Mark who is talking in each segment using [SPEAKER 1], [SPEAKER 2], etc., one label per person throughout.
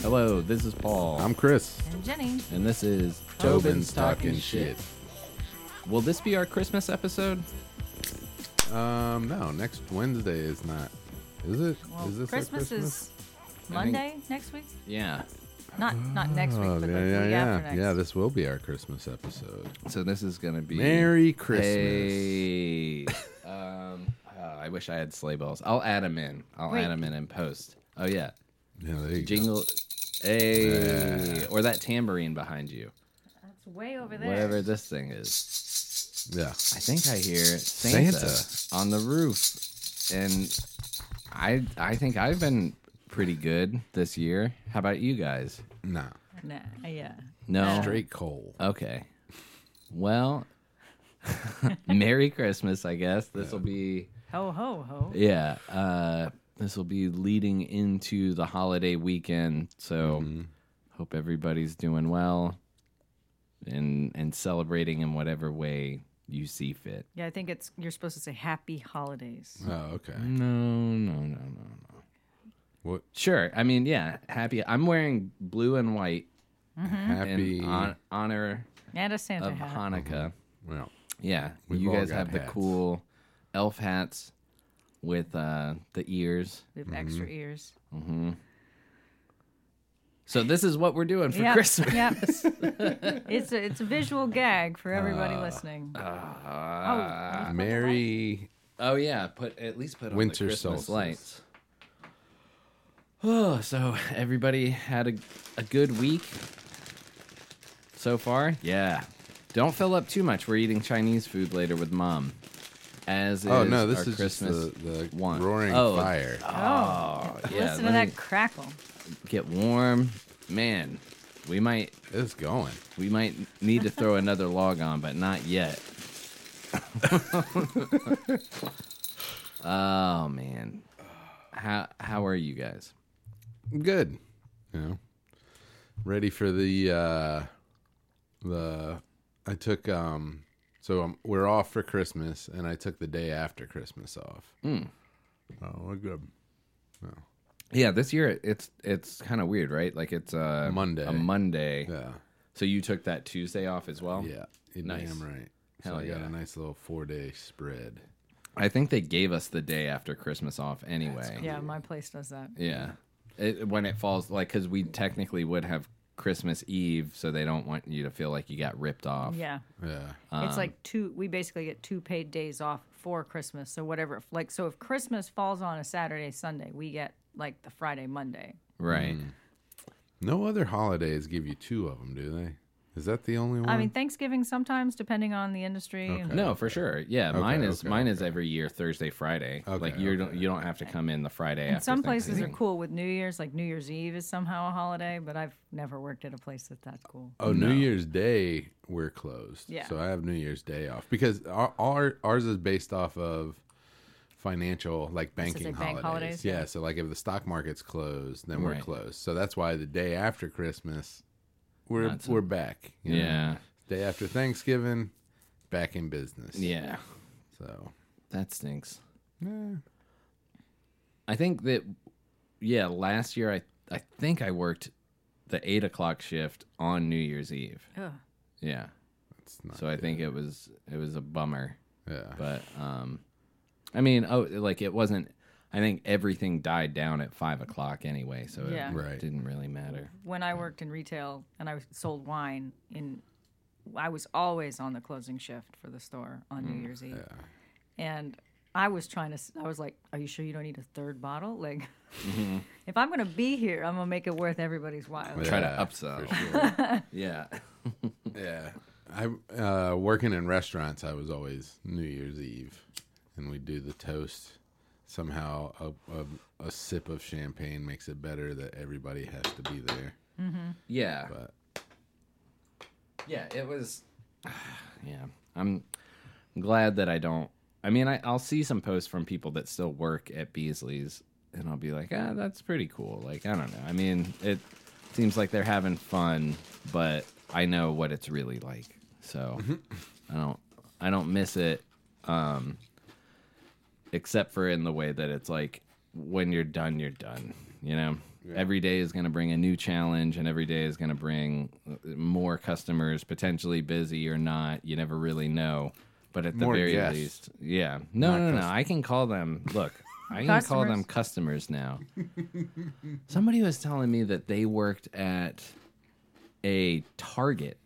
[SPEAKER 1] Hello, this is Paul.
[SPEAKER 2] I'm Chris.
[SPEAKER 3] And Jenny.
[SPEAKER 1] and this is
[SPEAKER 2] Tobin's talking shit.
[SPEAKER 1] Will this be our Christmas episode?
[SPEAKER 2] Um, no, next Wednesday is not. Is it? Is
[SPEAKER 3] Well,
[SPEAKER 2] this like
[SPEAKER 3] Christmas, is
[SPEAKER 1] think-
[SPEAKER 3] Monday next week.
[SPEAKER 1] Yeah.
[SPEAKER 3] Not not next week,
[SPEAKER 2] Oh,
[SPEAKER 3] but
[SPEAKER 2] yeah,
[SPEAKER 3] like the
[SPEAKER 2] yeah,
[SPEAKER 3] week
[SPEAKER 2] yeah.
[SPEAKER 3] after next.
[SPEAKER 2] Yeah, this will be our Christmas episode.
[SPEAKER 1] So this is gonna be
[SPEAKER 2] Merry Christmas.
[SPEAKER 1] Hey. um, oh, I wish I had sleigh bells. I'll add them in. I'll 'em
[SPEAKER 3] Wait.
[SPEAKER 1] add them in and post. Oh yeah,
[SPEAKER 2] Yeah, there you
[SPEAKER 1] jingle. Hey, or that tambourine behind you.
[SPEAKER 3] That's way over there.
[SPEAKER 1] Whatever this thing is.
[SPEAKER 2] go. Yeah.
[SPEAKER 1] I think I hear Santa,
[SPEAKER 2] Santa.
[SPEAKER 1] on the roof, and I I think I've been pretty good this year. How about you guys?
[SPEAKER 2] Nah.
[SPEAKER 3] Nah, yeah.
[SPEAKER 1] No.
[SPEAKER 2] Straight coal.
[SPEAKER 1] Okay. Well, Merry Christmas, I guess. This will be
[SPEAKER 3] Ho ho ho.
[SPEAKER 1] yeah, uh this will be leading into the holiday weekend. So hope everybody's doing well and and celebrating in whatever way you see fit.
[SPEAKER 3] Yeah, I think it's you're supposed to say happy holidays.
[SPEAKER 2] Oh, okay.
[SPEAKER 1] No, no, no, no.
[SPEAKER 2] What?
[SPEAKER 1] Sure. I mean, yeah, happy. I'm wearing blue and white
[SPEAKER 2] Happy.
[SPEAKER 1] in hon- honor
[SPEAKER 3] And a Santa
[SPEAKER 1] of
[SPEAKER 3] hat.
[SPEAKER 1] Hanukkah.
[SPEAKER 2] well,
[SPEAKER 1] Yeah,
[SPEAKER 2] We've
[SPEAKER 1] you
[SPEAKER 2] all
[SPEAKER 1] guys
[SPEAKER 2] got
[SPEAKER 1] have the
[SPEAKER 2] hats.
[SPEAKER 1] cool elf hats with uh, the ears.
[SPEAKER 3] We have extra
[SPEAKER 2] Mm-hmm.
[SPEAKER 3] ears.
[SPEAKER 1] So this is what we're doing for
[SPEAKER 3] Yeah,
[SPEAKER 1] Christmas.
[SPEAKER 3] Yep. it's a it's a visual gag for
[SPEAKER 2] Ah.
[SPEAKER 3] everybody listening.
[SPEAKER 1] Ah,
[SPEAKER 2] Uh,
[SPEAKER 3] oh,
[SPEAKER 2] Merry.
[SPEAKER 1] Oh yeah, put at least put on
[SPEAKER 2] Winter
[SPEAKER 1] the Christmas
[SPEAKER 2] solstice.
[SPEAKER 1] lights. Oh, so everybody had a a good week so far. Yeah, don't fill up too much. We're eating Chinese food later with mom. As
[SPEAKER 2] Oh
[SPEAKER 1] is
[SPEAKER 2] no, this
[SPEAKER 1] our
[SPEAKER 2] is
[SPEAKER 1] Christmas
[SPEAKER 2] just the, the
[SPEAKER 1] one.
[SPEAKER 2] roaring
[SPEAKER 1] Oh,
[SPEAKER 2] fire.
[SPEAKER 3] oh,
[SPEAKER 1] yeah,
[SPEAKER 3] listen
[SPEAKER 1] let
[SPEAKER 3] to
[SPEAKER 1] me-
[SPEAKER 3] that crackle.
[SPEAKER 1] Get warm, man. We might
[SPEAKER 2] It's going.
[SPEAKER 1] We might need to throw another log on, but not yet. oh man, how how are you guys?
[SPEAKER 2] good. You know, ready for the uh the I took um so um, we're off for Christmas and I took the day after Christmas off.
[SPEAKER 1] Mm.
[SPEAKER 2] Oh, we're good.
[SPEAKER 1] Yeah, this year it- it's it's kind of weird, right? Like it's a
[SPEAKER 2] Monday.
[SPEAKER 1] a Monday.
[SPEAKER 2] Yeah,
[SPEAKER 1] So you took that Tuesday off as well.
[SPEAKER 2] yeah. You're
[SPEAKER 1] Nice.
[SPEAKER 2] damn right.
[SPEAKER 1] Hell
[SPEAKER 2] so I got
[SPEAKER 1] yeah.
[SPEAKER 2] a nice little four day spread.
[SPEAKER 1] I think they gave us the day after Christmas off anyway.
[SPEAKER 3] Yeah, my place does that.
[SPEAKER 1] Yeah. It, when it falls, like, because we technically would have Christmas Eve, so they don't want you to feel like you got ripped off.
[SPEAKER 3] Yeah.
[SPEAKER 2] Yeah,
[SPEAKER 1] Um,
[SPEAKER 3] it's like two. We basically get two paid days off for Christmas. So whatever, like, so if Christmas falls on a Saturday, Sunday, we get like the Friday, Monday.
[SPEAKER 2] Mm.
[SPEAKER 1] Right.
[SPEAKER 2] no other holidays give you two of them, do they? Is that the only one?
[SPEAKER 3] I mean,
[SPEAKER 1] Hmm.
[SPEAKER 3] Thanksgiving sometimes, depending on the industry. and-
[SPEAKER 1] No, for sure. Yeah, mine is
[SPEAKER 2] okay,
[SPEAKER 1] mine is every year Thursday, Friday.
[SPEAKER 2] Okay,
[SPEAKER 1] like you don't you don't have to come in the Friday
[SPEAKER 3] And
[SPEAKER 1] after.
[SPEAKER 3] some places are
[SPEAKER 1] Thanksgiving.
[SPEAKER 3] cool with New Year's, like New Year's Eve is somehow a holiday, but I've never worked at a place that that's cool.
[SPEAKER 2] Oh, New Year's Day we're closed.
[SPEAKER 3] Yeah.
[SPEAKER 2] So I have New Year's Day off because our, our ours is based off of financial like
[SPEAKER 3] is
[SPEAKER 2] banking
[SPEAKER 3] like
[SPEAKER 2] holidays.
[SPEAKER 3] bank holidays,
[SPEAKER 2] Yeah. So like if the stock market's closed, then we're
[SPEAKER 1] Right.
[SPEAKER 2] closed. So that's why the day after Christmas, we're
[SPEAKER 1] That's a-
[SPEAKER 2] we're back. you know?
[SPEAKER 1] Yeah,
[SPEAKER 2] Day after Thanksgiving, back in business.
[SPEAKER 1] yeah,
[SPEAKER 2] So
[SPEAKER 1] that stinks.
[SPEAKER 2] eh,
[SPEAKER 1] I think that yeah, last year I I think I worked the eight o'clock shift on New Year's Eve.
[SPEAKER 3] Ugh.
[SPEAKER 1] Yeah,
[SPEAKER 2] it's not.
[SPEAKER 1] so I think it was it was a bummer,
[SPEAKER 2] yeah.
[SPEAKER 1] but um, I mean, oh, like it wasn't. I think everything died down at five o'clock anyway, so
[SPEAKER 3] Yeah.
[SPEAKER 1] it
[SPEAKER 2] Right.
[SPEAKER 1] didn't really matter.
[SPEAKER 3] When I worked in retail and I sold wine, in I was always on the closing shift for the store on
[SPEAKER 1] Mm,
[SPEAKER 3] New Year's Eve, and I was trying to. s- I was like, "Are you sure you don't need a third bottle? Like,
[SPEAKER 1] Mm-hmm.
[SPEAKER 3] if I'm gonna be here, I'm gonna make it worth everybody's while."
[SPEAKER 1] Try to
[SPEAKER 2] Yeah, for
[SPEAKER 1] upsell. yeah.
[SPEAKER 2] Yeah. I uh working in restaurants I was always New Year's Eve and we do the toast. Somehow a, a, a sip of champagne makes it better that everybody has to be there.
[SPEAKER 1] Yeah.
[SPEAKER 2] But
[SPEAKER 1] yeah, it was. yeah, I'm glad that I don't. I mean, I, I'll see some posts from people that still work at Beasley's, and I'll be like, ah, that's pretty cool. Like, I don't know. I mean, it seems like they're having fun, but I know what it's really like. so
[SPEAKER 2] Mm-hmm.
[SPEAKER 1] I don't I don't miss it, um, except for in the way that it's like when you're done, you're done. You know, every day is going to bring a new challenge, and every day is going to bring uh, more customers, potentially busy or not. You never really know. But at the
[SPEAKER 2] More
[SPEAKER 1] very
[SPEAKER 2] guests.
[SPEAKER 1] least, yeah, no, no, no, no. I can call them. Look, I can call them customers now. Somebody was telling me that they worked at a Target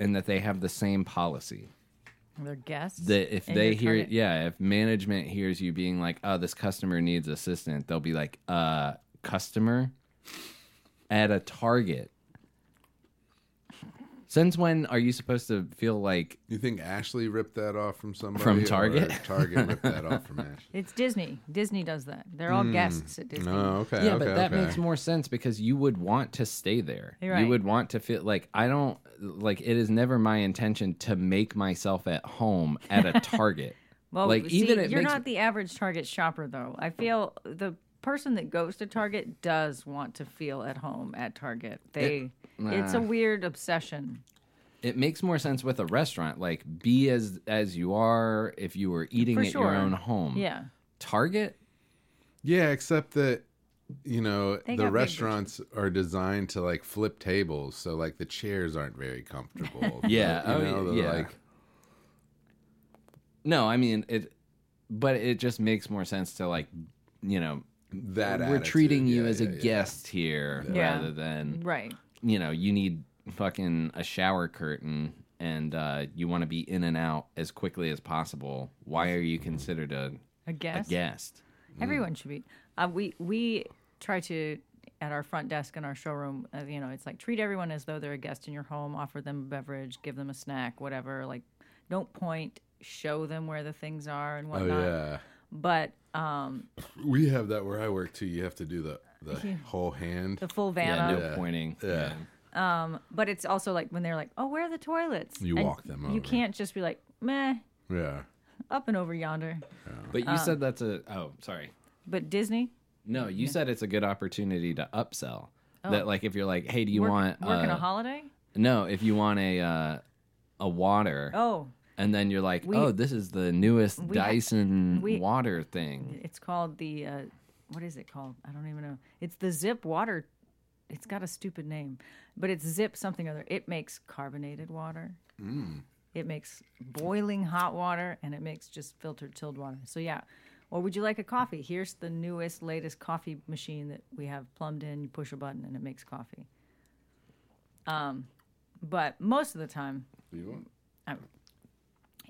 [SPEAKER 1] and that they have the same policy
[SPEAKER 3] Their guests.
[SPEAKER 1] that if
[SPEAKER 3] in
[SPEAKER 1] they
[SPEAKER 3] your
[SPEAKER 1] hear
[SPEAKER 3] target-
[SPEAKER 1] yeah if management hears you being like oh this customer needs assistance they'll be like uh customer at a target since when are you supposed to feel like
[SPEAKER 2] You think Ashley ripped that off from somebody?
[SPEAKER 1] From
[SPEAKER 2] or
[SPEAKER 1] Target?
[SPEAKER 2] Target ripped that off from Ashley.
[SPEAKER 3] It's Disney. Disney does that. They're
[SPEAKER 1] Mm.
[SPEAKER 3] all guests at Disney.
[SPEAKER 2] Oh, okay.
[SPEAKER 1] yeah
[SPEAKER 2] okay,
[SPEAKER 1] but that
[SPEAKER 2] okay.
[SPEAKER 1] makes more sense because you would want to stay there
[SPEAKER 3] You're
[SPEAKER 1] you
[SPEAKER 3] right.
[SPEAKER 1] would want to feel like i don't like it is never my intention to make myself at home at a target
[SPEAKER 3] Well,
[SPEAKER 1] like
[SPEAKER 3] see,
[SPEAKER 1] even it
[SPEAKER 3] you're
[SPEAKER 1] makes
[SPEAKER 3] not the average Target shopper, though. I feel the person that goes to Target does want to feel at home at Target. They, it's a
[SPEAKER 1] nah.
[SPEAKER 3] weird obsession.
[SPEAKER 1] it makes more sense with a restaurant like be as as you are if you were eating
[SPEAKER 3] For
[SPEAKER 1] at your
[SPEAKER 3] sure.
[SPEAKER 1] own home
[SPEAKER 3] Yeah,
[SPEAKER 1] target
[SPEAKER 2] Yeah, except that you know
[SPEAKER 3] They
[SPEAKER 2] the
[SPEAKER 3] got big
[SPEAKER 2] restaurants are designed to like flip tables, so like the chairs aren't very comfortable.
[SPEAKER 1] yeah
[SPEAKER 2] But,
[SPEAKER 1] oh,
[SPEAKER 2] you know, they're
[SPEAKER 1] yeah
[SPEAKER 2] like-
[SPEAKER 1] no i mean it but it just makes more sense to like you know
[SPEAKER 2] that
[SPEAKER 1] we're
[SPEAKER 2] attitude.
[SPEAKER 1] treating you
[SPEAKER 2] Yeah,
[SPEAKER 1] as
[SPEAKER 2] yeah,
[SPEAKER 1] a
[SPEAKER 2] yeah.
[SPEAKER 1] guest here
[SPEAKER 3] Yeah.
[SPEAKER 1] rather than
[SPEAKER 3] right.
[SPEAKER 1] you know you need fucking a shower curtain and uh, you want to be in and out as quickly as possible why are you considered a,
[SPEAKER 3] A
[SPEAKER 1] a
[SPEAKER 3] guest.
[SPEAKER 1] guest
[SPEAKER 3] Everyone should be. Uh, we we try to at our front desk in our showroom. Uh, you know, it's like treat everyone as though they're a guest in your home. Offer them a beverage, give them a snack, whatever. Like, don't point, show them where the things are and
[SPEAKER 2] Oh
[SPEAKER 3] whatnot.
[SPEAKER 2] yeah,
[SPEAKER 3] But um,
[SPEAKER 2] we have that where I work too. You have to do the the whole hand.
[SPEAKER 3] the full van
[SPEAKER 1] yeah
[SPEAKER 3] up.
[SPEAKER 1] no pointing
[SPEAKER 2] Yeah.
[SPEAKER 3] But it's also like when they're like, "Oh, where are the toilets?"
[SPEAKER 2] You walk them over.
[SPEAKER 3] You can't just be like, "Meh,
[SPEAKER 2] Yeah,
[SPEAKER 3] up and over yonder."
[SPEAKER 1] but
[SPEAKER 3] Um,
[SPEAKER 1] you said that's a oh sorry
[SPEAKER 3] But Disney,
[SPEAKER 1] No, you said it's a good opportunity to upsell. That like if you're like, hey, do you
[SPEAKER 3] Oh. work,
[SPEAKER 1] want
[SPEAKER 3] working
[SPEAKER 1] uh,
[SPEAKER 3] a holiday?
[SPEAKER 1] no? If you want a uh, a water,
[SPEAKER 3] Oh,
[SPEAKER 1] and then you're like, oh, this is the newest Dyson
[SPEAKER 3] we-
[SPEAKER 1] water thing.
[SPEAKER 3] it's called the uh, what is it called? I don't even know. It's the Zip water. It's got a stupid name, but it's Zip something other. It makes carbonated water. It makes boiling hot water, and it makes just filtered chilled water. So yeah. Or would you like a coffee? Here's the newest, latest coffee machine that we have plumbed in. You push a button and it makes coffee. Um, but most of the time,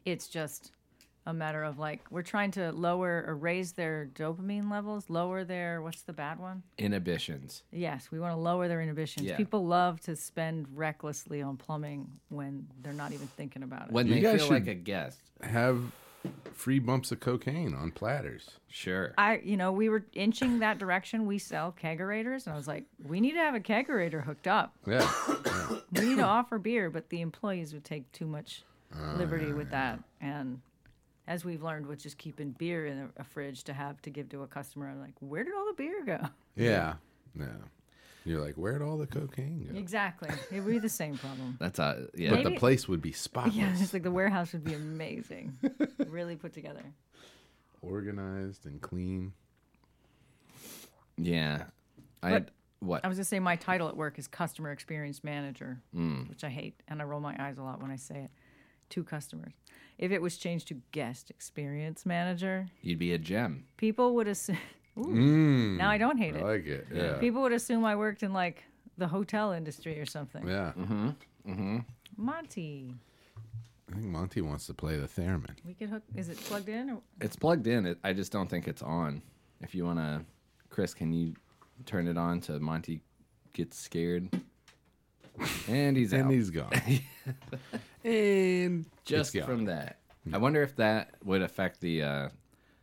[SPEAKER 3] it's just a matter of like we're trying to lower or raise their dopamine levels, lower their what's the bad one?
[SPEAKER 1] Inhibitions.
[SPEAKER 3] Yes, we want to lower their inhibitions.
[SPEAKER 1] Yeah.
[SPEAKER 3] People love to spend recklessly on plumbing when they're not even thinking about it.
[SPEAKER 1] When
[SPEAKER 2] You
[SPEAKER 1] they feel
[SPEAKER 2] guys
[SPEAKER 1] like
[SPEAKER 2] should-
[SPEAKER 1] a guest,
[SPEAKER 2] have free bumps of cocaine on platters.
[SPEAKER 1] sure.
[SPEAKER 3] I, you know, we were inching that direction. We sell kegerators, and I was like, we need to have a kegerator hooked up.
[SPEAKER 2] Yeah,
[SPEAKER 3] We need to offer beer, but the employees would take too much
[SPEAKER 1] Oh,
[SPEAKER 3] liberty with that. And as we've learned, with just keeping beer in a, a fridge to have to give to a customer, I'm like, where did all the beer go?
[SPEAKER 2] yeah, yeah. You're like, where'd all the cocaine go?
[SPEAKER 3] Exactly. It would be the same problem.
[SPEAKER 1] That's a yeah.
[SPEAKER 2] But the
[SPEAKER 3] Maybe-
[SPEAKER 2] place would be spotless,
[SPEAKER 3] Yeah, it's like the warehouse would be amazing. really put together.
[SPEAKER 2] organized and clean.
[SPEAKER 1] yeah. I
[SPEAKER 3] But-
[SPEAKER 1] what
[SPEAKER 3] I was gonna say my title at work is customer experience manager,
[SPEAKER 2] Mm.
[SPEAKER 3] which I hate, and I roll my eyes a lot when I say it to customers. If it was changed to guest experience manager,
[SPEAKER 1] you'd be a gem.
[SPEAKER 3] people would assume. Now I don't hate
[SPEAKER 2] Mm. I
[SPEAKER 3] it.
[SPEAKER 2] like it. Yeah,
[SPEAKER 3] People would assume I worked in like the hotel industry or something.
[SPEAKER 2] yeah.
[SPEAKER 3] Monty,
[SPEAKER 2] I think Monty wants to play the theremin.
[SPEAKER 3] we could hook. Is it plugged in? Or,
[SPEAKER 1] It's plugged in. It, I just don't think it's on. If you wanna, Chris, can you turn it on to Monty gets scared? And he's out.
[SPEAKER 2] And he's gone. and
[SPEAKER 1] just
[SPEAKER 2] It's gone.
[SPEAKER 1] from that. I wonder if that would affect the uh,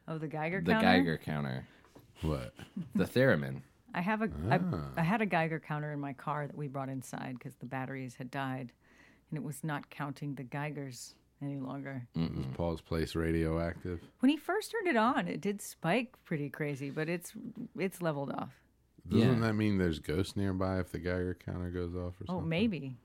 [SPEAKER 3] oh, the Geiger
[SPEAKER 1] the
[SPEAKER 3] counter.
[SPEAKER 1] Geiger counter,
[SPEAKER 2] what?
[SPEAKER 1] the theremin.
[SPEAKER 3] I have a I
[SPEAKER 2] Ah.
[SPEAKER 3] I had a Geiger counter in my car that we brought inside because the batteries had died, and it was not counting the Geigers any longer.
[SPEAKER 2] Was Paul's place radioactive?
[SPEAKER 3] When he first turned it on, it did spike pretty crazy, but it's it's leveled off.
[SPEAKER 2] Doesn't
[SPEAKER 1] Yeah.
[SPEAKER 2] that mean there's ghosts nearby if the Geiger counter goes off or
[SPEAKER 3] Oh,
[SPEAKER 2] something?
[SPEAKER 3] maybe.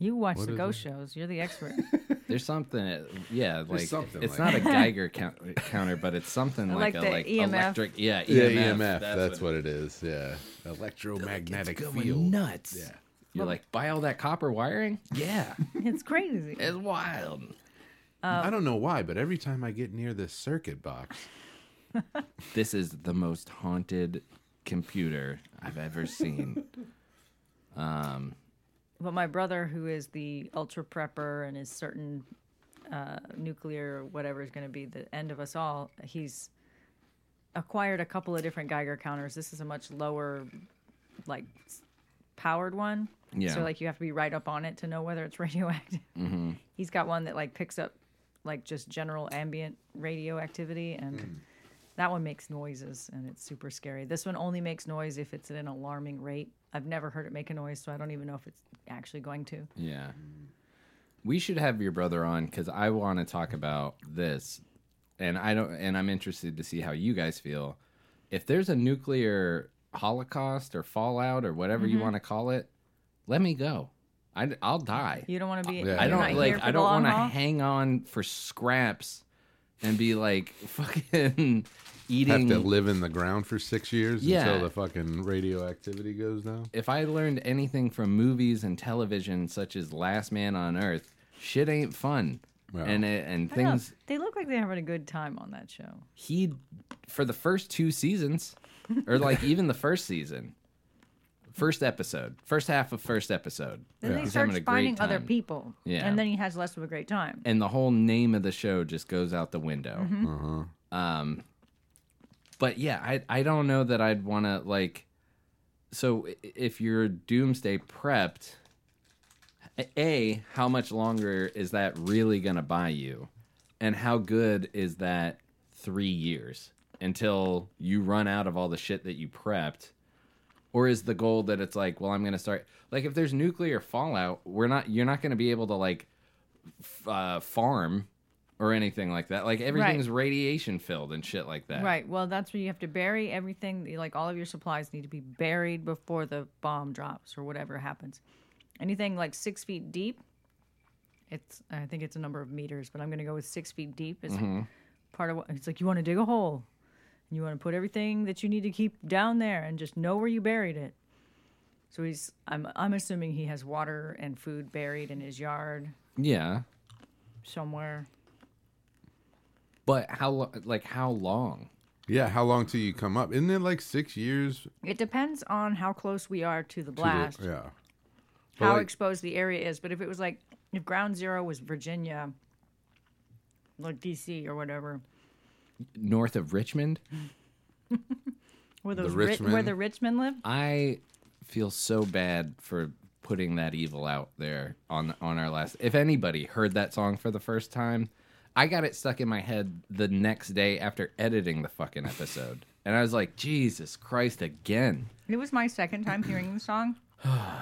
[SPEAKER 3] You watch
[SPEAKER 2] What
[SPEAKER 3] the
[SPEAKER 2] is
[SPEAKER 3] ghost shows. You're the expert.
[SPEAKER 1] There's something, uh, yeah, like
[SPEAKER 2] something
[SPEAKER 1] it's not
[SPEAKER 2] like
[SPEAKER 1] a Geiger count, counter, but it's something like,
[SPEAKER 3] Like
[SPEAKER 1] a
[SPEAKER 3] the E
[SPEAKER 1] like
[SPEAKER 3] EMF.
[SPEAKER 1] electric, yeah, E EMF.
[SPEAKER 2] Yeah, EMF. E That's,
[SPEAKER 1] what
[SPEAKER 2] what, it is. Yeah, electromagnetic
[SPEAKER 1] going
[SPEAKER 2] field.
[SPEAKER 1] nuts.
[SPEAKER 2] Yeah.
[SPEAKER 1] You're like, buy all that copper wiring? Yeah,
[SPEAKER 3] it's crazy.
[SPEAKER 1] it's wild.
[SPEAKER 2] I don't know why, but every time I get near this circuit box,
[SPEAKER 1] This is the most haunted computer I've ever seen.
[SPEAKER 3] But my brother, who is the ultra prepper and is certain uh, nuclear, whatever is going to be the end of us all, he's acquired a couple of different Geiger counters. This is a much lower, like, s- powered one.
[SPEAKER 1] Yeah. Mm-hmm.
[SPEAKER 3] So, like, you have to be right up on it to know whether it's radioactive. He's got one that, like, picks up, like, just general ambient radioactivity. And that one makes noises, and it's super scary. This one only makes noise if it's at an alarming rate. I've never heard it make a noise, so I don't even know if it's actually going to.
[SPEAKER 1] Yeah.
[SPEAKER 2] Mm-hmm.
[SPEAKER 1] We should have your brother on because I want to talk about this, and I don't, and I'm interested to see how you guys feel. If there's a nuclear holocaust or fallout or whatever
[SPEAKER 3] Mm-hmm.
[SPEAKER 1] you want to call it, let me go. I, will die.
[SPEAKER 3] You don't want to be.
[SPEAKER 2] Yeah.
[SPEAKER 1] I
[SPEAKER 3] you're
[SPEAKER 1] don't
[SPEAKER 3] not here
[SPEAKER 1] like.
[SPEAKER 3] for
[SPEAKER 1] I
[SPEAKER 3] the
[SPEAKER 1] don't
[SPEAKER 3] long
[SPEAKER 1] want to
[SPEAKER 3] haul?
[SPEAKER 1] hang on for scraps and be like fucking
[SPEAKER 2] have
[SPEAKER 1] eating.
[SPEAKER 2] to live in the ground for six years
[SPEAKER 1] Yeah.
[SPEAKER 2] until the fucking radioactivity goes down.
[SPEAKER 1] if I learned anything from movies and television, such as Last Man on Earth, shit ain't fun.
[SPEAKER 2] Well.
[SPEAKER 1] and it, and
[SPEAKER 3] I know.
[SPEAKER 1] things
[SPEAKER 3] They look like they're having a good time on that show.
[SPEAKER 1] he for the first two seasons or like even the first season first episode first half of first episode
[SPEAKER 3] Then
[SPEAKER 2] Yeah.
[SPEAKER 3] they
[SPEAKER 1] He's
[SPEAKER 3] start
[SPEAKER 1] having a great
[SPEAKER 3] finding other
[SPEAKER 1] time.
[SPEAKER 3] people,
[SPEAKER 1] Yeah.
[SPEAKER 3] and then he has less of a great time.
[SPEAKER 1] and the whole name of the show just goes out the window
[SPEAKER 3] Mm-hmm.
[SPEAKER 2] Hmm.
[SPEAKER 1] um
[SPEAKER 2] Uh-huh.
[SPEAKER 1] but yeah i i don't know that i'd want to like so i- if you're doomsday prepped a how much longer is that really going to buy you and how good is that 3 years until you run out of all the shit that you prepped or is the goal that it's like well i'm going to start like if there's nuclear fallout we're not you're not going to be able to like f- uh, farm or anything like that like everything's radiation filled and shit like that
[SPEAKER 3] Right. Well, that's where you have to bury everything. You- Like all of your supplies need to be buried before the bomb drops or whatever happens. Anything like six feet deep, it's I think it's a number of meters, but I'm going to go with six feet deep. Is part of what it's like. You want to dig a hole, and you want to put everything that you need to keep down there, and just know where you buried it. So he's I'm I'm assuming he has water and food buried in his yard
[SPEAKER 1] yeah
[SPEAKER 3] somewhere.
[SPEAKER 1] but how lo- like how long
[SPEAKER 2] Yeah, how long till you come up? Isn't it like six years? to
[SPEAKER 3] It depends on how close we are to the
[SPEAKER 2] the-
[SPEAKER 3] blast.
[SPEAKER 2] yeah. But
[SPEAKER 3] how
[SPEAKER 2] like-
[SPEAKER 3] exposed the area is. But if it was like if Ground Zero was Virginia, like DC or whatever,
[SPEAKER 1] north of richmond
[SPEAKER 3] where those
[SPEAKER 2] The
[SPEAKER 3] ri- where
[SPEAKER 2] Richmond.
[SPEAKER 3] the Richmond lived,
[SPEAKER 1] I feel so bad for putting that evil out there on on our last. If anybody heard that song for the first time, I got it stuck in my head the next day after editing the fucking episode, and I was like, Jesus Christ again.
[SPEAKER 3] it was my second time hearing the song.
[SPEAKER 2] Yeah.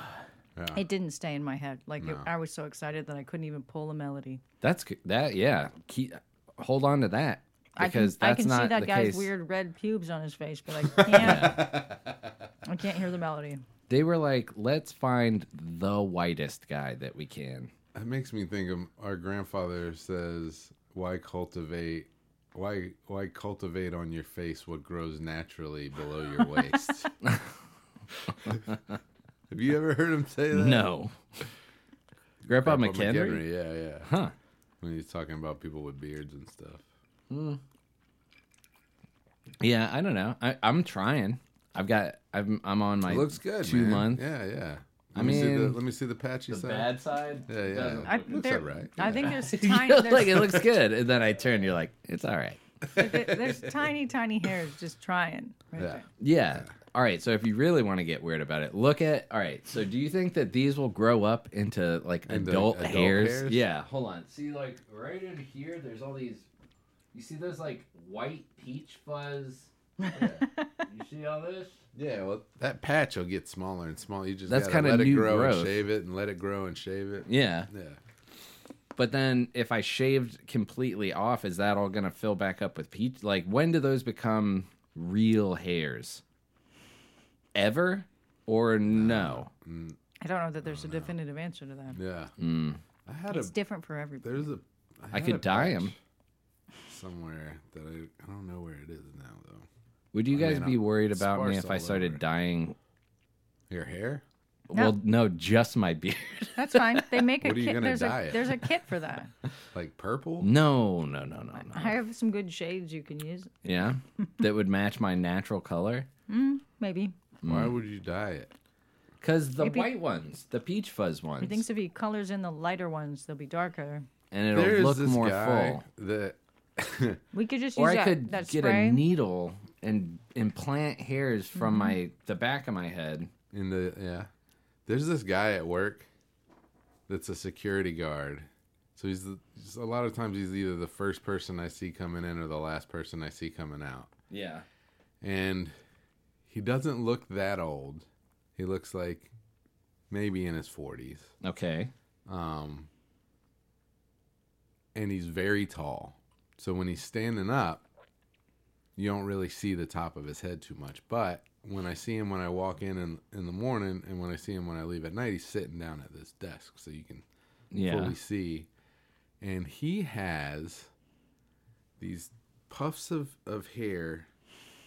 [SPEAKER 3] It didn't stay in my head. Like it, I was so excited that I couldn't even pull the melody.
[SPEAKER 1] That's c- that. Yeah, keep, hold on to that because
[SPEAKER 3] I
[SPEAKER 1] that's
[SPEAKER 3] can,
[SPEAKER 1] not
[SPEAKER 3] I can see
[SPEAKER 1] the
[SPEAKER 3] that guy's
[SPEAKER 1] case.
[SPEAKER 3] weird red pubes on his face, but I can't. I can't hear the melody.
[SPEAKER 1] They were like, let's find the whitest guy that we can.
[SPEAKER 2] That makes me think of our grandfather says, "Why cultivate? Why why cultivate on your face what grows naturally below your waist?" Have you ever heard him say that?
[SPEAKER 1] No, Grandpa,
[SPEAKER 2] Papa
[SPEAKER 1] McHenry.
[SPEAKER 2] McHenry, Yeah, yeah.
[SPEAKER 1] Huh.
[SPEAKER 2] When he's talking about people with beards and stuff.
[SPEAKER 1] Yeah, I don't know. I, I'm trying. I've got. I'm. I'm on my.
[SPEAKER 2] It looks good.
[SPEAKER 1] Two
[SPEAKER 2] man.
[SPEAKER 1] months.
[SPEAKER 2] Yeah, yeah. Let
[SPEAKER 1] I
[SPEAKER 2] me see the,
[SPEAKER 1] mean,
[SPEAKER 2] let me see the patchy side.
[SPEAKER 1] side.
[SPEAKER 2] Yeah, yeah.
[SPEAKER 1] doesn't-
[SPEAKER 3] I,
[SPEAKER 2] Looks
[SPEAKER 3] there-
[SPEAKER 2] alright,
[SPEAKER 3] I
[SPEAKER 2] yeah.
[SPEAKER 3] think there's
[SPEAKER 1] You
[SPEAKER 3] tiny,
[SPEAKER 1] know,
[SPEAKER 3] there's,
[SPEAKER 1] like it looks good, and then I turn. You're like, it's all right.
[SPEAKER 3] there's tiny, tiny hairs just trying. Right
[SPEAKER 2] Yeah.
[SPEAKER 3] there.
[SPEAKER 1] Yeah. All right. So if you really want to get weird about it, look at. All right. So do you think that these will grow up into like
[SPEAKER 2] Into
[SPEAKER 1] adult,
[SPEAKER 2] adult
[SPEAKER 1] hairs?
[SPEAKER 2] hairs?
[SPEAKER 1] Yeah. Hold on. See, like right in here, there's all these. You see those like white peach fuzz. you see all this?
[SPEAKER 2] Yeah, well, that patch will get smaller and smaller. You just
[SPEAKER 1] That's
[SPEAKER 2] gotta
[SPEAKER 1] kinda
[SPEAKER 2] let it
[SPEAKER 1] new
[SPEAKER 2] grow
[SPEAKER 1] growth.
[SPEAKER 2] and shave it, and let it grow and shave it.
[SPEAKER 1] Yeah.
[SPEAKER 2] Yeah.
[SPEAKER 1] But then if I shaved completely off, is that all going to fill back up with peach? Like, when do those become
[SPEAKER 2] Uh,
[SPEAKER 1] real hairs? Ever or Oh, no?
[SPEAKER 3] I don't know that there's a definitive answer to that.
[SPEAKER 2] Yeah.
[SPEAKER 1] Mm.
[SPEAKER 2] I had a
[SPEAKER 3] It's different for everybody.
[SPEAKER 2] there's a
[SPEAKER 1] I
[SPEAKER 2] had
[SPEAKER 1] could
[SPEAKER 2] a
[SPEAKER 1] dye
[SPEAKER 2] patch
[SPEAKER 1] 'em.
[SPEAKER 2] somewhere that I I don't know where it is now though.
[SPEAKER 1] Would you guys
[SPEAKER 2] mean,
[SPEAKER 1] be
[SPEAKER 2] I'm
[SPEAKER 1] worried about me
[SPEAKER 2] sparse
[SPEAKER 1] if I
[SPEAKER 2] all
[SPEAKER 1] started
[SPEAKER 2] over.
[SPEAKER 1] dyeing?
[SPEAKER 2] Your hair?
[SPEAKER 1] Well, no, just my beard.
[SPEAKER 3] That's fine. They make a
[SPEAKER 2] What are you
[SPEAKER 3] kit.
[SPEAKER 2] gonna
[SPEAKER 3] There's
[SPEAKER 2] dye
[SPEAKER 3] a,
[SPEAKER 2] it?
[SPEAKER 3] there's a kit for that.
[SPEAKER 2] Like purple?
[SPEAKER 1] No, no, no, no, no.
[SPEAKER 3] I have some good shades you can use.
[SPEAKER 1] Yeah, that would match my natural color.
[SPEAKER 3] Maybe.
[SPEAKER 2] Why would you dye it?
[SPEAKER 1] Cause the
[SPEAKER 3] Maybe-
[SPEAKER 1] white ones, the peach fuzz
[SPEAKER 3] He thinks
[SPEAKER 1] ones,
[SPEAKER 3] if he colors in the lighter ones, they'll be darker.
[SPEAKER 1] and it'll
[SPEAKER 2] There's
[SPEAKER 1] look
[SPEAKER 2] this
[SPEAKER 1] more
[SPEAKER 2] guy
[SPEAKER 1] full.
[SPEAKER 2] that
[SPEAKER 3] We could just use
[SPEAKER 1] Or I
[SPEAKER 3] that,
[SPEAKER 1] could
[SPEAKER 3] that
[SPEAKER 1] get
[SPEAKER 3] spray. Mm-hmm.
[SPEAKER 1] a needle and implant hairs from my the back of my head.
[SPEAKER 2] in the yeah. There's this guy at work that's a security guard. So he's, the, he's a lot of times he's either the first person I see coming in or the last person I see coming out.
[SPEAKER 1] Yeah.
[SPEAKER 2] and he doesn't look that old. He looks like maybe in his 40s.
[SPEAKER 1] Okay.
[SPEAKER 2] Um and he's very tall. So when he's standing up, you don't really see the top of his head too much. But when I see him when I walk in, in in the morning and when I see him when I leave at night, he's sitting down at this desk so you can
[SPEAKER 1] Yeah.
[SPEAKER 2] fully see. And he has these puffs of, of hair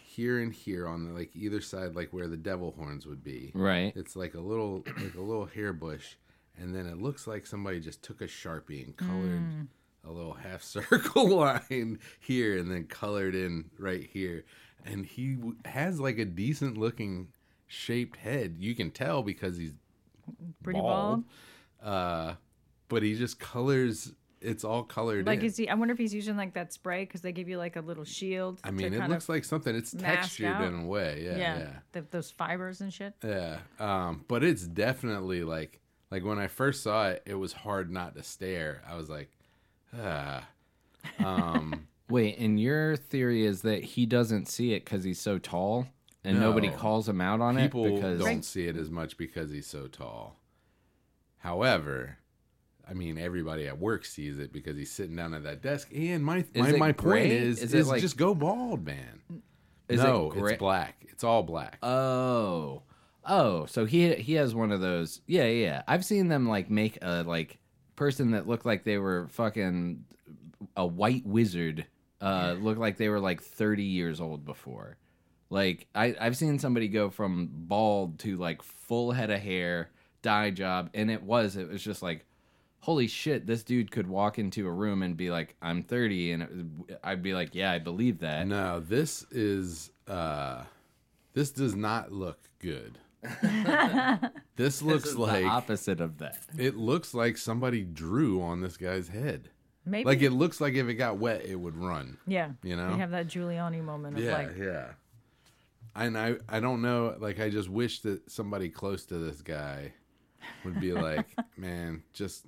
[SPEAKER 2] here and here on the, like either side, like where the devil horns would be.
[SPEAKER 1] Right.
[SPEAKER 2] It's like a little like a little hair bush, and then it looks like somebody just took a sharpie and colored
[SPEAKER 3] Mm.
[SPEAKER 2] a little half circle line here, and then colored in right here. And he w- has like a decent looking shaped head. You can tell because he's
[SPEAKER 3] Pretty
[SPEAKER 2] bald.
[SPEAKER 3] bald.
[SPEAKER 2] uh, but he just colors. It's all colored
[SPEAKER 3] Like,
[SPEAKER 2] in.
[SPEAKER 3] is he? I wonder if he's using like that spray because they give you like a little shield.
[SPEAKER 2] I mean,
[SPEAKER 3] to
[SPEAKER 2] it
[SPEAKER 3] kind
[SPEAKER 2] looks
[SPEAKER 3] of,
[SPEAKER 2] like something. It's
[SPEAKER 3] mask
[SPEAKER 2] textured
[SPEAKER 3] out.
[SPEAKER 2] in a way. Yeah,
[SPEAKER 3] yeah,
[SPEAKER 2] yeah,
[SPEAKER 3] the- those fibers and shit.
[SPEAKER 2] yeah. Um, but it's definitely like like when I first saw it, it was hard not to stare. I was like, ah. Um,
[SPEAKER 1] Wait, and your theory is that he doesn't see it because he's so tall, and nobody
[SPEAKER 2] No.
[SPEAKER 1] calls him out on
[SPEAKER 2] people
[SPEAKER 1] it because
[SPEAKER 2] don't see it as much because he's so tall. However. I mean, everybody at work sees it because he's sitting down at that desk. And my my,
[SPEAKER 1] it
[SPEAKER 2] my
[SPEAKER 1] gray?
[SPEAKER 2] point is,
[SPEAKER 1] Is
[SPEAKER 2] is,
[SPEAKER 1] it like-
[SPEAKER 2] just go bald, man.
[SPEAKER 1] Is it
[SPEAKER 2] no,
[SPEAKER 1] gray?
[SPEAKER 2] it's black. It's all black.
[SPEAKER 1] Oh, oh, so he he has one of those. Yeah, yeah. I've seen them like make a like person that looked like they were fucking a white wizard. Uh, look like they were like thirty years old before. Like I I've seen somebody go from bald to like full head of hair, dye job, and it was it was just like. Holy shit! This dude could walk into a room and be like, "I'm 30," and it, I'd be like, "Yeah, I believe that."
[SPEAKER 2] No, this is uh this does not look good. this looks
[SPEAKER 1] It's
[SPEAKER 2] like
[SPEAKER 1] the opposite of that.
[SPEAKER 2] it looks like somebody drew on this guy's head.
[SPEAKER 3] Maybe.
[SPEAKER 2] Like it looks like if it got wet it would run.
[SPEAKER 3] yeah.
[SPEAKER 2] you
[SPEAKER 3] They
[SPEAKER 2] know?
[SPEAKER 3] have that Giuliani moment of like,
[SPEAKER 2] yeah. And I I don't know, like I just wish that somebody close to this guy would be like, "Man, just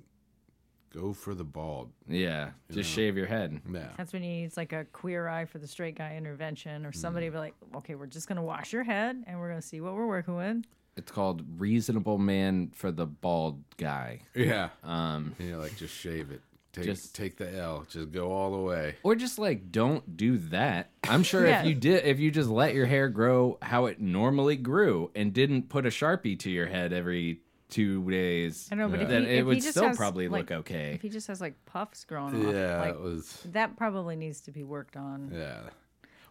[SPEAKER 2] go for the bald."
[SPEAKER 1] Yeah, just shave your head.
[SPEAKER 2] Yeah.
[SPEAKER 3] That's when he needs like a queer eye for the straight guy intervention, or somebody
[SPEAKER 2] Mm.
[SPEAKER 3] be like, okay, we're just gonna wash your head and we're gonna see what we're working with.
[SPEAKER 1] It's called Reasonable Man for the Bald Guy.
[SPEAKER 2] Yeah. Um and you're like just shave it. Take
[SPEAKER 1] Just-
[SPEAKER 2] take the L. Just go all the way.
[SPEAKER 1] Or just like don't do that. I'm sure
[SPEAKER 3] Yeah.
[SPEAKER 1] if you did if you just let your hair grow how it normally grew and didn't put a Sharpie to your head every 2 days,
[SPEAKER 3] I don't know, but if
[SPEAKER 1] then
[SPEAKER 3] he-
[SPEAKER 1] it
[SPEAKER 3] if
[SPEAKER 1] would
[SPEAKER 3] he just
[SPEAKER 1] still
[SPEAKER 3] has,
[SPEAKER 1] probably
[SPEAKER 3] like-
[SPEAKER 1] look okay.
[SPEAKER 3] If he just has like puffs growing off,
[SPEAKER 2] Yeah,
[SPEAKER 3] like,
[SPEAKER 2] it was.
[SPEAKER 3] that probably needs to be worked on.
[SPEAKER 2] Yeah.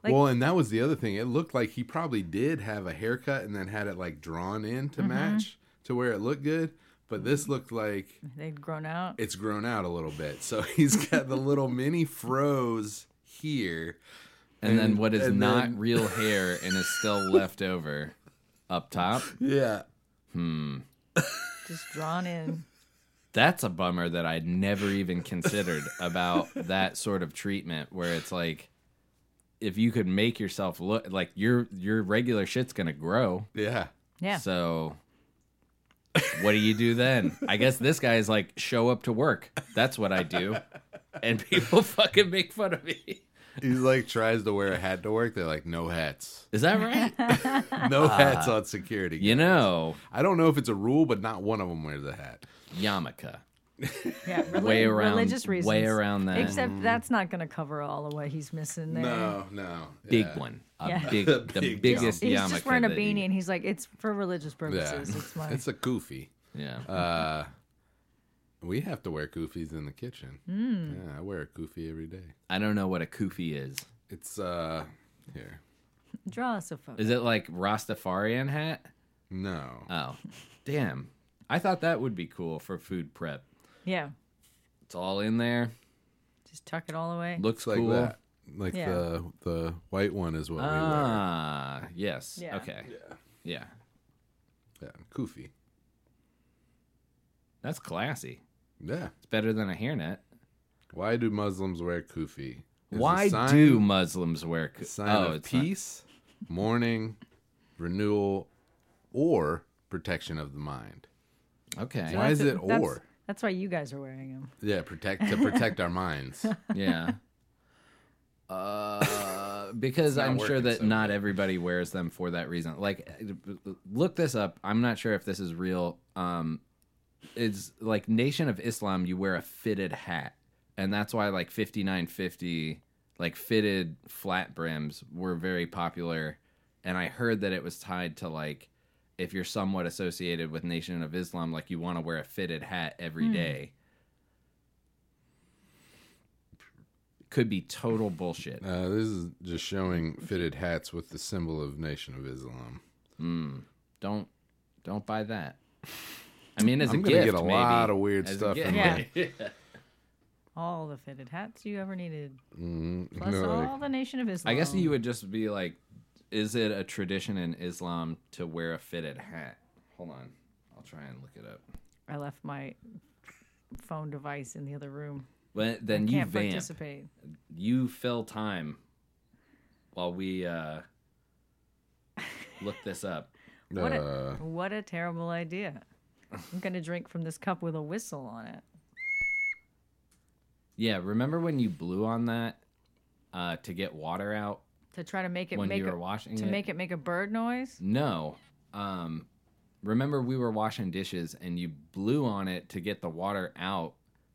[SPEAKER 3] Like-
[SPEAKER 2] well, and that was the other thing. It looked like he probably did have a haircut and then had it like drawn in
[SPEAKER 3] Mm-hmm.
[SPEAKER 2] to match to where it looked good. But this looked like
[SPEAKER 3] They'd grown out.
[SPEAKER 2] it's grown out a little bit. So he's got the little mini froze here.
[SPEAKER 1] and, then what is
[SPEAKER 2] and
[SPEAKER 1] not
[SPEAKER 2] then-
[SPEAKER 1] real hair and is still left over up top.
[SPEAKER 2] Yeah.
[SPEAKER 3] just drawn in.
[SPEAKER 1] that's a bummer that I'd never even considered about that sort of treatment where it's like if you could make yourself look like your your regular shit's gonna grow.
[SPEAKER 2] Yeah.
[SPEAKER 3] Yeah.
[SPEAKER 1] So what do you do then? I guess this guy is like show up to work. That's what I do. And people fucking make fun of me.
[SPEAKER 2] He's like tries to wear a hat to work. They're like, no hats.
[SPEAKER 1] Is that right?
[SPEAKER 2] No hats on security.
[SPEAKER 1] You know,
[SPEAKER 2] I don't know if it's a rule, but not one of them wears a hat.
[SPEAKER 1] Yamaka.
[SPEAKER 3] yeah. Reli-
[SPEAKER 1] Way around
[SPEAKER 3] religious reasons.
[SPEAKER 1] way around that
[SPEAKER 3] Except that's not going to cover all of what he's missing there.
[SPEAKER 2] no.
[SPEAKER 1] big
[SPEAKER 2] yeah.
[SPEAKER 1] one. A
[SPEAKER 3] Yeah.
[SPEAKER 1] big the
[SPEAKER 2] Big
[SPEAKER 1] biggest
[SPEAKER 3] He's
[SPEAKER 1] Yamaka.
[SPEAKER 3] just wearing a
[SPEAKER 1] that you-
[SPEAKER 3] beanie and he's like, it's for religious
[SPEAKER 2] Yeah.
[SPEAKER 3] purposes. It's my
[SPEAKER 2] It's a goofy.
[SPEAKER 1] Yeah.
[SPEAKER 2] Uh, we have to wear goofies in the kitchen.
[SPEAKER 1] Hmm.
[SPEAKER 2] Yeah, I wear a goofy every day.
[SPEAKER 1] I don't know what a kufi is.
[SPEAKER 2] It's uh here.
[SPEAKER 3] Draw us a photo.
[SPEAKER 1] Is it like Rastafarian hat?
[SPEAKER 2] No.
[SPEAKER 1] Oh, damn. I thought that would be cool for food prep.
[SPEAKER 3] yeah.
[SPEAKER 1] It's all in there.
[SPEAKER 3] Just tuck it all away.
[SPEAKER 1] Looks
[SPEAKER 2] like
[SPEAKER 1] cool.
[SPEAKER 2] that. Like
[SPEAKER 3] Yeah.
[SPEAKER 2] the the white one is what
[SPEAKER 1] Ah, yes.
[SPEAKER 3] Yeah.
[SPEAKER 1] Okay.
[SPEAKER 2] we wear.
[SPEAKER 1] Yeah.
[SPEAKER 2] Yeah. Yeah. Koofy.
[SPEAKER 1] That's classy.
[SPEAKER 2] Yeah.
[SPEAKER 1] It's better than a hairnet.
[SPEAKER 2] Why do Muslims wear kufi? It's a
[SPEAKER 1] Why
[SPEAKER 2] sign-
[SPEAKER 1] do Muslims wear Oh, kufi?
[SPEAKER 2] sign of
[SPEAKER 1] not-
[SPEAKER 2] peace, mourning, renewal, or protection of the mind?
[SPEAKER 1] okay.
[SPEAKER 2] Why is
[SPEAKER 3] That's-
[SPEAKER 2] it
[SPEAKER 3] that's-
[SPEAKER 2] or?
[SPEAKER 3] That's why you guys are wearing them.
[SPEAKER 2] Yeah, protect to protect our minds.
[SPEAKER 1] Yeah. Uh, because
[SPEAKER 2] not
[SPEAKER 1] I'm sure
[SPEAKER 2] working
[SPEAKER 1] that
[SPEAKER 2] so
[SPEAKER 1] not everybody wears them for that reason. Like, look this up. I'm not sure if this is real. Um, it's like Nation of Islam. You wear a fitted hat, and that's why like 5950, like fitted flat brims, were very popular. And I heard that it was tied to like if you're somewhat associated with Nation of Islam, like you want to wear a fitted hat every day. Could be total bullshit.
[SPEAKER 2] Uh, this is just showing fitted hats with the symbol of Nation of Islam.
[SPEAKER 1] don't don't buy that. I mean, as
[SPEAKER 2] I'm
[SPEAKER 1] a
[SPEAKER 2] gonna
[SPEAKER 1] gift,
[SPEAKER 2] get a
[SPEAKER 1] maybe.
[SPEAKER 2] lot of weird
[SPEAKER 1] As a
[SPEAKER 2] stuff.
[SPEAKER 1] gift.
[SPEAKER 2] In
[SPEAKER 3] Yeah.
[SPEAKER 2] yeah.
[SPEAKER 3] All the fitted hats you ever needed,
[SPEAKER 2] Mm,
[SPEAKER 3] plus
[SPEAKER 2] no, like,
[SPEAKER 3] all the Nation of Islam.
[SPEAKER 1] I guess
[SPEAKER 2] um,
[SPEAKER 1] you would just be like, is it a tradition in Islam to wear a fitted hat? Hold on, I'll try and look it up.
[SPEAKER 3] I left my phone device in the other room.
[SPEAKER 1] But then you
[SPEAKER 3] Can't
[SPEAKER 1] vamp,
[SPEAKER 3] participate.
[SPEAKER 1] you fill time while we uh, look this up.
[SPEAKER 3] What
[SPEAKER 2] uh,
[SPEAKER 3] a what a terrible idea. I'm gonna drink from this cup with a whistle on it.
[SPEAKER 1] Yeah, remember when you blew on that uh, to get water out
[SPEAKER 3] To try to make it
[SPEAKER 1] when
[SPEAKER 3] make
[SPEAKER 1] you were
[SPEAKER 3] a,
[SPEAKER 1] washing
[SPEAKER 3] to
[SPEAKER 1] it?
[SPEAKER 3] make it make a bird noise?
[SPEAKER 1] No. Um, remember, we were washing dishes and you blew on it to get the water out,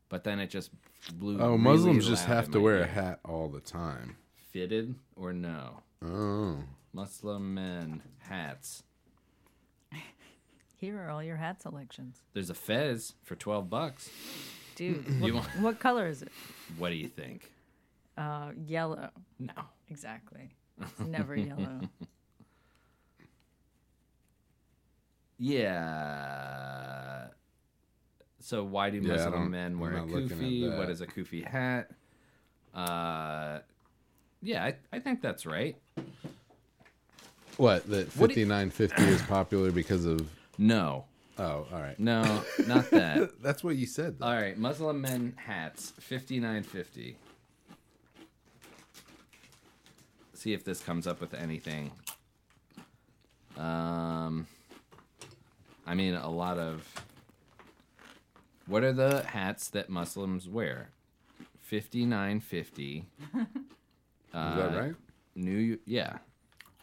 [SPEAKER 1] but then it just blew.
[SPEAKER 2] oh,
[SPEAKER 1] really
[SPEAKER 2] Muslims just
[SPEAKER 1] loud
[SPEAKER 2] have
[SPEAKER 1] in
[SPEAKER 2] to
[SPEAKER 1] my
[SPEAKER 2] wear
[SPEAKER 1] ear.
[SPEAKER 2] a hat all the time.
[SPEAKER 1] Fitted or no?
[SPEAKER 2] Oh,
[SPEAKER 1] Muslim men hats.
[SPEAKER 3] Here are all your hat selections.
[SPEAKER 1] There's a fez for twelve bucks.
[SPEAKER 3] Dude,
[SPEAKER 1] You
[SPEAKER 3] what,
[SPEAKER 1] want-
[SPEAKER 3] what color is it?
[SPEAKER 1] What do you think?
[SPEAKER 3] Uh, yellow.
[SPEAKER 1] No.
[SPEAKER 3] Exactly. It's never yellow.
[SPEAKER 1] Yeah. So why do
[SPEAKER 2] Yeah, I
[SPEAKER 1] Muslim
[SPEAKER 2] don't-
[SPEAKER 1] men
[SPEAKER 2] I'm
[SPEAKER 1] wear a
[SPEAKER 2] not looking at
[SPEAKER 1] kufi? What
[SPEAKER 2] that.
[SPEAKER 1] is a kufi hat? Uh, yeah, I, I think that's right.
[SPEAKER 2] what? That
[SPEAKER 1] What do
[SPEAKER 2] fifty
[SPEAKER 1] you-
[SPEAKER 2] nine fifty is popular because of?
[SPEAKER 1] No,
[SPEAKER 2] Oh, all right.
[SPEAKER 1] no, not that.
[SPEAKER 2] That's what you said. Though.
[SPEAKER 1] All right, Muslim men hats, fifty nine fifty. See if this comes up with anything. Um, I mean, a lot of. What are the hats that Muslims wear? Fifty nine fifty.
[SPEAKER 2] is that
[SPEAKER 1] Uh,
[SPEAKER 2] right?
[SPEAKER 1] New yeah.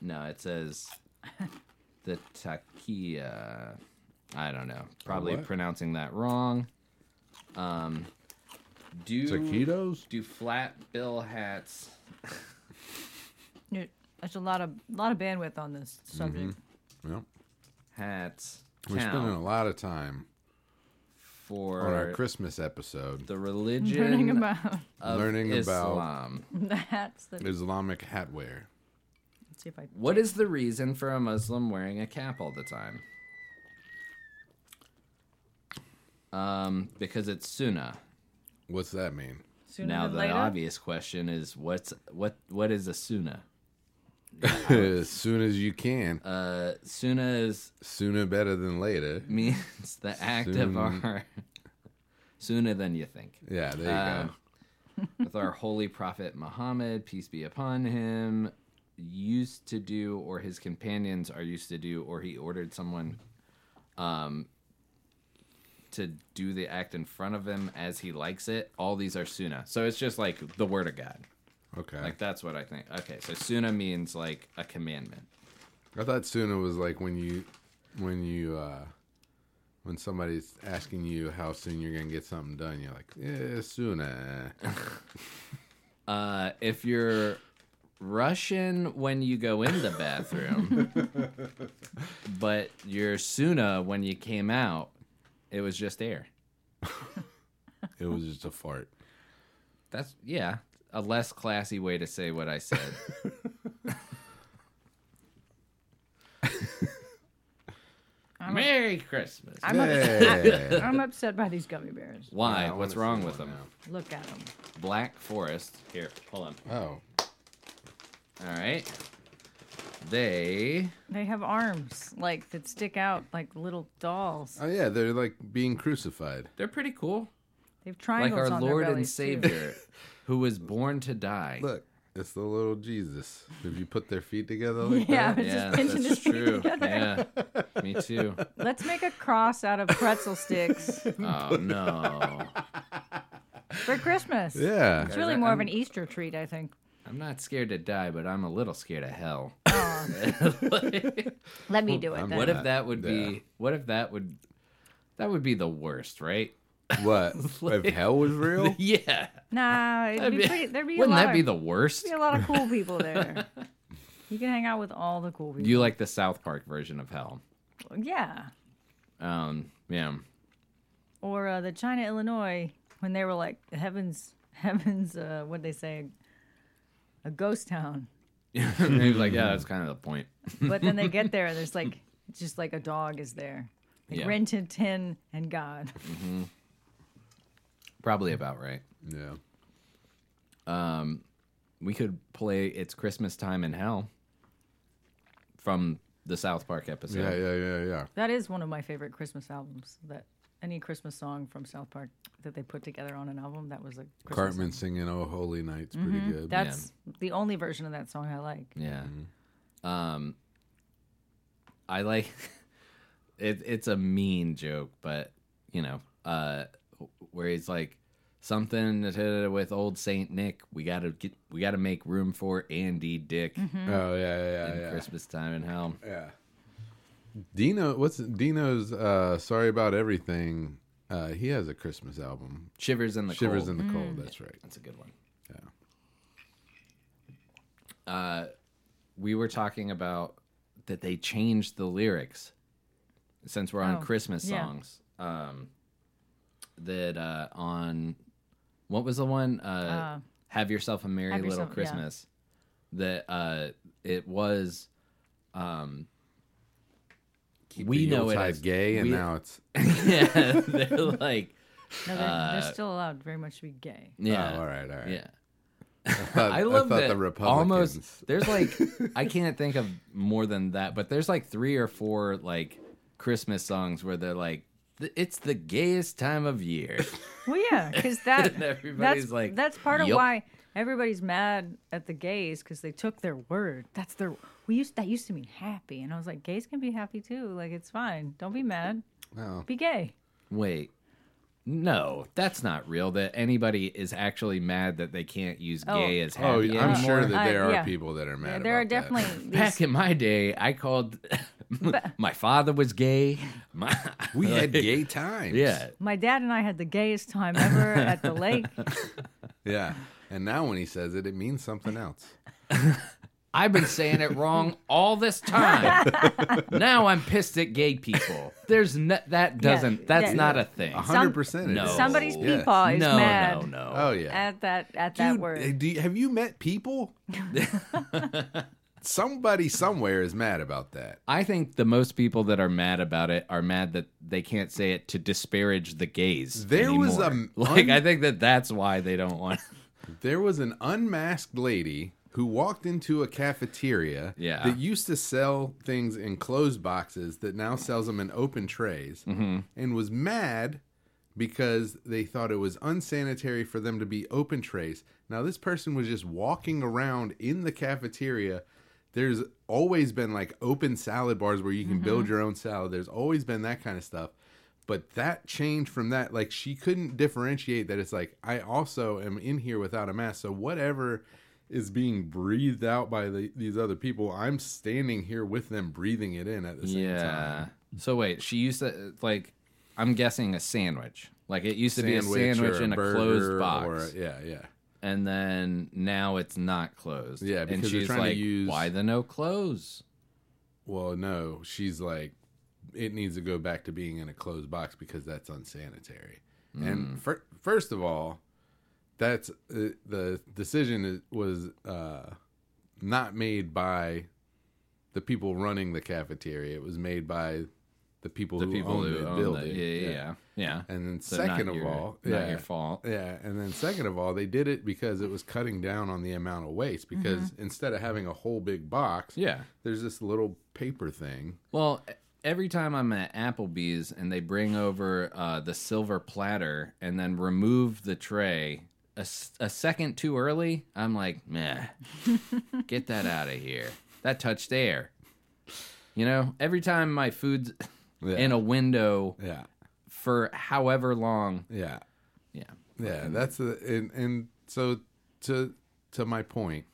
[SPEAKER 1] No, it says the takia. I don't know. Probably
[SPEAKER 2] what?
[SPEAKER 1] pronouncing that wrong. Um do
[SPEAKER 2] Taquitos?
[SPEAKER 1] do flat bill hats.
[SPEAKER 3] You're- That's a lot of lot of bandwidth on this
[SPEAKER 1] Mm-hmm.
[SPEAKER 3] subject.
[SPEAKER 2] Yep.
[SPEAKER 1] Hats
[SPEAKER 2] We're spending a
[SPEAKER 1] count
[SPEAKER 2] lot of time on our
[SPEAKER 1] for
[SPEAKER 2] Christmas episode
[SPEAKER 1] the religion
[SPEAKER 3] Learning about
[SPEAKER 1] of
[SPEAKER 2] learning about-
[SPEAKER 1] Islam.
[SPEAKER 3] the hats that
[SPEAKER 2] Islamic hat wear.
[SPEAKER 3] let's see if I
[SPEAKER 1] What is the reason for a Muslim wearing a cap all the time? Um, because it's sunnah.
[SPEAKER 2] What's that mean?
[SPEAKER 3] sooner
[SPEAKER 1] now
[SPEAKER 3] than
[SPEAKER 1] the
[SPEAKER 3] later.
[SPEAKER 1] obvious question is what's what what is a sunnah?
[SPEAKER 2] as soon as you can.
[SPEAKER 1] Uh, sunnah is
[SPEAKER 2] Sooner better than later.
[SPEAKER 1] means the act of
[SPEAKER 2] Soon-
[SPEAKER 1] our sooner than you think.
[SPEAKER 2] Yeah, there you go.
[SPEAKER 1] Um, with our holy prophet Muhammad, peace be upon him, used to do, or his companions are used to do, or he ordered someone um, to do the act in front of him as he likes it. All these are sunnah. So it's just like the word of God.
[SPEAKER 2] Okay.
[SPEAKER 1] uh, Like that's what I think. Okay, so sunnah means like a commandment.
[SPEAKER 2] I thought sooner was like when you when you uh when somebody's asking you how soon you're gonna get something done, you're like, Yeah, sooner.
[SPEAKER 1] Uh, if you're Russian when you go in the bathroom, but you're Suna when you came out, It was just air.
[SPEAKER 2] It was just a fart.
[SPEAKER 1] That's yeah, a less classy way to say what I said.
[SPEAKER 3] I'm-
[SPEAKER 1] Merry Christmas.
[SPEAKER 3] I'm, upset.
[SPEAKER 2] Yeah.
[SPEAKER 3] I'm upset by these gummy bears.
[SPEAKER 1] Why?
[SPEAKER 2] Yeah, I wanna
[SPEAKER 1] What's
[SPEAKER 2] see
[SPEAKER 1] wrong
[SPEAKER 2] one
[SPEAKER 1] with them?
[SPEAKER 2] now.
[SPEAKER 3] Look at them.
[SPEAKER 1] Black Forest. Here, pull them.
[SPEAKER 2] Oh,
[SPEAKER 1] All right. They
[SPEAKER 3] They have arms like that stick out like little dolls.
[SPEAKER 2] oh yeah, they're like being crucified.
[SPEAKER 1] they're pretty cool.
[SPEAKER 3] They've
[SPEAKER 1] Like
[SPEAKER 3] triangles
[SPEAKER 1] our
[SPEAKER 3] on
[SPEAKER 1] Lord
[SPEAKER 3] their
[SPEAKER 1] and
[SPEAKER 3] bellies, too.
[SPEAKER 1] Savior, who was born to die.
[SPEAKER 2] Look, it's the little Jesus. If you put their feet together like
[SPEAKER 3] Yeah, I
[SPEAKER 2] that,
[SPEAKER 3] was
[SPEAKER 1] Yeah,
[SPEAKER 3] just pinching
[SPEAKER 1] that's
[SPEAKER 3] his feet
[SPEAKER 1] true.
[SPEAKER 3] together.
[SPEAKER 1] Yeah, me too.
[SPEAKER 3] Let's make a cross out of pretzel sticks
[SPEAKER 1] Oh no,
[SPEAKER 3] for Christmas.
[SPEAKER 2] yeah,
[SPEAKER 3] It's really
[SPEAKER 1] I'm-
[SPEAKER 3] more of an Easter treat, I think.
[SPEAKER 1] I'm not scared to die, but I'm a little scared of hell.
[SPEAKER 3] Oh, let me do it.
[SPEAKER 2] I'm
[SPEAKER 3] Then.
[SPEAKER 1] what
[SPEAKER 2] Yeah,
[SPEAKER 1] if that would
[SPEAKER 2] yeah.
[SPEAKER 1] be? What if that would? That would be the worst, right?
[SPEAKER 2] what if hell was real?
[SPEAKER 1] yeah.
[SPEAKER 3] Nah, it'd
[SPEAKER 1] That'd
[SPEAKER 3] be
[SPEAKER 1] be-
[SPEAKER 3] pretty, there'd be a
[SPEAKER 1] Wouldn't
[SPEAKER 3] lot
[SPEAKER 1] that be
[SPEAKER 3] of,
[SPEAKER 1] the worst?
[SPEAKER 3] be a lot of cool people there. you can hang out with all the cool people.
[SPEAKER 1] You like the South Park version of hell?
[SPEAKER 3] yeah,
[SPEAKER 1] Um, yeah.
[SPEAKER 3] or uh, the China Illinois when they were like heavens, heavens. Uh, what they say, a ghost town.
[SPEAKER 1] And he was like, yeah, that's kind of the point.
[SPEAKER 3] But then they get there and there's like it's just like a dog is there, like
[SPEAKER 1] Yeah.
[SPEAKER 3] Rin Tin Tin and God.
[SPEAKER 1] Probably about right.
[SPEAKER 2] Yeah,
[SPEAKER 1] We could play "It's Christmas Time in Hell" from the South Park episode.
[SPEAKER 2] yeah, yeah, yeah, yeah.
[SPEAKER 3] That is one of my favorite Christmas albums. That any Christmas song from South Park that they put together on an album that was a Christmas
[SPEAKER 2] Cartman singing "Oh Holy Night's" pretty
[SPEAKER 1] Mm-hmm.
[SPEAKER 2] good.
[SPEAKER 3] That's the only version of that song I like.
[SPEAKER 1] Yeah.
[SPEAKER 2] Mm-hmm.
[SPEAKER 1] Um I like it it's a mean joke, but you know, uh where he's like something to- with old Saint Nick, we got to get we got to make room for Andy Dick
[SPEAKER 2] Oh yeah, yeah, yeah,
[SPEAKER 1] in
[SPEAKER 2] yeah.
[SPEAKER 1] Christmas time in hell.
[SPEAKER 2] Yeah. Dino, what's Dino's? Uh, Sorry about everything. Uh, he has a Christmas album,
[SPEAKER 1] Shivers in the
[SPEAKER 2] Shivers
[SPEAKER 1] cold. Mm.
[SPEAKER 2] in the Cold. That's right.
[SPEAKER 1] That's a good one. Yeah. Uh, we were talking about that they changed the lyrics since we're on
[SPEAKER 3] Oh,
[SPEAKER 1] Christmas
[SPEAKER 3] yeah.
[SPEAKER 1] songs. Um, that uh, on what was the one? Uh, Have yourself a merry
[SPEAKER 3] Have
[SPEAKER 1] little
[SPEAKER 3] Yourself- yeah.
[SPEAKER 1] Christmas. That uh, it was. um,
[SPEAKER 2] Keep
[SPEAKER 1] We
[SPEAKER 2] the
[SPEAKER 1] know it
[SPEAKER 2] Yuletide
[SPEAKER 1] as-
[SPEAKER 2] gay, and
[SPEAKER 1] we-
[SPEAKER 2] now it's
[SPEAKER 1] Yeah, they're like
[SPEAKER 3] No, they're,
[SPEAKER 1] Uh,
[SPEAKER 3] they're still allowed very much to be gay.
[SPEAKER 1] yeah,
[SPEAKER 2] oh, all right, all right.
[SPEAKER 1] yeah.
[SPEAKER 2] I, thought,
[SPEAKER 1] I love
[SPEAKER 2] thought
[SPEAKER 1] that.
[SPEAKER 2] the Republicans.
[SPEAKER 1] Almost, there's like I can't think of more than that, but there's like three or four like Christmas songs where they're like, "Th- "It's the gayest time of year."
[SPEAKER 3] Well, yeah, because that
[SPEAKER 1] And
[SPEAKER 3] that's
[SPEAKER 1] everybody's like,
[SPEAKER 3] that's part of
[SPEAKER 1] "Yup."
[SPEAKER 3] why everybody's mad at the gays because they took their word. That's their we used that used to mean happy, and I was like, gays can be happy too. Like it's fine. Don't be mad.
[SPEAKER 2] No.
[SPEAKER 3] Be gay.
[SPEAKER 1] Wait, no, that's not real. That anybody is actually mad that they can't use
[SPEAKER 3] Oh.
[SPEAKER 1] gay as
[SPEAKER 2] Oh,
[SPEAKER 1] happy.
[SPEAKER 2] I'm
[SPEAKER 1] anymore.
[SPEAKER 2] sure that
[SPEAKER 3] I-
[SPEAKER 2] there are
[SPEAKER 3] yeah.
[SPEAKER 2] people that are mad.
[SPEAKER 3] there are
[SPEAKER 2] about that.
[SPEAKER 3] definitely
[SPEAKER 1] Back
[SPEAKER 3] these,
[SPEAKER 1] in my day, I called my father was gay. My
[SPEAKER 2] We had gay times.
[SPEAKER 1] yeah,
[SPEAKER 3] my dad and I had the gayest time ever at the lake.
[SPEAKER 2] yeah. And now when he says it, it means something else.
[SPEAKER 1] I've been saying it wrong all this time. now I'm pissed at gay people. There's no, that doesn't
[SPEAKER 3] Yeah,
[SPEAKER 1] that's
[SPEAKER 3] yeah.
[SPEAKER 1] not a thing.
[SPEAKER 2] A hundred percent. it
[SPEAKER 1] No.
[SPEAKER 2] is.
[SPEAKER 3] Somebody's
[SPEAKER 1] Yes.
[SPEAKER 3] peepaw is
[SPEAKER 1] no,
[SPEAKER 3] mad
[SPEAKER 1] no, no.
[SPEAKER 2] Oh yeah.
[SPEAKER 3] at that at that
[SPEAKER 2] Dude,
[SPEAKER 1] eh,
[SPEAKER 2] uh,
[SPEAKER 3] word.
[SPEAKER 2] Do you, have you met people? Somebody somewhere is mad about that.
[SPEAKER 1] I think the most people that are mad about it are mad that they can't say it to disparage the gays.
[SPEAKER 2] There was
[SPEAKER 1] anymore.
[SPEAKER 2] a-
[SPEAKER 1] like I think that that's why they don't want.
[SPEAKER 2] There was an unmasked lady who walked into a cafeteria
[SPEAKER 1] Yeah.
[SPEAKER 2] that used to sell things in closed boxes that now sells them in open trays and was mad because they thought it was unsanitary for them to be open trays. Now, this person was just walking around in the cafeteria. There's always been like open salad bars where you can
[SPEAKER 1] Mm-hmm.
[SPEAKER 2] build your own salad, there's always been that kind of stuff. But that changed from that. Like, she couldn't differentiate that it's like, I also am in here without a mask. So, whatever is being breathed out by the, these other people, I'm standing here with them breathing it in at the same time.
[SPEAKER 1] Yeah. So wait, she used to like. I'm guessing a sandwich. Like it used to be
[SPEAKER 2] or
[SPEAKER 1] a sandwich in a
[SPEAKER 2] burger
[SPEAKER 1] closed box.
[SPEAKER 2] or a- yeah, yeah.
[SPEAKER 1] and then now it's not closed.
[SPEAKER 2] Yeah,
[SPEAKER 1] and
[SPEAKER 2] because they're
[SPEAKER 1] she's
[SPEAKER 2] trying to
[SPEAKER 1] like,
[SPEAKER 2] use-
[SPEAKER 1] "Why the no close?"
[SPEAKER 2] Well, no, she's like, it needs to go back to being in a closed box because that's unsanitary.
[SPEAKER 1] Mm.
[SPEAKER 2] And fir- first of all, that's uh, the decision is- was uh, not made by the people running the cafeteria. It was made by the people
[SPEAKER 1] the
[SPEAKER 2] who
[SPEAKER 1] people
[SPEAKER 2] own
[SPEAKER 1] who
[SPEAKER 2] the
[SPEAKER 1] own
[SPEAKER 2] building.
[SPEAKER 1] the, yeah, yeah, yeah, yeah.
[SPEAKER 2] And then
[SPEAKER 1] So
[SPEAKER 2] second
[SPEAKER 1] not
[SPEAKER 2] of
[SPEAKER 1] your-
[SPEAKER 2] all,
[SPEAKER 1] not
[SPEAKER 2] yeah.
[SPEAKER 1] your fault.
[SPEAKER 2] Yeah, and then second of all, they did it because it was cutting down on the amount of waste. Because
[SPEAKER 1] Mm-hmm.
[SPEAKER 2] instead of having a whole big box,
[SPEAKER 1] Yeah.
[SPEAKER 2] there's this little paper thing.
[SPEAKER 1] Well, every time I'm at Applebee's and they bring over uh, the silver platter and then remove the tray a, s- a second too early, I'm like, meh, get that out of here. That touched air. You know, every time my food's
[SPEAKER 2] Yeah.
[SPEAKER 1] in a window
[SPEAKER 2] Yeah,
[SPEAKER 1] for however long,
[SPEAKER 2] yeah,
[SPEAKER 1] yeah,
[SPEAKER 2] yeah. That's the and and so to to my point,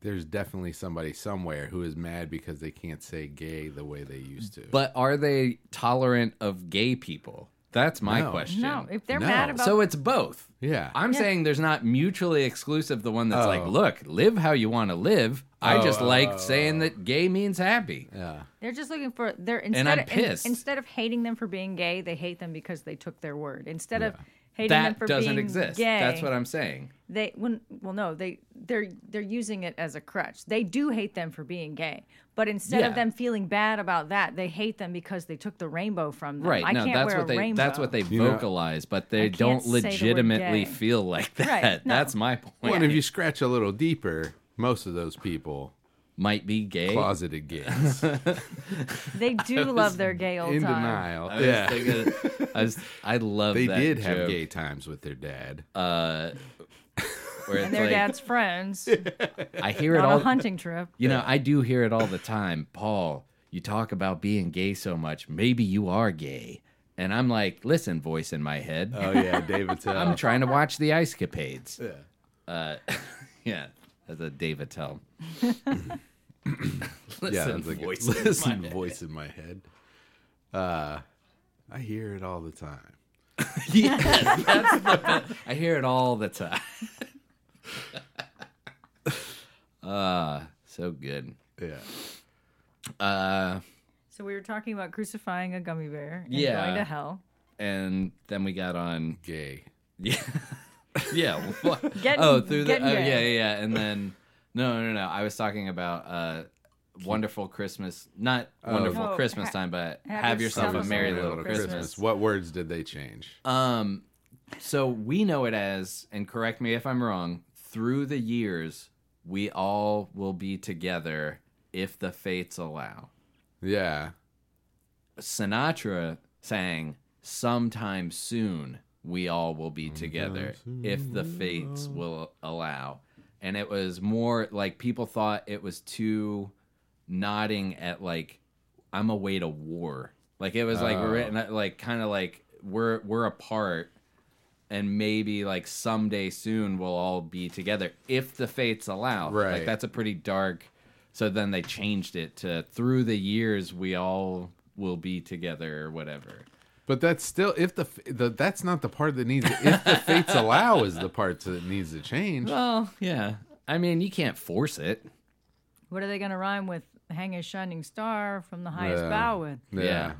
[SPEAKER 2] there's definitely somebody somewhere who is mad because they can't say gay the way they used to.
[SPEAKER 1] But are they tolerant of gay people? That's my
[SPEAKER 2] No.
[SPEAKER 1] question.
[SPEAKER 3] No, if they're
[SPEAKER 2] No.
[SPEAKER 3] mad about
[SPEAKER 1] so it's both.
[SPEAKER 2] yeah,
[SPEAKER 1] I'm saying there's not mutually exclusive the one that's like,
[SPEAKER 2] Oh.
[SPEAKER 1] look, live how you want to live. I just
[SPEAKER 2] Oh,
[SPEAKER 1] like
[SPEAKER 2] oh,
[SPEAKER 1] saying that gay means happy.
[SPEAKER 2] yeah,
[SPEAKER 3] They're just looking for they're instead
[SPEAKER 1] I'm
[SPEAKER 3] of, in-
[SPEAKER 1] pissed.
[SPEAKER 3] instead of hating them for being gay, they hate them because they took their word. Instead of hating them
[SPEAKER 1] That
[SPEAKER 3] for
[SPEAKER 1] doesn't
[SPEAKER 3] being
[SPEAKER 1] exist.
[SPEAKER 3] gay,
[SPEAKER 1] That's what I'm saying.
[SPEAKER 3] they when well no they they're they're using it as a crutch. They do hate them for being gay, but instead
[SPEAKER 1] Yeah.
[SPEAKER 3] of them feeling bad about that, they hate them because they took the rainbow from them.
[SPEAKER 1] Right.
[SPEAKER 3] I
[SPEAKER 1] no,
[SPEAKER 3] can't
[SPEAKER 1] that's
[SPEAKER 3] wear
[SPEAKER 1] what
[SPEAKER 3] a
[SPEAKER 1] they
[SPEAKER 3] rainbow.
[SPEAKER 1] that's what they
[SPEAKER 2] know-
[SPEAKER 1] vocalize, but they
[SPEAKER 3] I can't
[SPEAKER 1] don't
[SPEAKER 3] say the word
[SPEAKER 1] legitimately
[SPEAKER 3] gay.
[SPEAKER 1] feel like that.
[SPEAKER 3] Right, no.
[SPEAKER 1] That's my point.
[SPEAKER 2] Well, and if you scratch a little deeper, most of those people
[SPEAKER 1] Might be gay.
[SPEAKER 2] closeted gays
[SPEAKER 3] they do love their gay old
[SPEAKER 2] in
[SPEAKER 3] time.
[SPEAKER 2] denial.
[SPEAKER 1] I was
[SPEAKER 2] yeah,
[SPEAKER 1] thinking- I, was- I love
[SPEAKER 2] they
[SPEAKER 1] that
[SPEAKER 2] did have
[SPEAKER 1] joke
[SPEAKER 2] gay times with their dad.
[SPEAKER 1] where it's
[SPEAKER 3] And their
[SPEAKER 1] like,
[SPEAKER 3] dad's friends
[SPEAKER 1] I hear it
[SPEAKER 3] on
[SPEAKER 1] all
[SPEAKER 3] a hunting trip.
[SPEAKER 1] You know, I do hear it all the time. Paul, you talk about being gay so much. Maybe you are gay. And I'm like, listen, voice in my head.
[SPEAKER 2] Oh yeah, David Tell.
[SPEAKER 1] I'm trying to watch the ice capades.
[SPEAKER 2] Yeah.
[SPEAKER 1] Yeah, that's a Dave Attell. listen,
[SPEAKER 2] Yeah, sounds like
[SPEAKER 1] voice.
[SPEAKER 2] voice. Listen, voice in my head. Uh, I hear it all the time.
[SPEAKER 1] Yes, that's the best. I hear it all the time. uh, so good.
[SPEAKER 2] Yeah,
[SPEAKER 1] Uh,
[SPEAKER 3] So we were talking about crucifying a gummy bear and
[SPEAKER 1] Yeah. Oh,
[SPEAKER 3] going to hell.
[SPEAKER 1] and then we got on
[SPEAKER 2] gay.
[SPEAKER 1] Yeah. yeah. what-
[SPEAKER 3] Get-
[SPEAKER 1] oh, through the
[SPEAKER 3] get
[SPEAKER 1] oh, yeah, yeah,
[SPEAKER 3] gay.
[SPEAKER 1] yeah. And then no, no, no. I was talking about uh wonderful Christmas, not wonderful
[SPEAKER 3] No,
[SPEAKER 1] Christmas
[SPEAKER 3] ha-
[SPEAKER 1] time, but have,
[SPEAKER 3] have
[SPEAKER 1] yourself a
[SPEAKER 3] yourself
[SPEAKER 1] merry little, Christmas.
[SPEAKER 2] What words did they change?
[SPEAKER 1] Um, so we know it as, and correct me if I'm wrong. Through the years, we all will be together if the fates allow.
[SPEAKER 2] yeah,
[SPEAKER 1] Sinatra sang, Sometime soon we all will be together if the fates will allow. And it was more like people thought it was too nodding at, like, I'm away to war. Like, it was like, written, like, kind of like, we're, we're apart. And maybe like someday soon we'll all be together if the fates allow. Like
[SPEAKER 2] Right.
[SPEAKER 1] that's a pretty dark. So then they changed it to through the years we all will be together or whatever.
[SPEAKER 2] but that's still if the, f- the that's not the part that needs. If the fates allow, is the part that needs to change.
[SPEAKER 1] Well, yeah. I mean, you can't force it.
[SPEAKER 3] What are they going to rhyme with? Hang a shining star from the highest
[SPEAKER 2] Yeah.
[SPEAKER 3] bough with.
[SPEAKER 1] Yeah.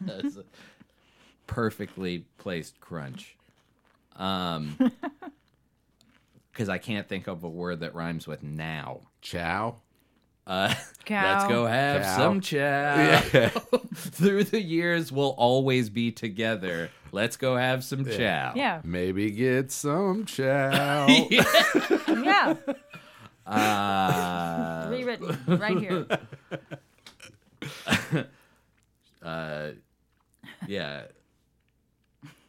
[SPEAKER 1] That's a perfectly placed crunch. Um, because I can't think of a word that rhymes with now.
[SPEAKER 2] Chow.
[SPEAKER 1] Uh,
[SPEAKER 3] Cow.
[SPEAKER 1] let's go have
[SPEAKER 2] Cow.
[SPEAKER 1] some chow. Through the years, we'll always be together. Let's go have some chow.
[SPEAKER 3] Yeah.
[SPEAKER 2] Maybe get some chow.
[SPEAKER 3] Yeah.
[SPEAKER 1] Uh,
[SPEAKER 3] Rewritten right here.
[SPEAKER 1] uh, yeah.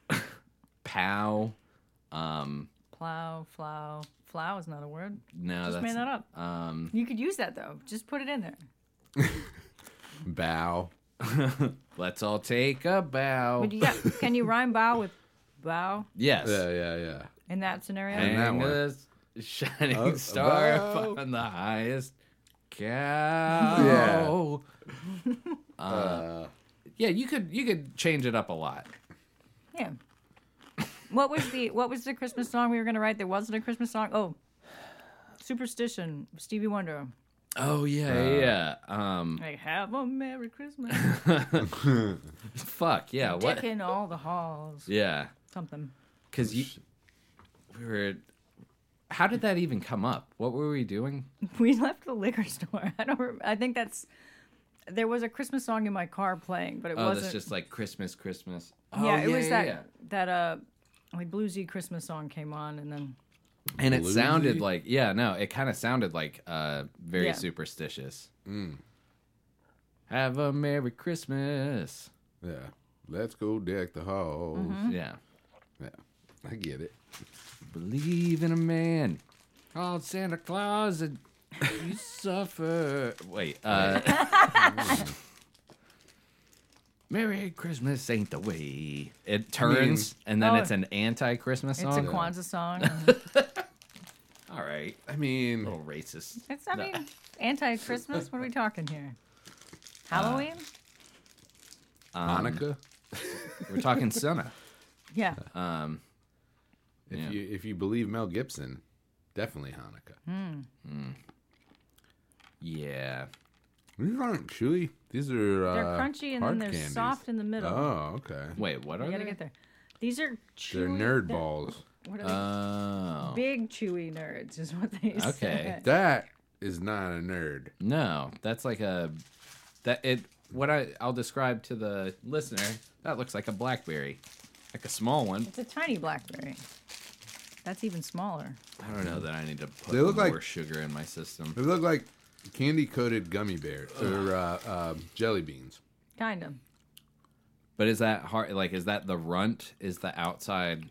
[SPEAKER 1] Pow. Um,
[SPEAKER 3] Plow, flow. Flow is not a word.
[SPEAKER 1] no,
[SPEAKER 3] Just
[SPEAKER 1] Oh, that's
[SPEAKER 3] made that up.
[SPEAKER 1] um.
[SPEAKER 3] You could use that though. Just put it in there.
[SPEAKER 2] Bow.
[SPEAKER 1] Let's all take a bow.
[SPEAKER 3] But you got, can you rhyme bow with bow
[SPEAKER 1] yes.
[SPEAKER 2] Yeah, yeah, yeah.
[SPEAKER 3] in that scenario?
[SPEAKER 1] Hang
[SPEAKER 2] that one.
[SPEAKER 1] a shining
[SPEAKER 2] Oh,
[SPEAKER 1] star
[SPEAKER 2] bow.
[SPEAKER 1] upon the highest cow. Yeah. Uh, yeah, you could you could change it up a lot.
[SPEAKER 3] Yeah. What was the what was the Christmas song we were gonna write that wasn't a Christmas song? Oh, Superstition, Stevie Wonder.
[SPEAKER 1] Oh yeah, yeah. yeah. Um,
[SPEAKER 3] Like, have a Merry Christmas.
[SPEAKER 2] Uh,
[SPEAKER 1] fuck yeah. What?
[SPEAKER 3] Dick in all the halls.
[SPEAKER 1] Yeah,
[SPEAKER 3] Something.
[SPEAKER 2] Oh,
[SPEAKER 1] because you, we were. How did that even come up? What were we doing?
[SPEAKER 3] We left the liquor store. I don't. Rem- I think that's. There was a Christmas song in my car playing, but it
[SPEAKER 1] Oh,
[SPEAKER 3] wasn't.
[SPEAKER 1] that's just like Christmas, Christmas. Oh,
[SPEAKER 3] yeah, it was that
[SPEAKER 1] yeah.
[SPEAKER 3] that uh, like bluesy Christmas song came on, and then
[SPEAKER 1] And it
[SPEAKER 2] Bluesy?
[SPEAKER 1] sounded like yeah, no, it kind of sounded like uh very
[SPEAKER 3] Yeah.
[SPEAKER 1] superstitious. Have a merry Christmas.
[SPEAKER 2] Yeah. Let's go deck the halls.
[SPEAKER 3] Mm-hmm.
[SPEAKER 1] Yeah.
[SPEAKER 2] Yeah. I get it.
[SPEAKER 1] Believe in a man called Santa Claus and you suffer. Wait, uh. Merry Christmas ain't the way. It turns, and then
[SPEAKER 3] Oh.
[SPEAKER 1] it's an anti-Christmas
[SPEAKER 3] it's a
[SPEAKER 1] song.
[SPEAKER 3] Kwanzaa song.
[SPEAKER 1] All right,
[SPEAKER 2] I mean,
[SPEAKER 1] little racist.
[SPEAKER 3] It's I
[SPEAKER 1] No.
[SPEAKER 3] mean anti-Christmas. What are we talking here?
[SPEAKER 1] Ah.
[SPEAKER 3] Halloween?
[SPEAKER 1] um,
[SPEAKER 2] Monica.
[SPEAKER 1] We're talking Santa.
[SPEAKER 3] yeah.
[SPEAKER 2] If
[SPEAKER 1] yeah.
[SPEAKER 2] you if you believe Mel Gibson, definitely
[SPEAKER 3] Hmm.
[SPEAKER 2] Hanukkah.
[SPEAKER 1] Yeah.
[SPEAKER 2] These aren't chewy. These are uh,
[SPEAKER 3] They're crunchy and then
[SPEAKER 2] hard
[SPEAKER 3] they're
[SPEAKER 2] candies.
[SPEAKER 3] soft in the middle.
[SPEAKER 2] Oh, okay.
[SPEAKER 1] Wait, what are
[SPEAKER 3] you
[SPEAKER 1] they?
[SPEAKER 3] gotta get there. These are chewy.
[SPEAKER 2] They're nerd balls.
[SPEAKER 3] What are they?
[SPEAKER 1] Oh.
[SPEAKER 3] Big chewy nerds is what they say.
[SPEAKER 1] Okay.
[SPEAKER 2] That is not a nerd.
[SPEAKER 1] No, that's like a that it what I I'll describe to the listener, that looks like a blackberry. Like a small one.
[SPEAKER 3] It's a tiny blackberry. That's even smaller.
[SPEAKER 1] I don't know that I need to put
[SPEAKER 2] They look
[SPEAKER 1] more
[SPEAKER 2] like-
[SPEAKER 1] sugar in my system.
[SPEAKER 2] They look like candy coated gummy bears or uh, uh, jelly beans.
[SPEAKER 3] Kind of.
[SPEAKER 1] But is that hard like is that the runt is the outside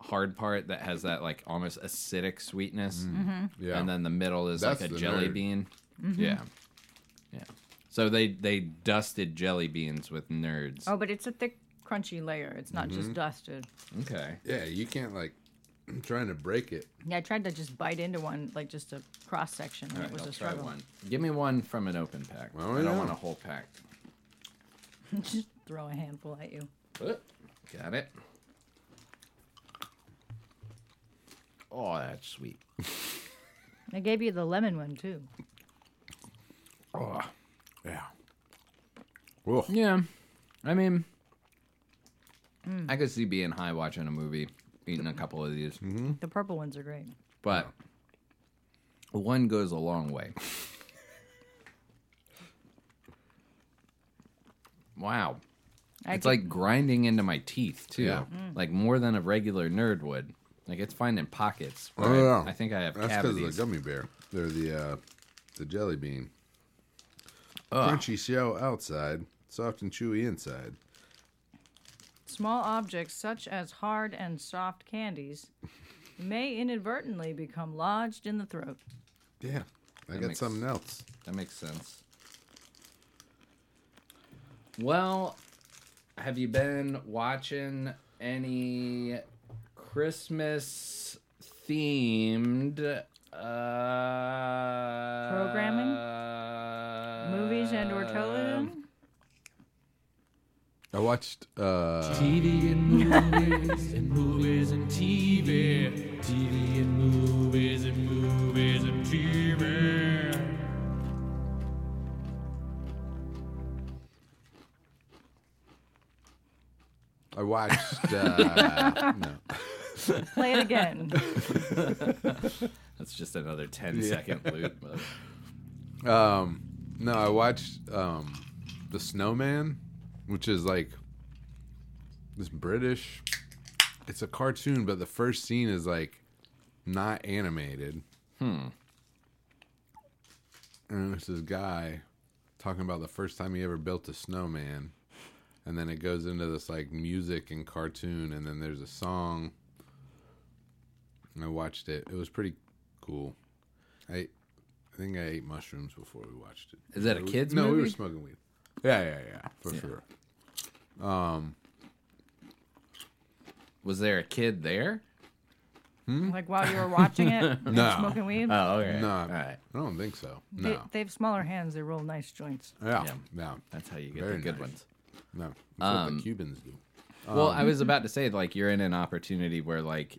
[SPEAKER 1] hard part that has that like almost acidic sweetness
[SPEAKER 2] Mm-hmm.
[SPEAKER 3] Mm-hmm.
[SPEAKER 2] Yeah.
[SPEAKER 1] and then the middle is
[SPEAKER 2] That's
[SPEAKER 1] like a
[SPEAKER 2] the
[SPEAKER 1] jelly
[SPEAKER 2] nerd.
[SPEAKER 1] bean. Yeah. Yeah. So they they dusted jelly beans with nerds.
[SPEAKER 3] Oh, but it's a thick, crunchy layer. It's not
[SPEAKER 1] Mm-hmm.
[SPEAKER 3] just dusted.
[SPEAKER 1] Okay.
[SPEAKER 2] yeah, you can't like. I'm trying to break it.
[SPEAKER 3] Yeah, I tried to just bite into one, like just a cross section, and
[SPEAKER 1] All
[SPEAKER 3] it
[SPEAKER 1] right,
[SPEAKER 3] was
[SPEAKER 1] I'll
[SPEAKER 3] a
[SPEAKER 1] try
[SPEAKER 3] struggle.
[SPEAKER 1] one. Give me one from an open pack.
[SPEAKER 2] Well,
[SPEAKER 1] I don't
[SPEAKER 2] yeah.
[SPEAKER 1] want a whole pack.
[SPEAKER 3] just throw a handful at you.
[SPEAKER 1] Oop, Got it. Oh, that's sweet.
[SPEAKER 3] I gave you the lemon one too.
[SPEAKER 2] Oh, yeah. Oh,
[SPEAKER 1] Yeah, I mean, I could see being high watching a movie, eating a couple of these,
[SPEAKER 3] The purple ones are great.
[SPEAKER 1] but one goes a long way. wow.
[SPEAKER 3] I
[SPEAKER 1] it's
[SPEAKER 3] get- Mm.
[SPEAKER 1] like grinding into my teeth too,
[SPEAKER 2] Yeah.
[SPEAKER 1] like more than a regular nerd would. Like it's finding pockets. Where
[SPEAKER 2] Oh,
[SPEAKER 1] I,
[SPEAKER 2] yeah.
[SPEAKER 1] I think I have
[SPEAKER 2] that's because of the
[SPEAKER 1] cavities.
[SPEAKER 2] gummy bear. They're the uh, the jelly bean. Crunchy shell outside, soft and chewy inside.
[SPEAKER 3] small objects such as hard and soft candies may inadvertently become lodged in the throat.
[SPEAKER 2] Yeah, I
[SPEAKER 1] That
[SPEAKER 2] got
[SPEAKER 1] makes-
[SPEAKER 2] something else.
[SPEAKER 1] That makes sense. Well, have you been watching any Christmas themed uh,
[SPEAKER 3] Programming? Movies and or
[SPEAKER 1] Um.
[SPEAKER 3] television?
[SPEAKER 2] I watched. uh
[SPEAKER 4] TV and movies and movies and TV. TV and movies and movies and TV.
[SPEAKER 2] I watched. Uh, no,
[SPEAKER 3] Play it again.
[SPEAKER 1] That's just another 10 second loop. but-
[SPEAKER 2] Um, no, I watched um, the Snowman, which is like this British. It's a cartoon, but the first scene is like not animated. Hmm. And it's this guy talking about the first time he ever built a snowman, and then it goes into this like music and cartoon, and then there's a song. And I watched it. It was pretty cool. I I think I ate mushrooms before we watched it.
[SPEAKER 1] Is that a
[SPEAKER 2] We-
[SPEAKER 1] kid's
[SPEAKER 2] No, we were
[SPEAKER 1] movie?
[SPEAKER 2] smoking weed. Yeah, yeah, yeah, for sure.
[SPEAKER 1] Was there a kid there?
[SPEAKER 3] like while you were watching it, and
[SPEAKER 2] No.
[SPEAKER 3] smoking weed.
[SPEAKER 1] Oh, okay.
[SPEAKER 2] No,
[SPEAKER 1] All right.
[SPEAKER 2] I don't think so. No,
[SPEAKER 3] They, they have smaller hands. They roll nice joints.
[SPEAKER 2] yeah,
[SPEAKER 1] Yeah.
[SPEAKER 2] no,
[SPEAKER 1] That's how you get
[SPEAKER 2] Very
[SPEAKER 1] the good
[SPEAKER 2] nice. Um,
[SPEAKER 1] ones.
[SPEAKER 2] no.
[SPEAKER 1] Um,
[SPEAKER 2] That's what the Cubans do.
[SPEAKER 1] Well, I was about to say, like, you're in an opportunity where, like,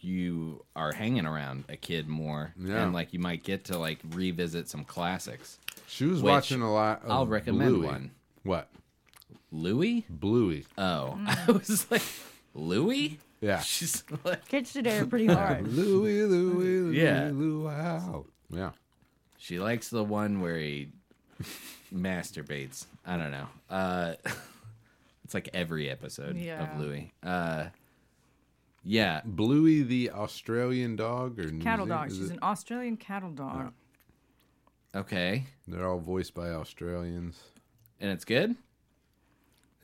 [SPEAKER 1] you are hanging around a kid more,
[SPEAKER 2] Yeah.
[SPEAKER 1] and like you might get to like revisit some classics.
[SPEAKER 2] She was
[SPEAKER 1] Which
[SPEAKER 2] watching a lot. Of
[SPEAKER 1] I'll recommend
[SPEAKER 2] Bluey.
[SPEAKER 1] one.
[SPEAKER 2] What?
[SPEAKER 1] Louis?
[SPEAKER 2] Bluey.
[SPEAKER 1] Oh, I was like, Louis?
[SPEAKER 2] Yeah.
[SPEAKER 1] She's like,
[SPEAKER 3] Kids today are pretty hard.
[SPEAKER 2] Louie, Louie, Louie,
[SPEAKER 1] Yeah.
[SPEAKER 2] Luau. Yeah.
[SPEAKER 1] she likes the one where he masturbates. I don't know. Uh, it's like every episode
[SPEAKER 3] Yeah.
[SPEAKER 1] of Louis. Uh, yeah,
[SPEAKER 2] Bluey, the Australian dog or New
[SPEAKER 3] cattle
[SPEAKER 2] Zealand-
[SPEAKER 3] dog.
[SPEAKER 2] is
[SPEAKER 3] She's
[SPEAKER 2] it-
[SPEAKER 3] an Australian cattle dog.
[SPEAKER 1] okay,
[SPEAKER 2] They're all voiced by Australians.
[SPEAKER 1] and it's good.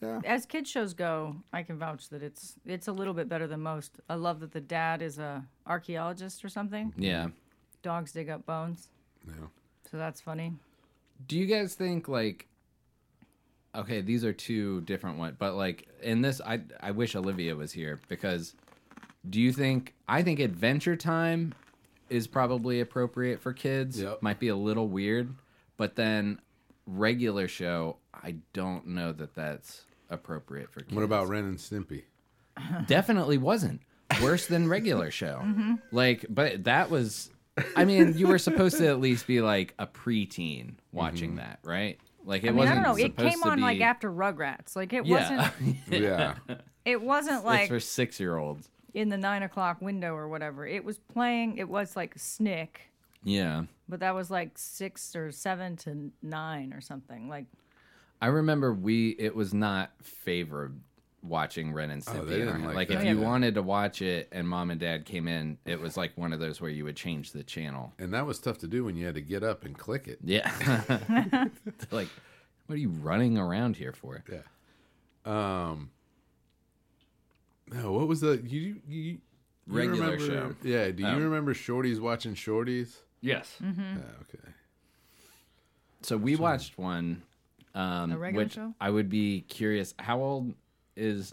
[SPEAKER 2] Yeah.
[SPEAKER 3] As kids shows go, I can vouch that it's it's a little bit better than most. I love that the dad is a archaeologist or something.
[SPEAKER 1] Yeah.
[SPEAKER 3] Dogs dig up bones,
[SPEAKER 2] Yeah.
[SPEAKER 3] so that's funny.
[SPEAKER 1] Do you guys think like okay, these are two different ones, but like in this I I wish Olivia was here because do you think I think Adventure Time is probably appropriate for kids.
[SPEAKER 2] Yep.
[SPEAKER 1] Might be a little weird, but then regular show, I don't know that that's appropriate for kids.
[SPEAKER 2] What about Ren and Stimpy?
[SPEAKER 1] Definitely wasn't. Worse than regular show.
[SPEAKER 3] Mm-hmm.
[SPEAKER 1] Like, but that was, I mean, you were supposed to at least be like a preteen watching that, right? Like, it
[SPEAKER 3] Mm-hmm. I mean, I
[SPEAKER 1] wasn't.
[SPEAKER 3] don't know. It
[SPEAKER 1] supposed
[SPEAKER 3] came
[SPEAKER 1] to
[SPEAKER 3] on
[SPEAKER 1] be,
[SPEAKER 3] like after Rugrats. Like it
[SPEAKER 1] Yeah.
[SPEAKER 3] wasn't.
[SPEAKER 2] Yeah.
[SPEAKER 3] It wasn't like
[SPEAKER 1] it's for six year olds.
[SPEAKER 3] in the nine o'clock window or whatever. It was playing. It was like Snick,
[SPEAKER 1] Yeah.
[SPEAKER 3] but that was like six or seven to nine or something. Like
[SPEAKER 1] I remember we, it was not favored watching Ren and Stimpy.
[SPEAKER 2] Oh, they didn't
[SPEAKER 1] and-
[SPEAKER 2] like
[SPEAKER 1] like,
[SPEAKER 2] that.
[SPEAKER 1] if you
[SPEAKER 2] Yeah.
[SPEAKER 1] wanted to watch it and mom and dad came in, it was like one of those where you would change the channel.
[SPEAKER 2] and that was tough to do when you had to get up and click it.
[SPEAKER 1] Yeah. like, what are you running around here for?
[SPEAKER 2] Yeah. Um. No, what was the you you, you
[SPEAKER 1] Regular
[SPEAKER 2] remember-
[SPEAKER 1] show. Um,
[SPEAKER 2] Yeah. Do you remember Shorties watching Shorties?
[SPEAKER 1] Yes.
[SPEAKER 3] Mm-hmm.
[SPEAKER 2] Yeah, okay.
[SPEAKER 1] So we watched one. Um,
[SPEAKER 3] A regular
[SPEAKER 1] which
[SPEAKER 3] show?
[SPEAKER 1] I would be curious. How old is?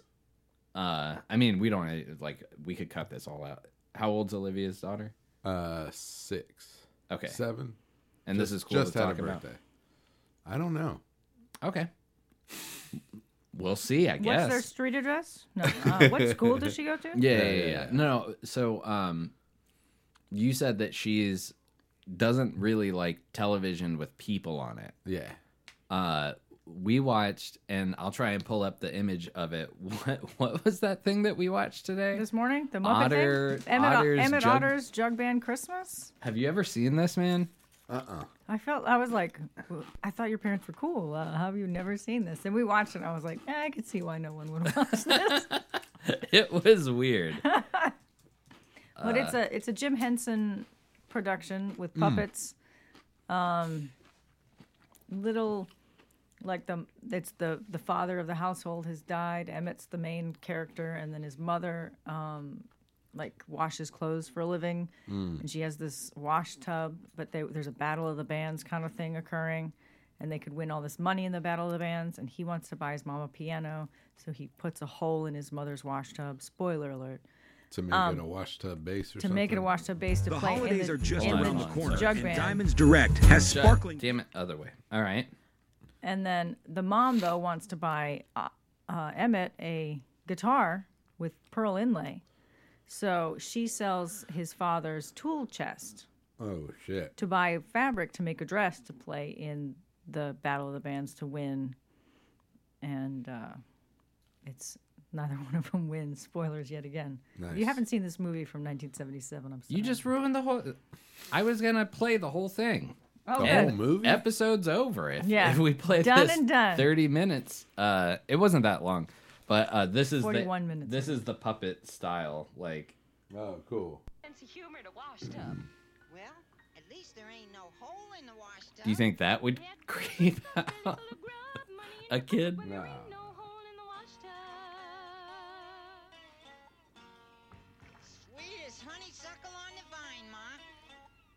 [SPEAKER 1] Uh, I mean, we don't like. We could cut this all out. How old's Olivia's daughter?
[SPEAKER 2] Uh, six,
[SPEAKER 1] Okay,
[SPEAKER 2] seven.
[SPEAKER 1] and this is cool
[SPEAKER 2] just
[SPEAKER 1] to
[SPEAKER 2] had
[SPEAKER 1] talk
[SPEAKER 2] a
[SPEAKER 1] about.
[SPEAKER 2] birthday. I don't know.
[SPEAKER 1] Okay, we'll see. I guess.
[SPEAKER 3] what's their street address? No. Uh, what school does she go to?
[SPEAKER 1] Yeah, yeah,
[SPEAKER 2] Yeah,
[SPEAKER 1] yeah.
[SPEAKER 2] yeah,
[SPEAKER 1] yeah.
[SPEAKER 2] yeah.
[SPEAKER 1] No, no. So, um, you said that she's doesn't really like television with people on it.
[SPEAKER 2] Yeah.
[SPEAKER 1] uh we watched and I'll try and pull up the image of it. What what was that thing that we watched today?
[SPEAKER 3] This morning, the Muppet
[SPEAKER 1] Otter-
[SPEAKER 3] thing. Emmett,
[SPEAKER 1] Otter's
[SPEAKER 3] Emmett
[SPEAKER 1] Jug-
[SPEAKER 3] Otter's Jug Band Christmas.
[SPEAKER 1] Have you ever seen this man?
[SPEAKER 3] I felt I was like, I thought your parents were cool. Uh, how have you never seen this? And we watched it. and I was like, eh, I could see why no one would watch this.
[SPEAKER 1] It was weird.
[SPEAKER 3] but it's a it's a Jim Henson production with puppets. Um, little, like the it's the the father of the household has died. Emmett's the main character, and then his mother, um, like washes clothes for a living, and she has this wash tub. But they, there's a battle of the bands kind of thing occurring. And they could win all this money in the Battle of the Bands, and he wants to buy his mom a piano, so he puts a hole in his mother's wash tub. Spoiler alert
[SPEAKER 2] To make it a washtub base or
[SPEAKER 3] Um, to
[SPEAKER 2] something.
[SPEAKER 3] make it a washtub base to
[SPEAKER 5] The
[SPEAKER 3] play in
[SPEAKER 5] holidays
[SPEAKER 3] the,
[SPEAKER 5] are just
[SPEAKER 3] in
[SPEAKER 5] around
[SPEAKER 3] the
[SPEAKER 5] the corner,
[SPEAKER 3] jug
[SPEAKER 5] and
[SPEAKER 3] band.
[SPEAKER 5] Diamonds Direct has sparkling.
[SPEAKER 1] Damn it, other way. All right.
[SPEAKER 3] And then the mom though wants to buy uh, uh, Emmett a guitar with pearl inlay, so she sells his father's tool chest
[SPEAKER 2] Oh shit.
[SPEAKER 3] to buy fabric to make a dress to play in the Battle of the Bands to win, and uh, it's. Neither one of them wins. Spoilers yet again. If you
[SPEAKER 2] Nice.
[SPEAKER 3] haven't seen this movie from 1977, I'm sorry.
[SPEAKER 1] You just ruined the whole I was gonna play the whole thing.
[SPEAKER 3] oh,
[SPEAKER 2] The
[SPEAKER 3] good.
[SPEAKER 2] whole movie.
[SPEAKER 1] Episode's over if,
[SPEAKER 3] Yeah.
[SPEAKER 1] if we play
[SPEAKER 3] Done
[SPEAKER 1] this
[SPEAKER 3] and done.
[SPEAKER 1] thirty minutes. Uh it wasn't that long. But uh this is
[SPEAKER 3] 41
[SPEAKER 1] the,
[SPEAKER 3] minutes.
[SPEAKER 1] This is the puppet style, like
[SPEAKER 2] Oh, cool.
[SPEAKER 6] sense of humor to washtub.
[SPEAKER 7] Well, at least there ain't no hole in the washtub.
[SPEAKER 1] do you think that would creep
[SPEAKER 8] Full
[SPEAKER 1] out
[SPEAKER 8] of grub money
[SPEAKER 1] a
[SPEAKER 8] in the
[SPEAKER 1] kid?
[SPEAKER 8] when there ain't
[SPEAKER 2] No.
[SPEAKER 8] no hole in the washtub.
[SPEAKER 7] Sweet as honeysuckle on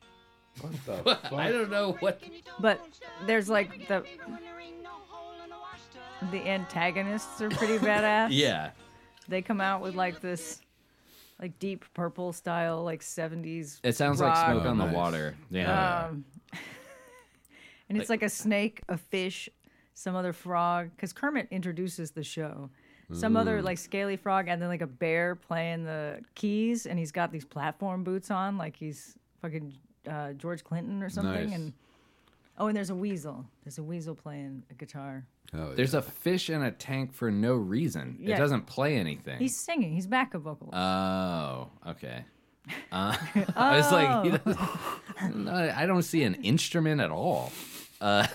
[SPEAKER 7] the vine, Ma.
[SPEAKER 2] What the fuck?
[SPEAKER 1] I don't know Oh, what
[SPEAKER 3] But there's like the
[SPEAKER 6] When there ain't no hole in the washtub.
[SPEAKER 3] the antagonists are pretty badass.
[SPEAKER 1] Yeah.
[SPEAKER 3] They come out with like this like deep purple style like 70s.
[SPEAKER 1] It sounds like
[SPEAKER 3] rock,
[SPEAKER 1] smoke
[SPEAKER 2] Oh,
[SPEAKER 1] on the
[SPEAKER 2] nice.
[SPEAKER 1] water. Yeah.
[SPEAKER 3] Um,
[SPEAKER 2] Yeah.
[SPEAKER 3] And it's like a snake, a fish, some other frog cuz Kermit introduces the show. some other like scaly frog, and then like a bear playing the keys, and he's got these platform boots on, like he's fucking uh, George Clinton or something.
[SPEAKER 2] Nice.
[SPEAKER 3] And oh, and there's a weasel. There's a weasel playing a guitar.
[SPEAKER 2] Hell
[SPEAKER 1] There's a fish in a tank for no reason.
[SPEAKER 3] Yeah.
[SPEAKER 1] It doesn't play anything.
[SPEAKER 3] He's singing. He's backup vocal.
[SPEAKER 1] Oh, okay. Uh, I was like, he doesn't- no,
[SPEAKER 3] Oh.
[SPEAKER 1] I don't see an instrument at all. Uh,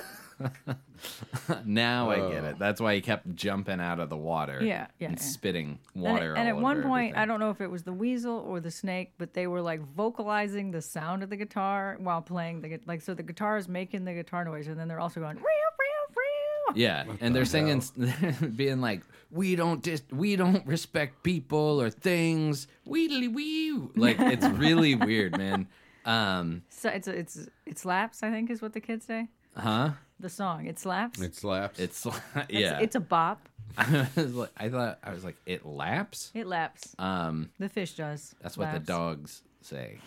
[SPEAKER 1] now I get it. That's why he kept jumping out of the water.
[SPEAKER 3] Yeah, yeah,
[SPEAKER 1] and
[SPEAKER 3] yeah.
[SPEAKER 1] spitting
[SPEAKER 3] and,
[SPEAKER 1] water.
[SPEAKER 3] and
[SPEAKER 1] all
[SPEAKER 3] at one
[SPEAKER 1] over
[SPEAKER 3] point,
[SPEAKER 1] everything.
[SPEAKER 3] I don't know if it was the weasel or the snake, but they were like vocalizing the sound of the guitar while playing the gu- like. So the guitar is making the guitar noise, and then they're also going. Real, real, real.
[SPEAKER 1] Yeah, and they're singing, being like, "We don't dis- we don't respect people or things." Weedly wee. Like it's really weird, man. Um,
[SPEAKER 3] So it's it's it slaps. I think is what the kids say.
[SPEAKER 1] huh?
[SPEAKER 3] The song it slaps.
[SPEAKER 2] It slaps.
[SPEAKER 1] Uh-huh. It's yeah.
[SPEAKER 3] It's a bop.
[SPEAKER 1] I was like, I thought I was like, it laps.
[SPEAKER 3] It laps.
[SPEAKER 1] Um,
[SPEAKER 3] The fish does.
[SPEAKER 1] that's what the
[SPEAKER 3] Laps.
[SPEAKER 1] dogs say.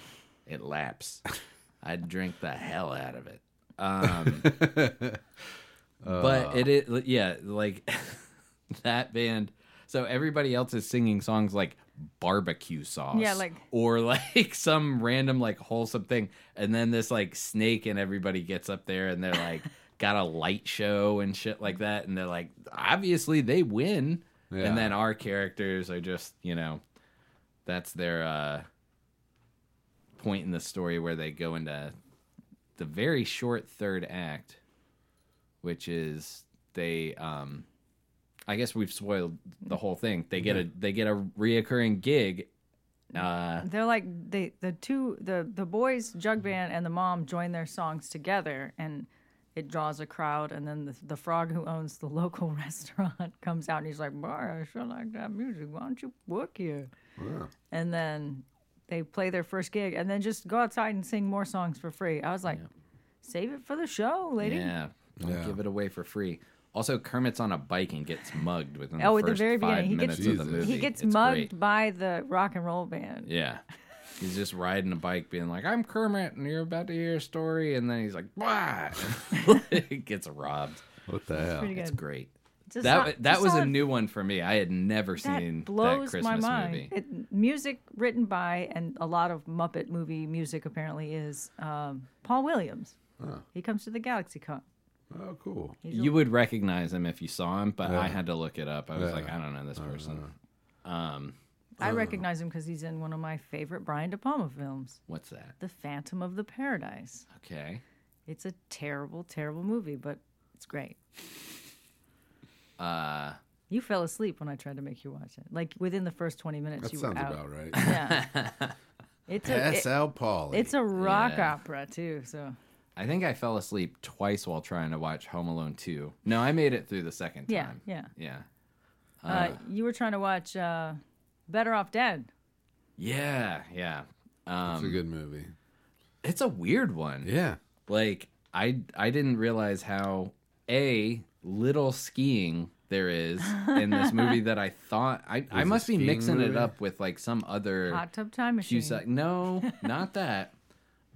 [SPEAKER 1] It laps. I'd drink the hell out of it. Um, but it is, yeah, like that band. So everybody else is singing songs like barbecue sauce,
[SPEAKER 3] Yeah, like-
[SPEAKER 1] or like some random like wholesome thing, and then this like snake and everybody gets up there and they're like got a light show and shit like that, and they're like obviously they win,
[SPEAKER 2] Yeah.
[SPEAKER 1] and then our characters are just you know that's their uh point in the story where they go into the very short third act which is they um i guess we've spoiled the whole thing they get a they get a reoccurring gig uh
[SPEAKER 3] They're like they the two the the boys
[SPEAKER 1] Mm-hmm.
[SPEAKER 3] jug band and the mom join their songs together and it draws a crowd and then the, the frog who owns the local restaurant comes out and he's like, "Boy, I sure like that music. Why don't you work here?" And then they play their first gig and then just go outside and sing more songs for free. I was like, "Save it for the show, lady."
[SPEAKER 1] yeah don't
[SPEAKER 2] Yeah.
[SPEAKER 1] give it away for free also kermit's on a bike and gets mugged within
[SPEAKER 3] Oh,
[SPEAKER 1] the
[SPEAKER 3] at the
[SPEAKER 1] first
[SPEAKER 3] very
[SPEAKER 1] five
[SPEAKER 3] beginning, he
[SPEAKER 1] minutes
[SPEAKER 3] gets-
[SPEAKER 1] of the
[SPEAKER 2] Jesus.
[SPEAKER 1] movie
[SPEAKER 3] He gets
[SPEAKER 1] It's
[SPEAKER 3] mugged
[SPEAKER 1] great.
[SPEAKER 3] by the rock and roll band.
[SPEAKER 1] Yeah. He's just riding a bike being like, I'm Kermit and you're about to hear a story. And then he's like, "Bah!" gets robbed.
[SPEAKER 2] what the hell?
[SPEAKER 3] Pretty
[SPEAKER 1] It's
[SPEAKER 3] good.
[SPEAKER 1] great.
[SPEAKER 3] It's a
[SPEAKER 1] that
[SPEAKER 3] so- it's
[SPEAKER 1] that was a
[SPEAKER 3] solid-
[SPEAKER 1] new one for me. I had never seen
[SPEAKER 3] that blows
[SPEAKER 1] Christmas
[SPEAKER 3] my mind.
[SPEAKER 1] movie.
[SPEAKER 3] It, music written by and a lot of Muppet movie music apparently is um, Paul Williams. He comes to the Galaxy Con.
[SPEAKER 2] Oh, cool.
[SPEAKER 1] You would recognize him if you saw him, but I had to look it up. I was
[SPEAKER 2] Yeah.
[SPEAKER 1] like, I don't know this person.
[SPEAKER 2] Uh.
[SPEAKER 3] I recognize him because he's in one of my favorite Brian De Palma films,
[SPEAKER 1] What's that?
[SPEAKER 3] The Phantom of the Paradise.
[SPEAKER 1] Okay.
[SPEAKER 3] It's a terrible, terrible movie, but it's great.
[SPEAKER 1] Uh,
[SPEAKER 3] You fell asleep when I tried to make you watch it. Like within the first twenty minutes,
[SPEAKER 2] That
[SPEAKER 3] you
[SPEAKER 2] sounds
[SPEAKER 3] were out.
[SPEAKER 2] about right.
[SPEAKER 3] Yeah. It's a,
[SPEAKER 2] Pass
[SPEAKER 3] it-
[SPEAKER 2] out, Polly.
[SPEAKER 3] it's a rock
[SPEAKER 1] Yeah.
[SPEAKER 3] opera too, so
[SPEAKER 1] I think I fell asleep twice while trying to watch Home Alone 2. No, I made it through the second
[SPEAKER 3] yeah,
[SPEAKER 1] time.
[SPEAKER 3] yeah.
[SPEAKER 1] Yeah.
[SPEAKER 3] Uh, you were trying to watch uh, Better Off Dead.
[SPEAKER 1] Yeah. Yeah.
[SPEAKER 2] it's a good movie.
[SPEAKER 1] It's a weird one.
[SPEAKER 2] Yeah.
[SPEAKER 1] like I I didn't realize how a little skiing there is in this movie that I thought I I
[SPEAKER 2] a
[SPEAKER 1] must be
[SPEAKER 2] skiing
[SPEAKER 1] mixing it
[SPEAKER 2] movie?
[SPEAKER 1] up with like some other
[SPEAKER 3] Hot Tub Time Machine.
[SPEAKER 1] Cusack. No, not that.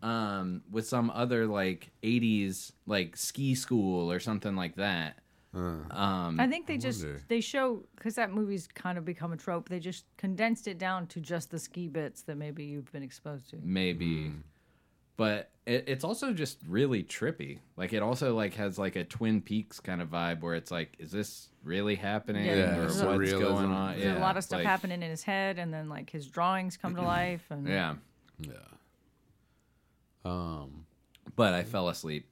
[SPEAKER 1] Um, with some other like '80s like ski school or something like that.
[SPEAKER 3] I think they just
[SPEAKER 2] wonder.
[SPEAKER 3] they show because that movie's kind of become a trope. They just condensed it down to just the ski bits that maybe you've been exposed
[SPEAKER 1] Mm,
[SPEAKER 3] to.
[SPEAKER 1] maybe but it, it's also just really trippy like it also like has like a twin peaks kind of vibe where it's like is this really happening
[SPEAKER 3] Yeah,
[SPEAKER 1] or
[SPEAKER 3] there's
[SPEAKER 1] what's
[SPEAKER 3] a-
[SPEAKER 2] Realism.
[SPEAKER 1] going on
[SPEAKER 3] There's
[SPEAKER 1] yeah,
[SPEAKER 3] a lot of stuff
[SPEAKER 1] like-
[SPEAKER 3] happening in his head, and then like his drawings come to life. And
[SPEAKER 1] yeah
[SPEAKER 2] Um.
[SPEAKER 1] but i fell asleep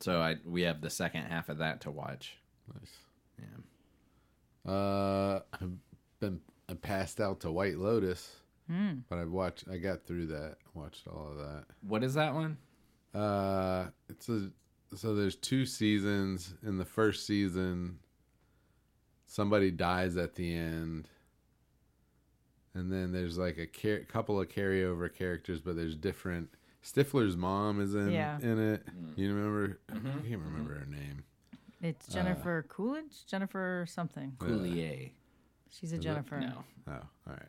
[SPEAKER 1] so i we have the second half of that to watch
[SPEAKER 2] Nice. Yeah. Uh, I've been I passed out to White Lotus, but I watched. I got through that. Watched all of that.
[SPEAKER 1] what is that one
[SPEAKER 2] Uh, it's a so there's two seasons. In the first season, somebody dies at the end, and then there's like a car- couple of carryover characters, but there's different. Stifler's mom is in
[SPEAKER 3] Yeah.
[SPEAKER 2] in it. You remember? I can't remember her name.
[SPEAKER 3] it's
[SPEAKER 1] Uh,
[SPEAKER 3] Jennifer Coolidge, Jennifer something.
[SPEAKER 1] coulier
[SPEAKER 3] She's a Jennifer.
[SPEAKER 1] no
[SPEAKER 2] Oh, all right.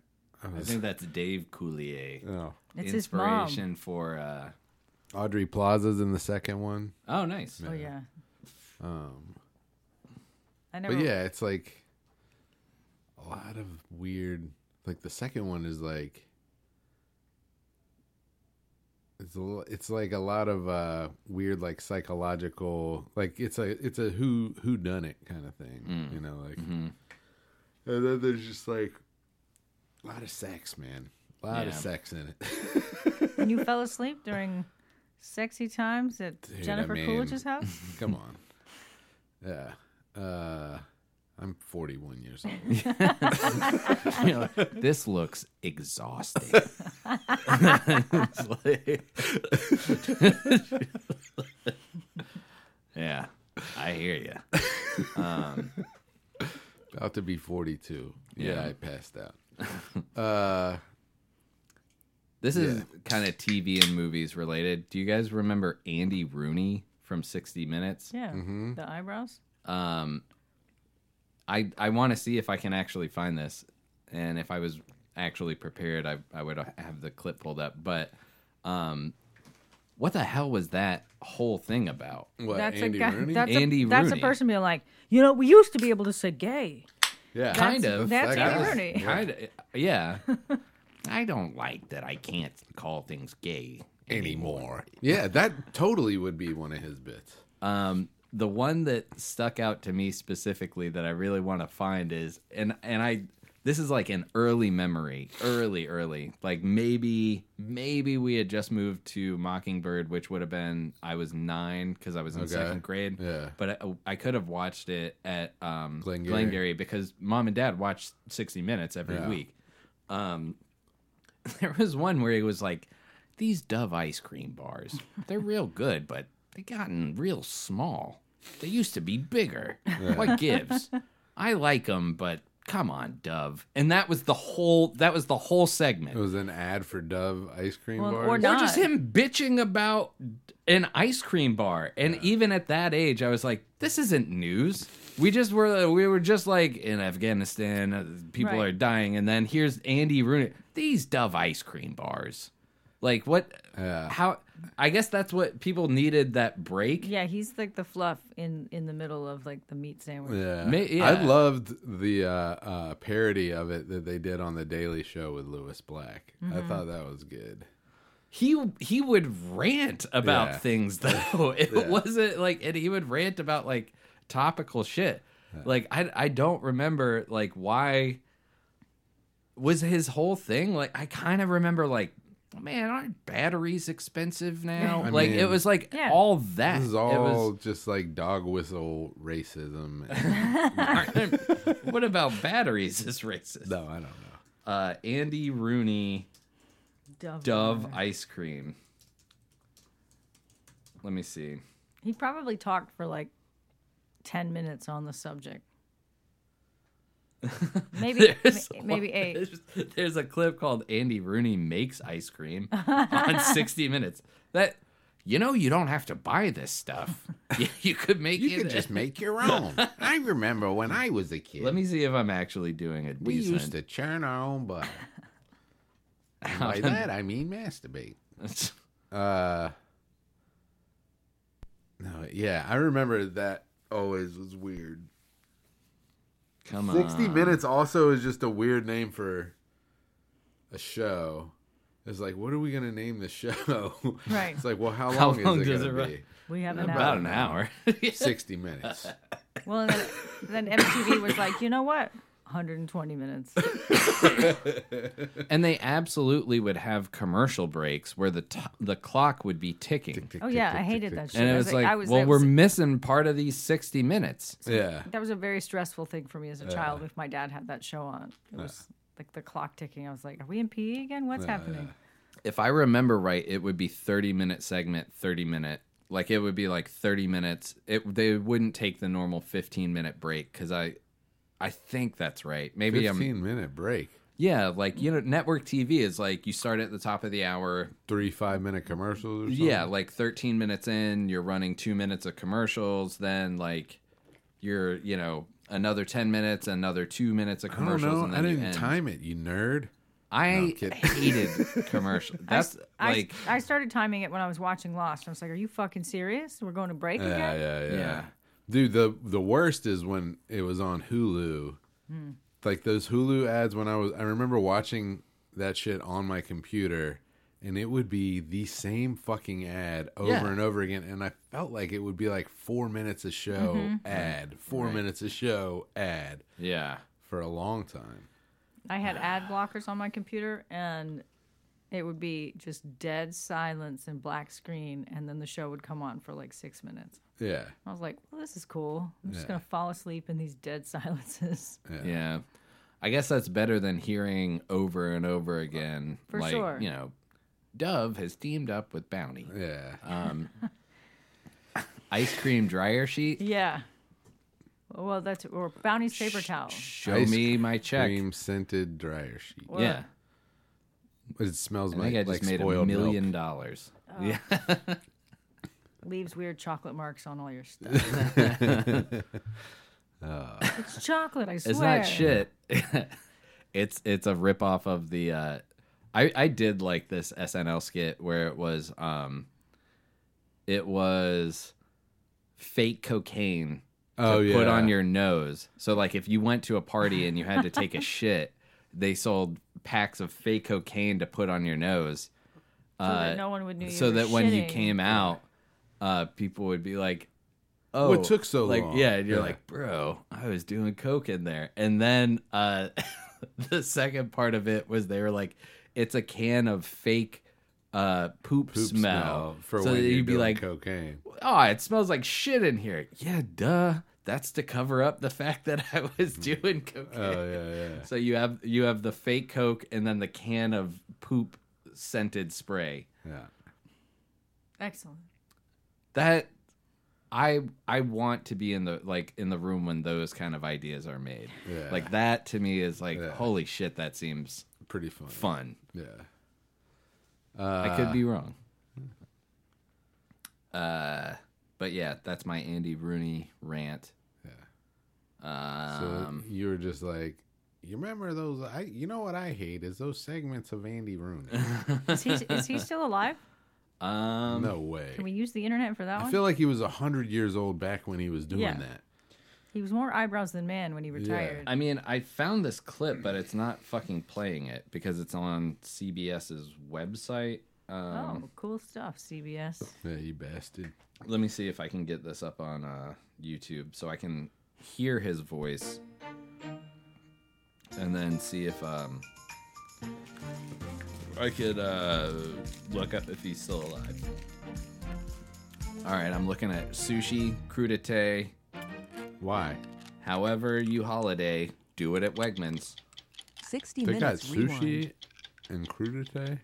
[SPEAKER 1] i think that's dave coulier
[SPEAKER 2] Oh,
[SPEAKER 3] It's his mom.
[SPEAKER 1] inspiration for uh
[SPEAKER 2] Audrey Plaza's in the second one.
[SPEAKER 1] oh nice
[SPEAKER 3] Oh yeah.
[SPEAKER 2] Um,
[SPEAKER 3] I never.
[SPEAKER 2] but yeah, it's like a lot of weird. Like the second one is like it's a, l- it's like a lot of uh weird like psychological like it's a it's a who who done it kind of thing
[SPEAKER 1] Mm.
[SPEAKER 2] you know like
[SPEAKER 1] Mm-hmm.
[SPEAKER 2] and then there's just like a lot of sex man a lot of
[SPEAKER 1] Yeah.
[SPEAKER 2] sex in it
[SPEAKER 3] And you fell asleep during sexy times at
[SPEAKER 2] I
[SPEAKER 3] Jennifer
[SPEAKER 2] mean-
[SPEAKER 3] Coolidge's house?
[SPEAKER 2] Come on. Yeah. Uh, I'm 41 years old.
[SPEAKER 1] You're like, this looks exhausting. It's like- yeah, I hear you.
[SPEAKER 2] About to be 42. Yeah,
[SPEAKER 1] Yeah.
[SPEAKER 2] I passed out. Uh,
[SPEAKER 1] This is kind of TV and movies related. Do you guys remember Andy Rooney from 60 Minutes?
[SPEAKER 3] Yeah.
[SPEAKER 2] Mm-hmm.
[SPEAKER 3] The eyebrows?
[SPEAKER 1] Um, I I want to see if I can actually find this, and if I was actually prepared, I I would have the clip pulled up. But, um, what the hell was that whole thing about?
[SPEAKER 2] what,
[SPEAKER 3] that's
[SPEAKER 2] Andy
[SPEAKER 3] a guy.
[SPEAKER 2] Rooney?
[SPEAKER 3] That's,
[SPEAKER 1] Andy
[SPEAKER 3] a, that's a
[SPEAKER 1] Rooney.
[SPEAKER 3] person being like, you know, we used to be able to say gay.
[SPEAKER 2] yeah.
[SPEAKER 1] kind of.
[SPEAKER 3] That's
[SPEAKER 2] That
[SPEAKER 3] Andy
[SPEAKER 2] was-
[SPEAKER 3] Rooney.
[SPEAKER 1] Kind of. uh, Yeah. I don't like that I can't call things gay.
[SPEAKER 2] Anymore. Yeah, that totally would be one of his bits.
[SPEAKER 1] Um, the one that stuck out to me specifically that I really want to find is, and and I this is like an early memory, early, early, like maybe maybe we had just moved to Mockingbird, which would have been I was nine because I was in
[SPEAKER 2] Okay.
[SPEAKER 1] second grade.
[SPEAKER 2] Yeah.
[SPEAKER 1] but I, I could have watched it at um,
[SPEAKER 2] Glengarry.
[SPEAKER 1] Glengarry because mom and dad watched 60 Minutes every
[SPEAKER 2] Yeah.
[SPEAKER 1] week. Um, there was one where he was like, "These Dove ice cream bars, they're real good, but they gotten real small. They used to be bigger. What gives? I like them, but come on, Dove." And that was the whole. That was the whole segment.
[SPEAKER 2] It was an ad for Dove ice cream
[SPEAKER 3] Well,
[SPEAKER 2] bars.
[SPEAKER 3] or
[SPEAKER 1] Or
[SPEAKER 3] not.
[SPEAKER 1] just him bitching about an ice cream bar. And even at that age, I was like, this isn't news. We just were we were just like in Afghanistan, uh, people
[SPEAKER 3] Right.
[SPEAKER 1] are dying, and then here's Andy Rooney. These Dove ice cream bars, like what?
[SPEAKER 2] Yeah.
[SPEAKER 1] How? I guess that's what people needed that break.
[SPEAKER 3] Yeah, he's like the fluff in, in the middle of like the meat sandwich.
[SPEAKER 2] Yeah.
[SPEAKER 1] Ma- yeah.
[SPEAKER 2] I loved the uh, uh, parody of it that they did on The Daily Show with Lewis Black.
[SPEAKER 3] Mm-hmm.
[SPEAKER 2] I thought that was good.
[SPEAKER 1] he he would rant about
[SPEAKER 2] Yeah.
[SPEAKER 1] things though. It wasn't like and he would rant about like topical shit. Like I I don't remember like why was his whole thing like I kind of remember like man aren't batteries expensive now?
[SPEAKER 2] I
[SPEAKER 1] like it
[SPEAKER 2] mean-
[SPEAKER 1] was like
[SPEAKER 3] Yeah.
[SPEAKER 1] all that.
[SPEAKER 2] This is
[SPEAKER 1] it
[SPEAKER 2] all
[SPEAKER 1] was
[SPEAKER 2] just like dog whistle racism. and-
[SPEAKER 1] what about batteries is racist?
[SPEAKER 2] no, I don't know.
[SPEAKER 1] Uh Andy Rooney
[SPEAKER 3] Dove.
[SPEAKER 1] Dove ice cream. Let me see.
[SPEAKER 3] He probably talked for like 10 minutes on the subject. Maybe
[SPEAKER 1] There's
[SPEAKER 3] ma- maybe
[SPEAKER 1] one-
[SPEAKER 3] eight.
[SPEAKER 1] There's, there's a clip called Andy Rooney makes ice cream on 60 Minutes. That you know you don't have to buy this stuff. You, you could make
[SPEAKER 2] You
[SPEAKER 1] it.
[SPEAKER 2] could just make your own. I remember when I was a kid.
[SPEAKER 1] Let me see if I'm actually doing it.
[SPEAKER 2] we
[SPEAKER 1] decent.
[SPEAKER 2] used to churn our own butter. And By that I mean masturbate. Uh, no, yeah, I remember that always was weird.
[SPEAKER 1] Come on.
[SPEAKER 2] Sixty Minutes also is just a weird name for a show. It's like, what are we gonna name the show?
[SPEAKER 3] Right.
[SPEAKER 2] It's like, well, how long,
[SPEAKER 1] How long
[SPEAKER 2] is it
[SPEAKER 1] does
[SPEAKER 2] gonna
[SPEAKER 1] it
[SPEAKER 2] be?
[SPEAKER 1] run?
[SPEAKER 3] We have an
[SPEAKER 1] About
[SPEAKER 3] hour.
[SPEAKER 1] an hour.
[SPEAKER 2] Sixty minutes.
[SPEAKER 3] Well, and then, then MTV was like, you know what? 120 minutes.
[SPEAKER 1] and they absolutely would have commercial breaks where the t- the clock would be ticking.
[SPEAKER 3] Oh yeah, I hated that shit.
[SPEAKER 1] And
[SPEAKER 3] I
[SPEAKER 1] it was like,
[SPEAKER 3] I was,
[SPEAKER 1] well,
[SPEAKER 3] that
[SPEAKER 1] we're
[SPEAKER 3] was-
[SPEAKER 1] missing part of these 60 minutes.
[SPEAKER 2] Yeah.
[SPEAKER 3] that was a very stressful thing for me as a child. If my dad had that show on, it was like the clock ticking. I was like, are we in PE again? What's happening?
[SPEAKER 1] if I remember right, it would be 30 minute segment, 30 minute. Like it would be like 30 minutes. It they wouldn't take the normal 15 minute break cuz I I think that's right. Maybe I'm
[SPEAKER 2] 15 minute break.
[SPEAKER 1] Yeah, like you know network TV is like you start at the top of the hour.
[SPEAKER 2] Three five minute commercials or something.
[SPEAKER 1] Yeah, like 13 minutes in, you're running 2 minutes of commercials, then like you're, you know, another 10 minutes, another 2 minutes of
[SPEAKER 2] I don't
[SPEAKER 1] commercials
[SPEAKER 2] know.
[SPEAKER 1] and
[SPEAKER 2] I
[SPEAKER 1] then you
[SPEAKER 2] didn't
[SPEAKER 1] end.
[SPEAKER 2] time it, you nerd.
[SPEAKER 1] I
[SPEAKER 2] kidding.
[SPEAKER 1] hated commercial. That's
[SPEAKER 3] I,
[SPEAKER 1] like
[SPEAKER 3] I started timing it when I was watching Lost. I was like, are you fucking serious? We're going to break
[SPEAKER 2] Yeah,
[SPEAKER 3] again?
[SPEAKER 2] yeah, yeah,
[SPEAKER 1] Yeah.
[SPEAKER 3] Hmm.
[SPEAKER 2] Dude, the the worst is when it was on Hulu like those Hulu ads when I was I remember watching that shit on my computer and it would be the same fucking ad over
[SPEAKER 1] Yeah.
[SPEAKER 2] and over again and I felt like it would be like 4 minutes a show
[SPEAKER 3] Mm-hmm.
[SPEAKER 2] ad, 4 minutes a show ad
[SPEAKER 1] Yeah.
[SPEAKER 2] for a long time.
[SPEAKER 3] I had ad blockers on my computer, and it would be just dead silence and black screen, and then the show would come on for like six minutes.
[SPEAKER 2] Yeah.
[SPEAKER 3] I was like, "Well, this is cool. I'm just gonna fall asleep in these dead silences."
[SPEAKER 1] Yeah. I guess that's better than hearing over and over again.
[SPEAKER 3] For
[SPEAKER 1] like,
[SPEAKER 3] sure.
[SPEAKER 1] you know, Dove has teamed up with Bounty.
[SPEAKER 2] Yeah.
[SPEAKER 1] Uh, Ice cream dryer sheet.
[SPEAKER 3] Yeah. Well, that's or Bounty's paper towel.
[SPEAKER 1] Show
[SPEAKER 2] Ice
[SPEAKER 1] me my check.
[SPEAKER 2] Cream scented dryer sheet.
[SPEAKER 3] Or-
[SPEAKER 1] Yeah.
[SPEAKER 2] But it smells
[SPEAKER 1] I think
[SPEAKER 2] like,
[SPEAKER 1] I just
[SPEAKER 2] like
[SPEAKER 1] made a
[SPEAKER 2] spoiled milk.
[SPEAKER 1] million dollars. yeah.
[SPEAKER 3] leaves weird chocolate marks on all your stuff. It's chocolate, I swear.
[SPEAKER 1] It's not shit. it's it's a ripoff of the. Uh, I I did like this SNL skit where it was um, it was fake cocaine to
[SPEAKER 2] Oh,
[SPEAKER 1] put
[SPEAKER 2] yeah.
[SPEAKER 1] on your nose. So like if you went to a party and you had to take a shit, they sold packs of fake cocaine to put on your nose. Uh,
[SPEAKER 3] So that no one would know you
[SPEAKER 1] so
[SPEAKER 3] were
[SPEAKER 1] that when you
[SPEAKER 3] shitting.
[SPEAKER 1] came out, uh, people would be like, "Oh,
[SPEAKER 2] What took so
[SPEAKER 1] like,
[SPEAKER 2] long?
[SPEAKER 1] Yeah, and you're
[SPEAKER 2] Yeah.
[SPEAKER 1] like, "Bro, I was doing coke in there." And then uh, the second part of it was they were like, "It's a can of fake uh, poop,
[SPEAKER 2] Poop
[SPEAKER 1] smell.
[SPEAKER 2] for
[SPEAKER 1] so
[SPEAKER 2] when
[SPEAKER 1] that
[SPEAKER 2] you're
[SPEAKER 1] you'd be
[SPEAKER 2] doing
[SPEAKER 1] like,
[SPEAKER 2] cocaine.
[SPEAKER 1] "Oh, it smells like shit in here." Yeah, duh. That's to cover up the fact that I was doing cocaine.
[SPEAKER 2] Oh yeah, yeah.
[SPEAKER 1] So you have you have the fake coke and then the can of poop scented spray.
[SPEAKER 2] Yeah.
[SPEAKER 3] Excellent.
[SPEAKER 1] that i i want to be in the like in the room when those kind of ideas are made
[SPEAKER 2] Yeah.
[SPEAKER 1] like that to me is like
[SPEAKER 2] Yeah.
[SPEAKER 1] holy shit that seems
[SPEAKER 2] Pretty fun.
[SPEAKER 1] fun
[SPEAKER 2] Yeah.
[SPEAKER 1] i could be wrong uh but yeah that's my andy rooney rant
[SPEAKER 2] So
[SPEAKER 1] Um,
[SPEAKER 2] you were just like, you remember those? I, you know what I hate is those segments of Andy Rooney.
[SPEAKER 3] Is he, is he still alive?
[SPEAKER 1] um
[SPEAKER 2] no way.
[SPEAKER 3] Can we use the internet for that
[SPEAKER 2] I
[SPEAKER 3] one?
[SPEAKER 2] feel like he was hundred years old back when he was doing
[SPEAKER 3] Yeah.
[SPEAKER 2] that.
[SPEAKER 3] He was more eyebrows than man when he retired.
[SPEAKER 1] i mean i found this clip but it's not fucking playing it because it's on cbs's website um
[SPEAKER 3] oh, cool stuff, CBS.
[SPEAKER 2] Yeah, you bastard.
[SPEAKER 1] let me see if I can get this up on uh, YouTube so I can hear his voice and then see if um, I could uh, look up if he's still alive. All right, I'm looking at sushi, crudite,
[SPEAKER 2] Why?
[SPEAKER 1] however you holiday, do it at Wegmans.
[SPEAKER 8] 60
[SPEAKER 2] They got
[SPEAKER 8] minutes
[SPEAKER 2] sushi
[SPEAKER 8] rewind.
[SPEAKER 2] and crudité.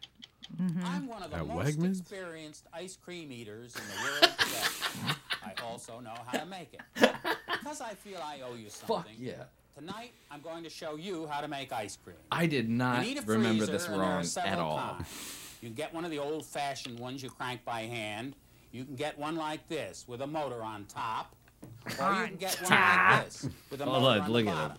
[SPEAKER 9] I'm one of the
[SPEAKER 2] At
[SPEAKER 9] most
[SPEAKER 2] Wegmans?
[SPEAKER 9] experienced ice cream eaters in the world today. I also know how to make it. Because I feel I owe you
[SPEAKER 1] Fuck
[SPEAKER 9] something.
[SPEAKER 1] yeah.
[SPEAKER 9] Tonight, I'm going to show you how to make ice cream.
[SPEAKER 1] I did
[SPEAKER 9] You
[SPEAKER 1] not
[SPEAKER 9] need a
[SPEAKER 1] remember
[SPEAKER 9] freezer,
[SPEAKER 1] this
[SPEAKER 9] and there are
[SPEAKER 1] wrong at
[SPEAKER 9] several
[SPEAKER 1] all.
[SPEAKER 9] kinds. You can get one of the old-fashioned ones you crank by hand. You can get one like this with a motor on top, or you can get one like this with a
[SPEAKER 1] Hold
[SPEAKER 9] motor
[SPEAKER 1] on,
[SPEAKER 9] on
[SPEAKER 1] look
[SPEAKER 9] the
[SPEAKER 1] at
[SPEAKER 9] bottom.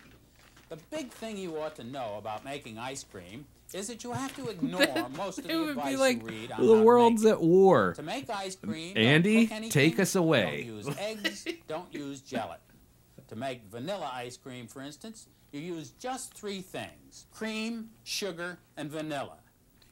[SPEAKER 9] The big thing you ought to know about making ice cream is that you have to ignore most of
[SPEAKER 1] It
[SPEAKER 9] the
[SPEAKER 1] would
[SPEAKER 9] advice
[SPEAKER 1] be
[SPEAKER 9] you
[SPEAKER 1] like
[SPEAKER 9] read on how
[SPEAKER 1] the
[SPEAKER 9] to
[SPEAKER 1] world's
[SPEAKER 9] make it.
[SPEAKER 1] at war.
[SPEAKER 9] To make ice cream, don't
[SPEAKER 1] Andy,
[SPEAKER 9] cook anything,
[SPEAKER 1] take us away.
[SPEAKER 9] Don't use eggs. don't use gelatin. To make vanilla ice cream, for instance, you use just three things: cream, sugar, and vanilla.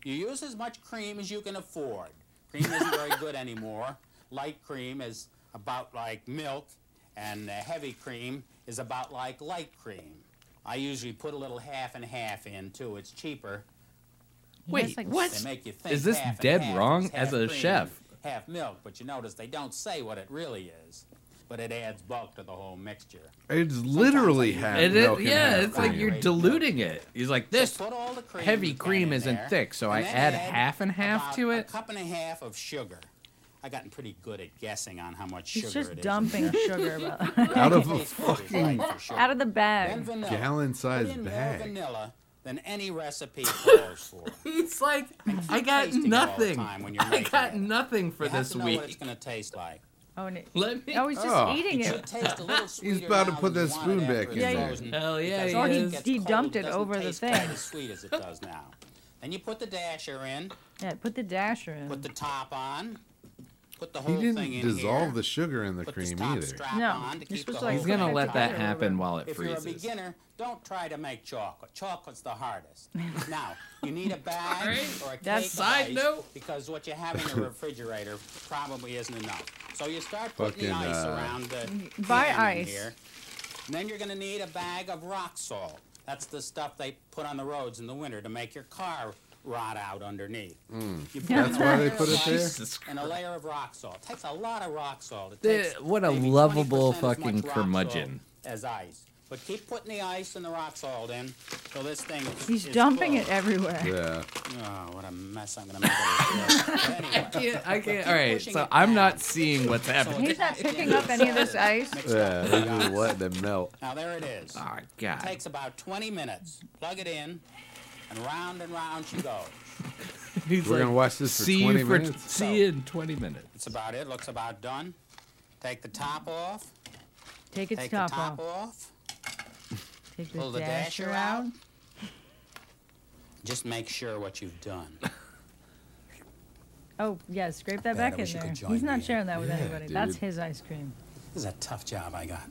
[SPEAKER 9] You use as much cream as you can afford. Cream isn't very good anymore. Light cream is about like milk, and uh, heavy cream is about like light cream. I usually put a little half and half in too. It's cheaper.
[SPEAKER 3] He
[SPEAKER 1] Wait,
[SPEAKER 3] has, like,
[SPEAKER 1] what?
[SPEAKER 9] They make you think
[SPEAKER 1] Is this
[SPEAKER 9] half and
[SPEAKER 1] dead
[SPEAKER 9] half
[SPEAKER 1] wrong
[SPEAKER 9] is
[SPEAKER 1] as
[SPEAKER 9] half
[SPEAKER 1] a
[SPEAKER 9] cream,
[SPEAKER 1] chef?
[SPEAKER 9] Half milk, but you notice they don't say what it really is. But it adds bulk to the whole mixture.
[SPEAKER 2] It's literally half
[SPEAKER 1] It is,
[SPEAKER 2] milk. and
[SPEAKER 1] yeah,
[SPEAKER 2] half
[SPEAKER 1] it's like
[SPEAKER 2] cream.
[SPEAKER 1] you're
[SPEAKER 9] Right.
[SPEAKER 1] diluting it. He's like this.
[SPEAKER 9] So put all the cream
[SPEAKER 1] heavy
[SPEAKER 9] you can
[SPEAKER 1] cream
[SPEAKER 9] in
[SPEAKER 1] isn't
[SPEAKER 9] there,
[SPEAKER 1] thick, so I
[SPEAKER 9] then
[SPEAKER 1] add half and half
[SPEAKER 9] about
[SPEAKER 1] to it?
[SPEAKER 9] A cup and a half of sugar. I've gotten pretty good at guessing on how much
[SPEAKER 3] He's
[SPEAKER 9] sugar
[SPEAKER 3] just
[SPEAKER 9] it is.
[SPEAKER 3] dumping sugar about,
[SPEAKER 2] out of a
[SPEAKER 9] Taste what it's like for sugar.
[SPEAKER 3] out of the
[SPEAKER 9] Then
[SPEAKER 3] bag.
[SPEAKER 9] vanilla.
[SPEAKER 2] gallon-sized
[SPEAKER 9] Put in more
[SPEAKER 2] bag.
[SPEAKER 9] vanilla than any recipe calls for.
[SPEAKER 1] It's like I got
[SPEAKER 9] tasting it all the
[SPEAKER 1] nothing.
[SPEAKER 9] time when you're
[SPEAKER 1] I
[SPEAKER 9] making
[SPEAKER 1] got
[SPEAKER 9] it.
[SPEAKER 1] nothing for
[SPEAKER 9] you have
[SPEAKER 1] this
[SPEAKER 9] to know what it's
[SPEAKER 1] week.
[SPEAKER 9] going to taste like.
[SPEAKER 3] Oh, and it,
[SPEAKER 1] Let me.
[SPEAKER 3] oh, he's just
[SPEAKER 2] Oh.
[SPEAKER 3] eating
[SPEAKER 9] It
[SPEAKER 3] it.
[SPEAKER 9] should taste a little sweeter
[SPEAKER 2] about to
[SPEAKER 9] now
[SPEAKER 2] put
[SPEAKER 9] than
[SPEAKER 2] that
[SPEAKER 9] you want
[SPEAKER 2] spoon
[SPEAKER 9] after
[SPEAKER 2] back
[SPEAKER 9] it's
[SPEAKER 2] in
[SPEAKER 1] there.
[SPEAKER 9] frozen,
[SPEAKER 1] Hell yeah,
[SPEAKER 9] because
[SPEAKER 1] he
[SPEAKER 9] when it
[SPEAKER 1] is.
[SPEAKER 9] gets
[SPEAKER 3] He
[SPEAKER 9] cold,
[SPEAKER 3] dumped it
[SPEAKER 9] doesn't
[SPEAKER 3] over the
[SPEAKER 9] taste
[SPEAKER 3] thing.
[SPEAKER 9] quite as sweet as it does now. Then you put the dasher in,
[SPEAKER 3] Yeah, put the dasher in.
[SPEAKER 9] put the top on, Put the
[SPEAKER 2] He
[SPEAKER 9] whole thing in
[SPEAKER 2] didn't dissolve
[SPEAKER 9] here,
[SPEAKER 2] the sugar in the
[SPEAKER 9] put
[SPEAKER 2] cream
[SPEAKER 9] top
[SPEAKER 2] either.
[SPEAKER 9] Strap
[SPEAKER 3] No, you're
[SPEAKER 9] on to keep the
[SPEAKER 3] supposed to,
[SPEAKER 9] whole
[SPEAKER 3] like,
[SPEAKER 1] He's gonna
[SPEAKER 9] thing
[SPEAKER 1] let that
[SPEAKER 3] Potato or
[SPEAKER 1] happen
[SPEAKER 3] whatever.
[SPEAKER 1] while it
[SPEAKER 9] If
[SPEAKER 1] freezes.
[SPEAKER 9] you're a beginner, don't try to make chocolate. Chocolate's the hardest. now, you need a bag
[SPEAKER 4] Alright.
[SPEAKER 9] or a cake
[SPEAKER 3] That's-
[SPEAKER 9] of
[SPEAKER 4] Side
[SPEAKER 9] ice
[SPEAKER 4] note.
[SPEAKER 9] because what you have in the refrigerator probably isn't enough. So you start putting the
[SPEAKER 2] Fucking,
[SPEAKER 9] ice
[SPEAKER 2] uh,
[SPEAKER 9] around the
[SPEAKER 4] Mm,
[SPEAKER 3] buy
[SPEAKER 9] can in
[SPEAKER 3] ice.
[SPEAKER 9] Here. And then you're gonna need a bag of rock salt. That's the stuff they put on the roads in the winter to make your car rot out underneath. You put
[SPEAKER 3] That's
[SPEAKER 2] Mm.
[SPEAKER 9] a
[SPEAKER 2] why they
[SPEAKER 9] layer of
[SPEAKER 2] put it
[SPEAKER 9] ice
[SPEAKER 2] there?
[SPEAKER 1] Jesus
[SPEAKER 9] And a layer of rock salt. Takes a lot of rock salt. It
[SPEAKER 1] The-
[SPEAKER 9] takes
[SPEAKER 1] what a
[SPEAKER 9] maybe
[SPEAKER 1] lovable
[SPEAKER 9] 20% as much
[SPEAKER 1] fucking
[SPEAKER 9] rock salt
[SPEAKER 1] curmudgeon.
[SPEAKER 9] as ice. But keep putting the ice and the rock salt in till this thing is-
[SPEAKER 3] He's
[SPEAKER 9] is
[SPEAKER 3] dumping
[SPEAKER 9] full.
[SPEAKER 3] it everywhere.
[SPEAKER 2] Yeah.
[SPEAKER 9] Oh, what a mess I'm gonna make of this. But anyway,
[SPEAKER 1] Yeah, I can't. All right,
[SPEAKER 9] pushing
[SPEAKER 1] so
[SPEAKER 9] it
[SPEAKER 1] I'm
[SPEAKER 9] down.
[SPEAKER 1] not seeing what's happening.
[SPEAKER 3] He's not picking up any of this ice.
[SPEAKER 9] mix it
[SPEAKER 2] Yeah.
[SPEAKER 9] up.
[SPEAKER 2] They just let them melt.
[SPEAKER 9] Now there it is.
[SPEAKER 1] Oh God!
[SPEAKER 9] Takes about 20 minutes. Plug it in, and round and round she goes.
[SPEAKER 1] He's
[SPEAKER 2] We're gonna watch this for
[SPEAKER 1] see you
[SPEAKER 2] 20
[SPEAKER 1] for
[SPEAKER 2] minutes.
[SPEAKER 1] see you in 20 minutes.
[SPEAKER 9] That's about it. Looks about done. Take the top off.
[SPEAKER 3] Take its
[SPEAKER 9] Take
[SPEAKER 3] top,
[SPEAKER 9] the top
[SPEAKER 3] off.
[SPEAKER 9] off.
[SPEAKER 3] Take the
[SPEAKER 9] Pull the
[SPEAKER 3] dasher
[SPEAKER 9] dasher
[SPEAKER 3] out.
[SPEAKER 9] out. Just make sure what you've done.
[SPEAKER 3] Oh yeah, scrape that
[SPEAKER 9] Man, I
[SPEAKER 3] back in
[SPEAKER 9] wish you
[SPEAKER 3] there.
[SPEAKER 9] could join
[SPEAKER 3] He's
[SPEAKER 9] me
[SPEAKER 3] not
[SPEAKER 9] in.
[SPEAKER 3] sharing that with
[SPEAKER 2] Yeah,
[SPEAKER 3] anybody. That's
[SPEAKER 2] dude.
[SPEAKER 3] his ice cream.
[SPEAKER 9] This is a tough job I got.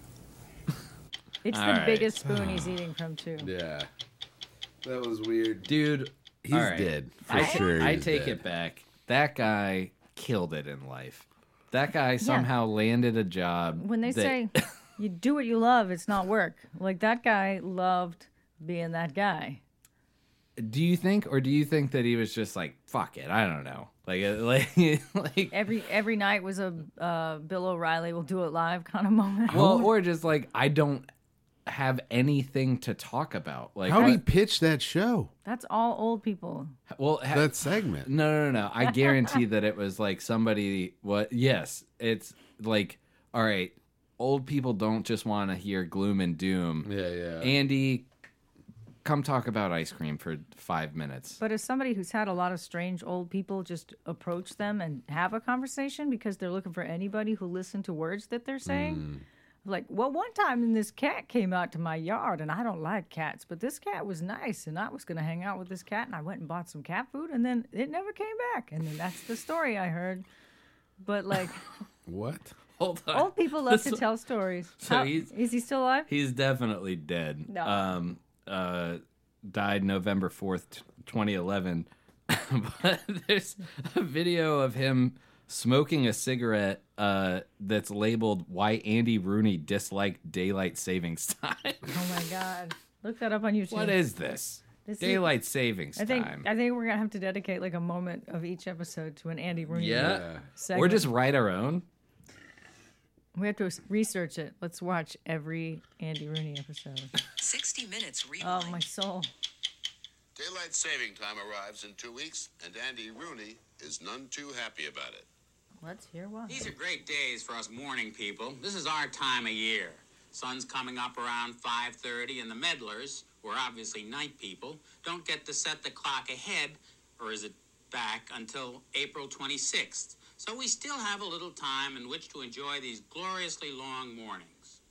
[SPEAKER 3] It's
[SPEAKER 1] All
[SPEAKER 3] the
[SPEAKER 1] right.
[SPEAKER 3] biggest spoon he's eating from too.
[SPEAKER 2] Yeah. That was weird.
[SPEAKER 1] Dude,
[SPEAKER 2] He's
[SPEAKER 1] All right.
[SPEAKER 2] dead. For
[SPEAKER 1] I,
[SPEAKER 2] sure.
[SPEAKER 1] I
[SPEAKER 2] he's
[SPEAKER 1] take
[SPEAKER 2] dead.
[SPEAKER 1] it back. That guy killed it in life. That guy somehow landed a job.
[SPEAKER 3] When they
[SPEAKER 1] that-
[SPEAKER 3] say you do what you love, it's not work. Like that guy loved being that guy.
[SPEAKER 1] do you think, or do you think that he was just like, fuck it, I don't know, like, uh, like, like,
[SPEAKER 3] Every every night was a uh, Bill O'Reilly will do it live kind of moment.
[SPEAKER 1] well, or just like, I don't have anything to talk about. Like,
[SPEAKER 2] How
[SPEAKER 1] I-
[SPEAKER 2] do you pitch that show?
[SPEAKER 3] That's all old people.
[SPEAKER 1] well, ha-
[SPEAKER 2] That segment?
[SPEAKER 1] No, no, no. no. I guarantee that it was like somebody. What? Yes, it's like all right. Old people don't just want to hear gloom and doom.
[SPEAKER 2] Yeah, yeah.
[SPEAKER 1] Andy, come talk about ice cream for five minutes.
[SPEAKER 3] But as somebody who's had a lot of strange old people just approach them and have a conversation because they're looking for anybody who listened to words that they're saying.
[SPEAKER 1] Mm.
[SPEAKER 3] Like, well, one time this cat came out to my yard, and I don't like cats, but this cat was nice, and I was going to hang out with this cat, and I went and bought some cat food, and then it never came back. And then that's the story I heard. But, like,
[SPEAKER 2] what?
[SPEAKER 1] Hold on.
[SPEAKER 3] old people love to tell stories.
[SPEAKER 1] So
[SPEAKER 3] How-
[SPEAKER 1] he's-
[SPEAKER 3] is he still alive?
[SPEAKER 1] He's definitely dead.
[SPEAKER 3] No.
[SPEAKER 1] Um. Uh. Died November fourth, twenty eleven. but there's a video of him smoking a cigarette uh, that's labeled "Why Andy Rooney Disliked Daylight Savings Time."
[SPEAKER 3] oh, my God. Look that up on YouTube.
[SPEAKER 1] What is this?
[SPEAKER 3] This is-
[SPEAKER 1] Daylight savings
[SPEAKER 3] I think,
[SPEAKER 1] time.
[SPEAKER 3] I think we're going to have to dedicate, like, a moment of each episode to an Andy Rooney
[SPEAKER 1] yeah.
[SPEAKER 3] segment.
[SPEAKER 1] Or just write our own.
[SPEAKER 3] We have to s- research it. Let's watch every Andy Rooney episode.
[SPEAKER 8] 60 minutes
[SPEAKER 3] Oh
[SPEAKER 8] rewind.
[SPEAKER 3] my soul.
[SPEAKER 10] Daylight saving time arrives in two weeks, and Andy Rooney is none too happy about it.
[SPEAKER 3] Let's hear why.
[SPEAKER 9] These are great days for us morning people. This is our time of year. Sun's coming up around 5:30 and the meddlers, who are obviously night people, don't get to set the clock ahead or is it back until April 26th. So we still have a little time in which to enjoy these gloriously long mornings.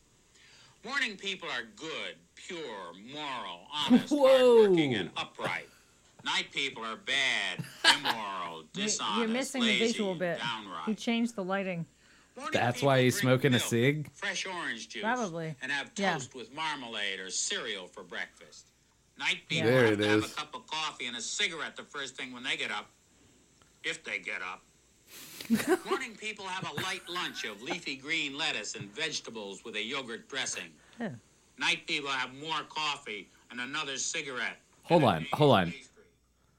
[SPEAKER 9] Morning people are good, pure, moral, honest, hardworking, and upright. Night people are bad, immoral,
[SPEAKER 3] You-
[SPEAKER 9] dishonest,
[SPEAKER 3] You're missing the
[SPEAKER 9] lazy,
[SPEAKER 3] visual bit.
[SPEAKER 9] downright.
[SPEAKER 3] He changed the lighting.
[SPEAKER 9] Morning
[SPEAKER 1] That's
[SPEAKER 9] people
[SPEAKER 1] why he's
[SPEAKER 9] drink
[SPEAKER 1] smoking a
[SPEAKER 9] milk,
[SPEAKER 1] cig?
[SPEAKER 9] Fresh orange juice.
[SPEAKER 3] Probably.
[SPEAKER 9] And have
[SPEAKER 3] Yeah.
[SPEAKER 9] toast with marmalade or cereal for breakfast. Night people
[SPEAKER 2] There
[SPEAKER 9] have
[SPEAKER 2] it
[SPEAKER 9] to have
[SPEAKER 2] is.
[SPEAKER 9] a cup of coffee and a cigarette the first thing when they get up, if they get up. Morning people have a light lunch of leafy green lettuce and vegetables with a yogurt dressing.
[SPEAKER 3] Yeah.
[SPEAKER 9] Night people have more coffee and another cigarette.
[SPEAKER 1] Hold
[SPEAKER 9] and a
[SPEAKER 1] on,
[SPEAKER 9] baby
[SPEAKER 1] hold on.
[SPEAKER 9] pastry.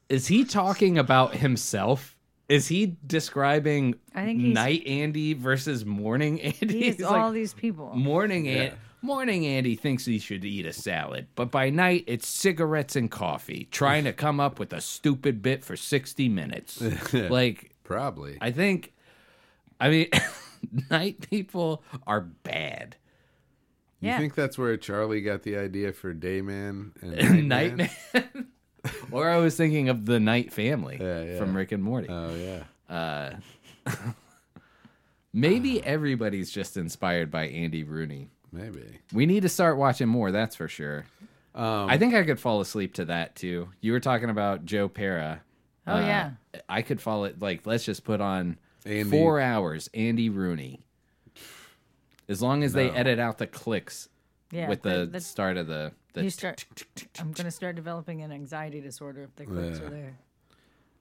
[SPEAKER 1] Is he talking about himself? Is he describing
[SPEAKER 3] I think he's-
[SPEAKER 1] night Andy versus morning Andy?
[SPEAKER 3] He is
[SPEAKER 1] He's
[SPEAKER 3] all
[SPEAKER 1] like,
[SPEAKER 3] these people.
[SPEAKER 1] morning An-
[SPEAKER 2] Yeah.
[SPEAKER 1] Morning Andy thinks he should eat a salad, but by night it's cigarettes and coffee, trying to come up with a stupid bit for 60 minutes. like,
[SPEAKER 2] Probably.
[SPEAKER 1] I think, I mean, night people are bad.
[SPEAKER 2] You
[SPEAKER 3] Yeah.
[SPEAKER 2] think that's where Charlie got the idea for Dayman and Nightman?
[SPEAKER 1] Nightman. or I was thinking of the Night Family
[SPEAKER 2] Yeah,
[SPEAKER 1] from
[SPEAKER 2] yeah.
[SPEAKER 1] Rick and Morty.
[SPEAKER 2] Oh yeah.
[SPEAKER 1] Maybe everybody's just inspired by Andy Rooney.
[SPEAKER 2] Maybe.
[SPEAKER 1] We need to start watching more, that's for sure.
[SPEAKER 2] Um,
[SPEAKER 1] I think I could fall asleep to that too. You were talking about Joe Para.
[SPEAKER 3] Oh yeah.
[SPEAKER 1] I could fall it like let's just put on
[SPEAKER 2] Andy,
[SPEAKER 1] Four hours, Andy Rooney. As long as they edit out the clicks
[SPEAKER 3] Yeah,
[SPEAKER 1] with the,
[SPEAKER 3] that's-
[SPEAKER 1] start of the, the
[SPEAKER 3] you start. I'm gonna start developing an anxiety disorder if the clicks
[SPEAKER 2] Yeah.
[SPEAKER 3] are there.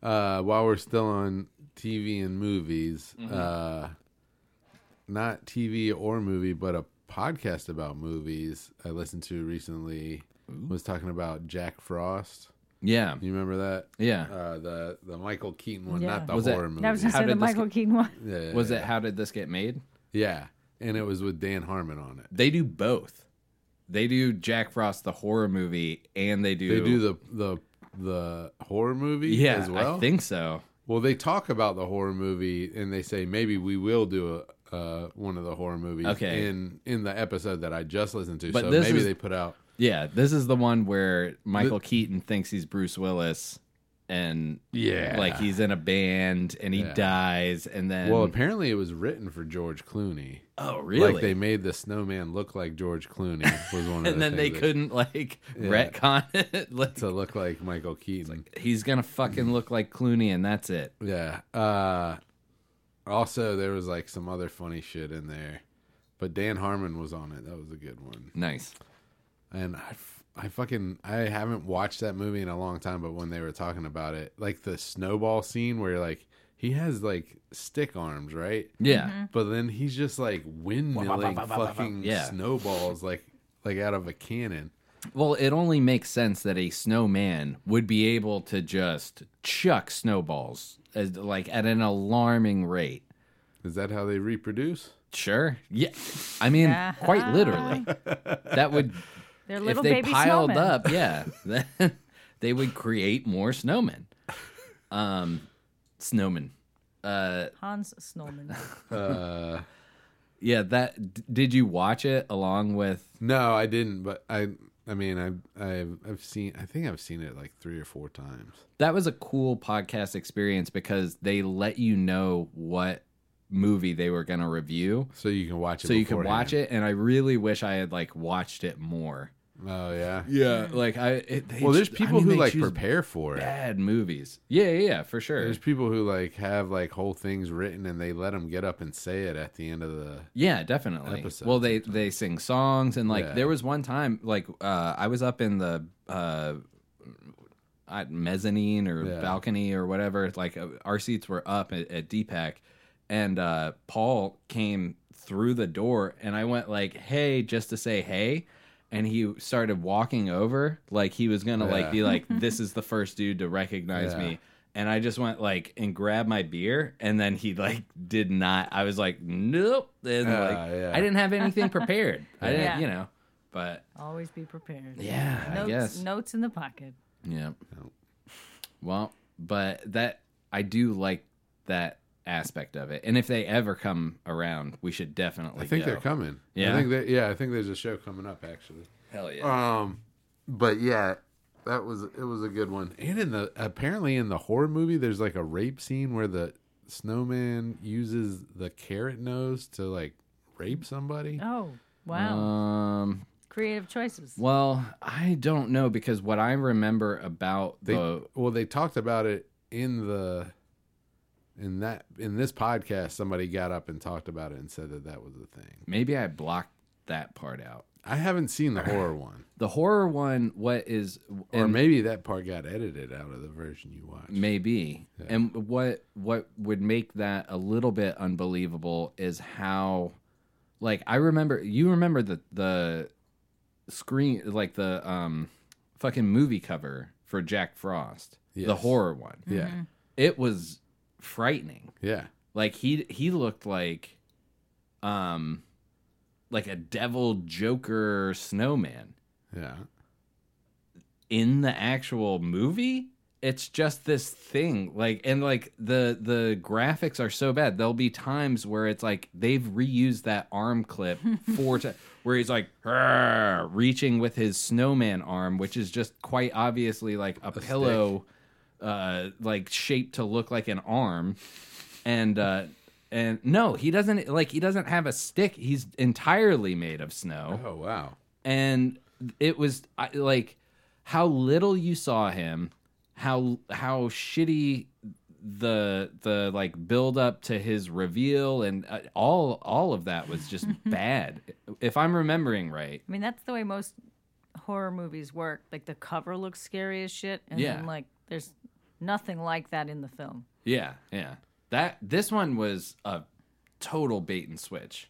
[SPEAKER 2] uh, while we're still on TV and movies,
[SPEAKER 1] Mm-hmm.
[SPEAKER 2] uh, not TV or movie, but a podcast about movies I listened to recently was talking about Jack Frost.
[SPEAKER 1] yeah
[SPEAKER 2] You remember that?
[SPEAKER 1] yeah.
[SPEAKER 2] Uh, the the Michael Keaton one,
[SPEAKER 3] Yeah.
[SPEAKER 2] not the
[SPEAKER 1] Was it-
[SPEAKER 2] horror
[SPEAKER 3] And I was
[SPEAKER 2] movie.
[SPEAKER 3] gonna
[SPEAKER 1] How
[SPEAKER 3] say the
[SPEAKER 1] did this
[SPEAKER 3] Michael Keaton one.
[SPEAKER 2] Yeah,
[SPEAKER 1] was
[SPEAKER 2] yeah,
[SPEAKER 1] it how did this get made?
[SPEAKER 2] Yeah, and it was with Dan Harmon on it.
[SPEAKER 1] They do both. They do Jack Frost the horror movie, and they do
[SPEAKER 2] They do the the the horror movie
[SPEAKER 1] yeah.
[SPEAKER 2] as well.
[SPEAKER 1] I think so.
[SPEAKER 2] Well, they talk about the horror movie and they say maybe we will do a, uh, one of the horror movies
[SPEAKER 1] Okay.
[SPEAKER 2] in in the episode that I just listened to.
[SPEAKER 1] But
[SPEAKER 2] so
[SPEAKER 1] this
[SPEAKER 2] maybe
[SPEAKER 1] is-
[SPEAKER 2] they put out
[SPEAKER 1] Yeah, this is the one where Michael Keaton thinks he's Bruce Willis, and
[SPEAKER 2] Yeah.
[SPEAKER 1] like he's in a band and he
[SPEAKER 2] Yeah.
[SPEAKER 1] dies, and then
[SPEAKER 2] Well, apparently it was written for George Clooney.
[SPEAKER 1] oh really?
[SPEAKER 2] Like they made the snowman look like George Clooney was one of
[SPEAKER 1] and
[SPEAKER 2] the
[SPEAKER 1] then they
[SPEAKER 2] things that-
[SPEAKER 1] couldn't like retcon it. Like,
[SPEAKER 2] to look like Michael Keaton.
[SPEAKER 1] he's gonna fucking look like Clooney, and that's it.
[SPEAKER 2] Yeah. Uh also there was like some other funny shit in there. But Dan Harmon was on it. That was a good one.
[SPEAKER 1] Nice.
[SPEAKER 2] And I f- I fucking I haven't watched that movie in a long time, but when they were talking about it, like the snowball scene where like he has like stick arms, right?
[SPEAKER 1] Yeah.
[SPEAKER 2] But then he's just like windmilling fucking
[SPEAKER 1] Yeah.
[SPEAKER 2] snowballs like like out of a cannon.
[SPEAKER 1] Well, it only makes sense that a snowman would be able to just chuck snowballs as, like at an alarming rate.
[SPEAKER 2] Is that how they reproduce?
[SPEAKER 1] Sure. Yeah. I mean, quite literally. That would
[SPEAKER 3] They're little
[SPEAKER 1] if they
[SPEAKER 3] baby
[SPEAKER 1] piled
[SPEAKER 3] snowmen.
[SPEAKER 1] up, yeah, then they would create more snowmen. Um, snowmen. Uh,
[SPEAKER 3] Hans Snowman.
[SPEAKER 2] Uh,
[SPEAKER 1] Yeah. That. d- Did you watch it along with?
[SPEAKER 2] No, I didn't, but I I mean, I I've I've seen I think I've seen it like 3 or 4 times.
[SPEAKER 1] That was a cool podcast experience because they let you know what movie they were going to review.
[SPEAKER 2] So you can watch it.
[SPEAKER 1] so you could watch it and i really wish i had like watched it more
[SPEAKER 2] Oh yeah.
[SPEAKER 1] yeah like i it, they
[SPEAKER 2] Well, there's
[SPEAKER 1] ch- I
[SPEAKER 2] people
[SPEAKER 1] mean,
[SPEAKER 2] who
[SPEAKER 1] they
[SPEAKER 2] like
[SPEAKER 1] choose
[SPEAKER 2] prepare for it.
[SPEAKER 1] bad movies yeah yeah, yeah for sure
[SPEAKER 2] There's people who like have like whole things written and they let them get up and say it at the end of the.
[SPEAKER 1] yeah definitely
[SPEAKER 2] episodes
[SPEAKER 1] well they they sing songs and like
[SPEAKER 2] Yeah.
[SPEAKER 1] there was one time like uh i was up in the uh I- mezzanine or
[SPEAKER 2] Yeah.
[SPEAKER 1] balcony or whatever like uh, our seats were up at, at dpac and uh paul came through the door and i went like hey just to say hey and he started walking over like he was gonna like
[SPEAKER 2] Yeah.
[SPEAKER 1] be like this is the first dude to recognize
[SPEAKER 2] Yeah.
[SPEAKER 1] me and i just went like and grabbed my beer and then he like did not i was like nope and
[SPEAKER 2] Ah,
[SPEAKER 1] like
[SPEAKER 2] yeah.
[SPEAKER 1] i didn't have anything prepared i didn't
[SPEAKER 3] Yeah.
[SPEAKER 1] you know but
[SPEAKER 3] Always be prepared.
[SPEAKER 1] yeah i
[SPEAKER 3] Notes,
[SPEAKER 1] guess
[SPEAKER 3] notes in the pocket.
[SPEAKER 1] yeah. Well, but that I do like that aspect of it, and if they ever come around, we should definitely.
[SPEAKER 2] I think
[SPEAKER 1] go.
[SPEAKER 2] they're coming.
[SPEAKER 1] Yeah?
[SPEAKER 2] I think that yeah, I think there's a show coming up actually.
[SPEAKER 1] Hell yeah!
[SPEAKER 2] Um, but yeah, that was it was a good one. And in the apparently in the horror movie, there's like a rape scene where the snowman uses the carrot nose to like rape somebody.
[SPEAKER 3] Oh wow,
[SPEAKER 1] um.
[SPEAKER 3] creative choices.
[SPEAKER 1] Well, I don't know because what I remember about
[SPEAKER 2] They
[SPEAKER 1] the
[SPEAKER 2] well, they talked about it in the in that in this podcast. Somebody got up and talked about it and said that that was a thing.
[SPEAKER 1] maybe I blocked that part out.
[SPEAKER 2] I haven't seen the horror one,
[SPEAKER 1] The horror one, what is
[SPEAKER 2] or
[SPEAKER 1] and-
[SPEAKER 2] maybe that part got edited out of the version you watched.
[SPEAKER 1] Maybe. And what what would make that a little bit unbelievable is how like I remember you remember the the screen like the um fucking movie cover for Jack Frost. The
[SPEAKER 2] Yes.
[SPEAKER 1] horror one.
[SPEAKER 2] Yeah,
[SPEAKER 3] Mm-hmm.
[SPEAKER 1] It was frightening.
[SPEAKER 2] yeah,
[SPEAKER 1] Like he he looked like um like a devil joker snowman
[SPEAKER 2] yeah.
[SPEAKER 1] in the actual movie it's just this thing like and like the the graphics are so bad there'll be times where it's like they've reused that arm clip four times where he's like "Arr," reaching with his snowman arm which is just quite obviously like a, pillow uh like shaped to look like an arm and uh and no he doesn't like he doesn't have a stick he's entirely made of snow
[SPEAKER 2] Oh wow.
[SPEAKER 1] and it was I- like how little you saw him, how how shitty the the like build up to his reveal and uh, all all of that was just bad. If I'm remembering right,
[SPEAKER 3] I mean, that's the way most horror movies work. Like the cover looks scary as shit, and
[SPEAKER 1] Yeah.
[SPEAKER 3] then like there's nothing like that in the film.
[SPEAKER 1] Yeah, yeah. That this one was a total bait and switch.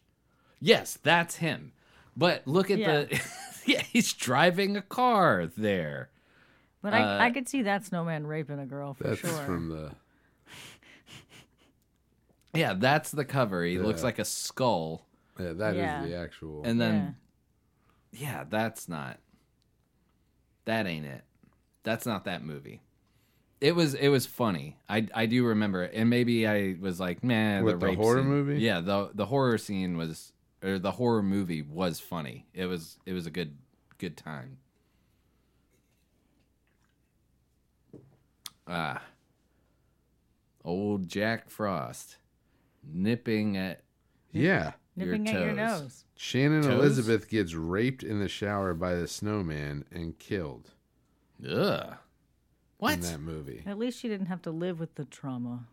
[SPEAKER 1] Yes, that's him. But look at the Yeah, he's driving a car there.
[SPEAKER 3] But
[SPEAKER 1] Uh,
[SPEAKER 3] I, I could see that snowman raping a girl for
[SPEAKER 2] That's
[SPEAKER 3] sure.
[SPEAKER 2] from the.
[SPEAKER 1] Yeah, that's the cover. He looks like a skull.
[SPEAKER 2] Yeah, that is
[SPEAKER 3] Yeah.
[SPEAKER 2] the actual.
[SPEAKER 1] And then yeah. that's not That ain't it. That's not that movie. It was it was funny. I I do remember it. And maybe I was like, man,
[SPEAKER 2] What, the
[SPEAKER 1] rape
[SPEAKER 2] horror
[SPEAKER 1] scene-
[SPEAKER 2] movie?
[SPEAKER 1] Yeah, the the horror scene was or the horror movie was funny. It was it was a good good time. Ah. Old Jack Frost nipping at
[SPEAKER 2] yeah.
[SPEAKER 1] your
[SPEAKER 3] nipping at your
[SPEAKER 1] toes.
[SPEAKER 3] nose.
[SPEAKER 2] Shannon
[SPEAKER 1] Toes?
[SPEAKER 2] Elizabeth gets raped in the shower by the snowman and killed
[SPEAKER 1] Ugh. What?
[SPEAKER 2] in that movie.
[SPEAKER 3] At least she didn't have to live with the trauma.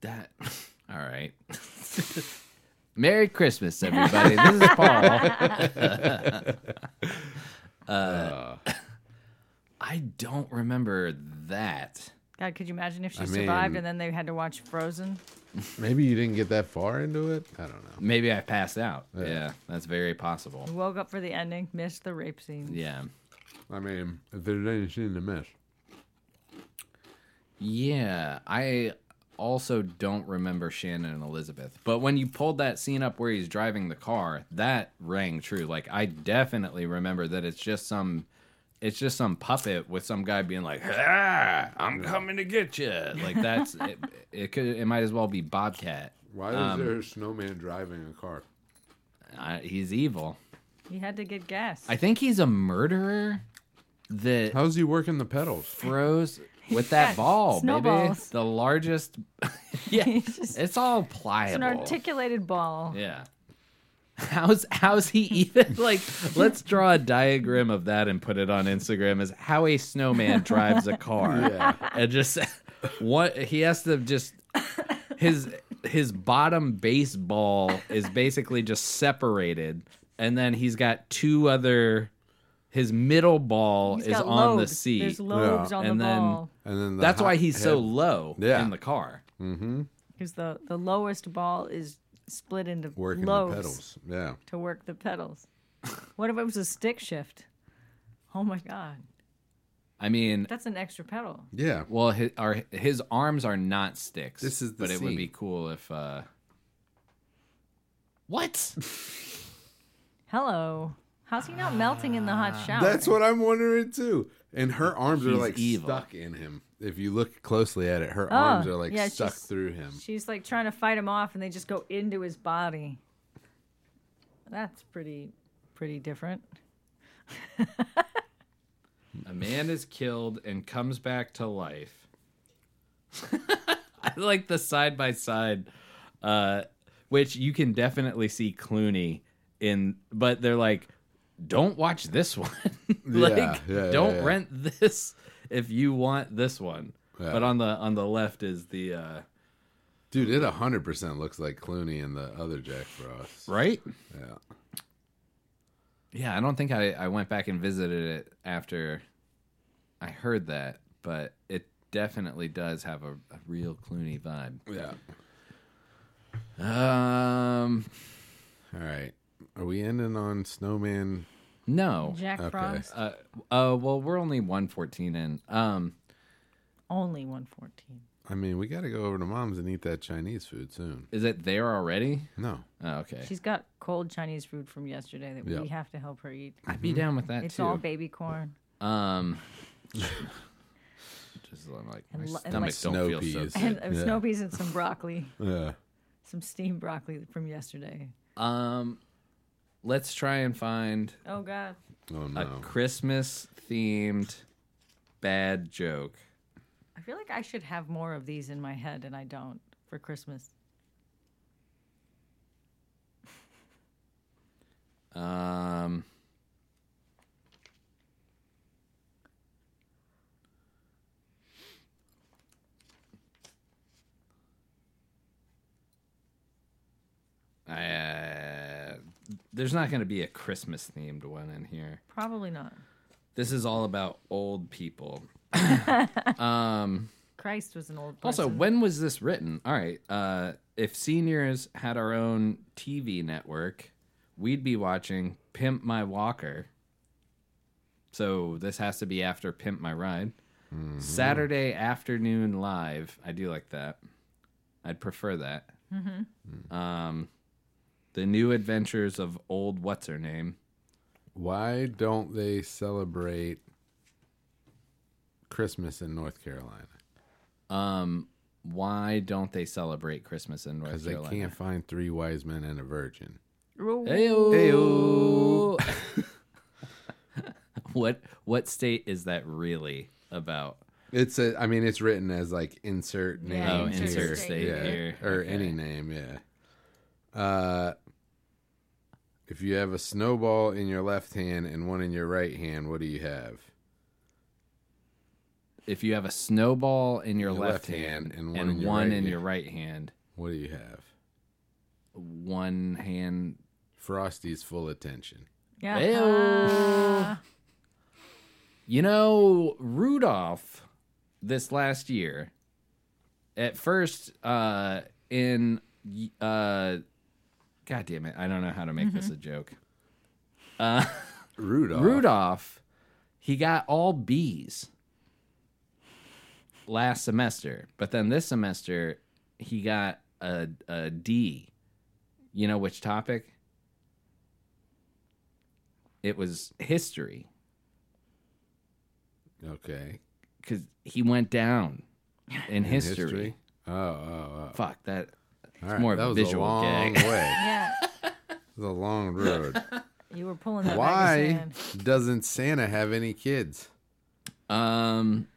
[SPEAKER 1] That. All right. Merry Christmas, everybody. this is Paul. Uh, I don't remember that.
[SPEAKER 3] God, could you imagine if she
[SPEAKER 2] I
[SPEAKER 3] survived
[SPEAKER 2] mean-
[SPEAKER 3] and then they had to watch Frozen?
[SPEAKER 2] Maybe you didn't get that far into it. I don't know.
[SPEAKER 1] Maybe I passed out. Yeah, that's very possible.
[SPEAKER 3] Woke up for the ending, missed the rape scene.
[SPEAKER 1] Yeah.
[SPEAKER 2] I mean, if there's anything to miss,
[SPEAKER 1] Yeah, I also don't remember Shannon and Elizabeth. But when you pulled that scene up where he's driving the car, that rang true. Like I definitely remember that it's just some it's just some puppet with some guy being like, ah, "I'm coming to get you." Like that's it, it could it might as well be Bobcat.
[SPEAKER 2] why is
[SPEAKER 1] Um,
[SPEAKER 2] there a snowman driving a car?
[SPEAKER 1] I, he's evil.
[SPEAKER 3] He had to get gas.
[SPEAKER 1] I think he's a murderer that
[SPEAKER 2] How's he working the pedals?
[SPEAKER 1] throws with that ball, baby.
[SPEAKER 3] snowballs.
[SPEAKER 1] The largest Yeah.
[SPEAKER 3] He's just-
[SPEAKER 1] It's all
[SPEAKER 3] it's an
[SPEAKER 1] pliable.
[SPEAKER 3] articulated ball.
[SPEAKER 1] Yeah. How's how's he even like? Let's draw a diagram of that and put it on Instagram. Is how a snowman drives a car.
[SPEAKER 2] Yeah.
[SPEAKER 1] And just what he has to just his his bottom baseball is basically just separated, and then he's got two other. His middle ball
[SPEAKER 3] He's
[SPEAKER 1] is
[SPEAKER 3] got
[SPEAKER 1] on the
[SPEAKER 3] lobes.
[SPEAKER 1] seat.
[SPEAKER 3] There's lobes on
[SPEAKER 1] And
[SPEAKER 3] the
[SPEAKER 1] then-
[SPEAKER 3] ball
[SPEAKER 2] And then the
[SPEAKER 1] That's
[SPEAKER 2] hot
[SPEAKER 1] why he's so
[SPEAKER 2] head-
[SPEAKER 1] low
[SPEAKER 2] Yeah.
[SPEAKER 1] in the car.
[SPEAKER 3] because the the lowest ball is split into
[SPEAKER 2] working
[SPEAKER 3] lobes
[SPEAKER 2] the pedals. Yeah.
[SPEAKER 3] to work the pedals. what if it was a stick shift? Oh my god,
[SPEAKER 1] I mean,
[SPEAKER 3] that's an extra pedal.
[SPEAKER 2] Yeah.
[SPEAKER 1] Well, his, are, his arms are not sticks.
[SPEAKER 2] This is the
[SPEAKER 1] but it would
[SPEAKER 2] scene.
[SPEAKER 1] be cool if. uh What?
[SPEAKER 3] Hello, how's he not melting in the hot shower?
[SPEAKER 2] That's what I'm wondering too. And her arms are
[SPEAKER 1] He's
[SPEAKER 2] like
[SPEAKER 1] evil.
[SPEAKER 2] stuck in him. If you look closely at it, her arms are like
[SPEAKER 3] Oh, yeah,
[SPEAKER 2] stuck
[SPEAKER 3] she's-
[SPEAKER 2] through him.
[SPEAKER 3] She's like trying to fight him off, and they just go into his body. That's pretty, pretty different.
[SPEAKER 1] A man is killed and comes back to life. I like the side by side, uh, which you can definitely see Clooney in, but they're like, don't watch this one. like,
[SPEAKER 2] Yeah, yeah,
[SPEAKER 1] don't
[SPEAKER 2] yeah, yeah.
[SPEAKER 1] rent this if you want this one.
[SPEAKER 2] Yeah.
[SPEAKER 1] But on the on the left is the uh,
[SPEAKER 2] Dude, it 100% looks like Clooney and the other Jack Frost.
[SPEAKER 1] right.
[SPEAKER 2] Yeah.
[SPEAKER 1] Yeah, I don't think I, I went back and visited it after I heard that, but it definitely does have a, a real Clooney vibe.
[SPEAKER 2] Yeah.
[SPEAKER 1] Um,
[SPEAKER 2] All right. Are we ending on Snowman?
[SPEAKER 1] no.
[SPEAKER 3] Jack
[SPEAKER 2] Okay.
[SPEAKER 3] Frost
[SPEAKER 1] Uh, uh, well, we're only one fourteen in. Um,
[SPEAKER 3] only one fourteen.
[SPEAKER 2] I mean, we got to go over to mom's and eat that Chinese food soon.
[SPEAKER 1] is it there already?
[SPEAKER 2] No.
[SPEAKER 1] Oh, okay,
[SPEAKER 3] She's got cold Chinese food from yesterday that
[SPEAKER 2] Yeah.
[SPEAKER 3] we have to help her eat.
[SPEAKER 1] I'd be down with that
[SPEAKER 3] It's
[SPEAKER 1] too.
[SPEAKER 3] all baby corn.
[SPEAKER 1] um, just I'm like my
[SPEAKER 3] And lo-
[SPEAKER 1] stomach
[SPEAKER 3] and, like-
[SPEAKER 1] don't
[SPEAKER 2] Snow
[SPEAKER 1] feel
[SPEAKER 2] peas.
[SPEAKER 1] so.
[SPEAKER 3] and
[SPEAKER 1] Good.
[SPEAKER 3] uh, snow peas and some broccoli,
[SPEAKER 2] Yeah.
[SPEAKER 3] some steamed broccoli from yesterday.
[SPEAKER 1] Um, let's try and find
[SPEAKER 3] Oh God,
[SPEAKER 2] Oh
[SPEAKER 1] a
[SPEAKER 2] no.
[SPEAKER 1] Christmas themed bad joke.
[SPEAKER 3] I feel like I should have more of these in my head, and I don't for Christmas.
[SPEAKER 1] Um, uh, there's not going to be a Christmas themed one in here.
[SPEAKER 3] Probably not.
[SPEAKER 1] This is all about old people.
[SPEAKER 3] Christ was an old person.
[SPEAKER 1] Also, when was this written? All right. Uh, if seniors had our own TV network, we'd be watching Pimp My Walker. So this has to be after Pimp My Ride.
[SPEAKER 2] Mm-hmm.
[SPEAKER 1] Saturday afternoon live. I do like that. I'd prefer that. Mm-hmm. Um, the New Adventures of Old What's Her Name.
[SPEAKER 2] Why don't they celebrate Christmas in North Carolina?
[SPEAKER 1] Um, why don't they celebrate Christmas in North
[SPEAKER 2] Because they
[SPEAKER 1] Carolina?
[SPEAKER 2] can't find three wise men and a virgin.
[SPEAKER 3] Ooh,
[SPEAKER 1] Ayo. what what state is that really about?
[SPEAKER 2] It's a. I mean, it's written as like insert name.
[SPEAKER 3] Yeah,
[SPEAKER 1] Oh,
[SPEAKER 3] insert
[SPEAKER 1] insert
[SPEAKER 3] state.
[SPEAKER 1] state
[SPEAKER 2] yeah,
[SPEAKER 1] here.
[SPEAKER 2] or any name. Yeah. Uh, if you have a snowball in your left hand and one in your right hand, what do you have?
[SPEAKER 1] If you have a snowball in your,
[SPEAKER 2] Your
[SPEAKER 1] left, hand and one, in, your
[SPEAKER 2] right
[SPEAKER 1] in
[SPEAKER 2] hand.
[SPEAKER 1] your right hand,
[SPEAKER 2] What do you have?
[SPEAKER 1] one hand.
[SPEAKER 2] Frosty's full attention.
[SPEAKER 3] Yeah. Ah,
[SPEAKER 1] Ayo. You know, Rudolph this last year, at first, uh, in, y- uh, God damn it, I don't know how to make this a joke. Oh.
[SPEAKER 2] Rudolph.
[SPEAKER 1] Rudolph, he got all B's last semester, but then this semester he got a a D. You know which topic? It was history
[SPEAKER 2] Okay.
[SPEAKER 1] because he went down in
[SPEAKER 2] In
[SPEAKER 1] history.
[SPEAKER 2] Oh, oh, oh.
[SPEAKER 1] Fuck that.
[SPEAKER 2] All
[SPEAKER 1] It's
[SPEAKER 2] right,
[SPEAKER 1] more of
[SPEAKER 2] that
[SPEAKER 1] a
[SPEAKER 2] was
[SPEAKER 1] visual
[SPEAKER 2] a long
[SPEAKER 1] gag.
[SPEAKER 2] way.
[SPEAKER 3] Yeah.
[SPEAKER 2] It was a long road.
[SPEAKER 3] You were pulling that
[SPEAKER 2] Why
[SPEAKER 3] back to
[SPEAKER 2] doesn't Santa have any kids?
[SPEAKER 1] Um,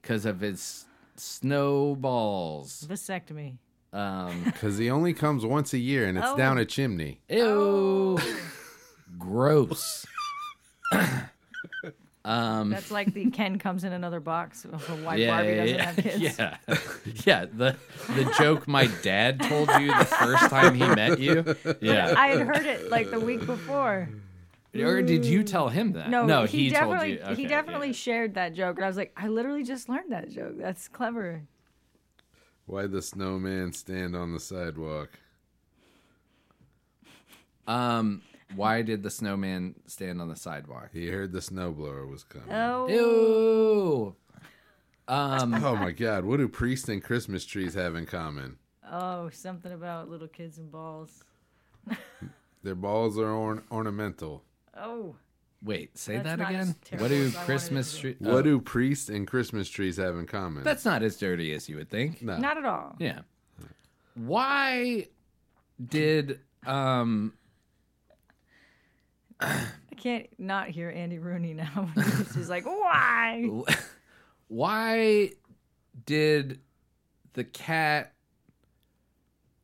[SPEAKER 1] because of his snowballs.
[SPEAKER 3] Vasectomy.
[SPEAKER 1] Um,
[SPEAKER 2] Because he only comes once a year, and it's
[SPEAKER 3] Oh.
[SPEAKER 2] down a chimney.
[SPEAKER 1] ew, gross. Um,
[SPEAKER 3] That's like the Ken comes in another box of why Barbie doesn't
[SPEAKER 1] yeah,
[SPEAKER 3] have kids.
[SPEAKER 1] Yeah. yeah, the the joke my dad told you the first time he met you. Yeah.
[SPEAKER 3] I had heard it like the week before.
[SPEAKER 1] or did you tell him that?
[SPEAKER 3] No,
[SPEAKER 1] he,
[SPEAKER 3] he, definitely
[SPEAKER 1] told you. Okay,
[SPEAKER 3] he
[SPEAKER 1] yeah.
[SPEAKER 3] definitely shared that joke, and I was like, I literally just learned that joke. That's clever.
[SPEAKER 2] Why the snowman stand on the sidewalk?
[SPEAKER 1] Um why did the snowman stand on the sidewalk?
[SPEAKER 2] He heard the snowblower was coming.
[SPEAKER 3] Oh,
[SPEAKER 1] Ew.
[SPEAKER 2] Oh my God! What do priests and Christmas trees have in common?
[SPEAKER 3] oh, something about little kids and balls.
[SPEAKER 2] Their balls are orn- ornamental.
[SPEAKER 3] Oh,
[SPEAKER 1] Wait, say
[SPEAKER 3] That's
[SPEAKER 1] that
[SPEAKER 3] not
[SPEAKER 1] again?
[SPEAKER 3] as terrible
[SPEAKER 1] What do
[SPEAKER 3] as I wanted it
[SPEAKER 1] Christmas
[SPEAKER 3] to be.
[SPEAKER 1] tree uh,
[SPEAKER 2] What do priests and Christmas trees have in common?
[SPEAKER 1] That's not as dirty as you would think.
[SPEAKER 2] no.
[SPEAKER 3] not at all.
[SPEAKER 1] Yeah. Why did um
[SPEAKER 3] I can't not hear Andy Rooney now. She's like, why?
[SPEAKER 1] why did the cat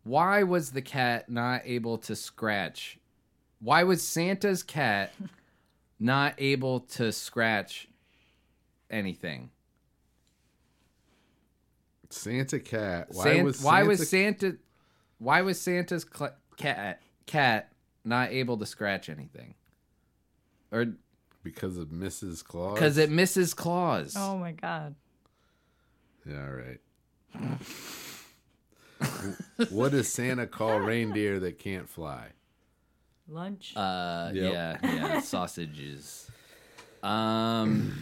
[SPEAKER 1] why was the cat not able to scratch why was santa's cat not able to scratch anything
[SPEAKER 2] Santa cat. Why
[SPEAKER 1] Sant-
[SPEAKER 2] was Santa,
[SPEAKER 1] why was santa why was santa's cl- cat cat not able to scratch anything or
[SPEAKER 2] because of Mrs. Claus?
[SPEAKER 1] because it misses claws
[SPEAKER 3] Oh my God.
[SPEAKER 2] Yeah, all right. what does Santa call reindeer that can't fly?
[SPEAKER 3] Lunch.
[SPEAKER 1] Uh,
[SPEAKER 2] Yep.
[SPEAKER 1] yeah, yeah, sausages. Um,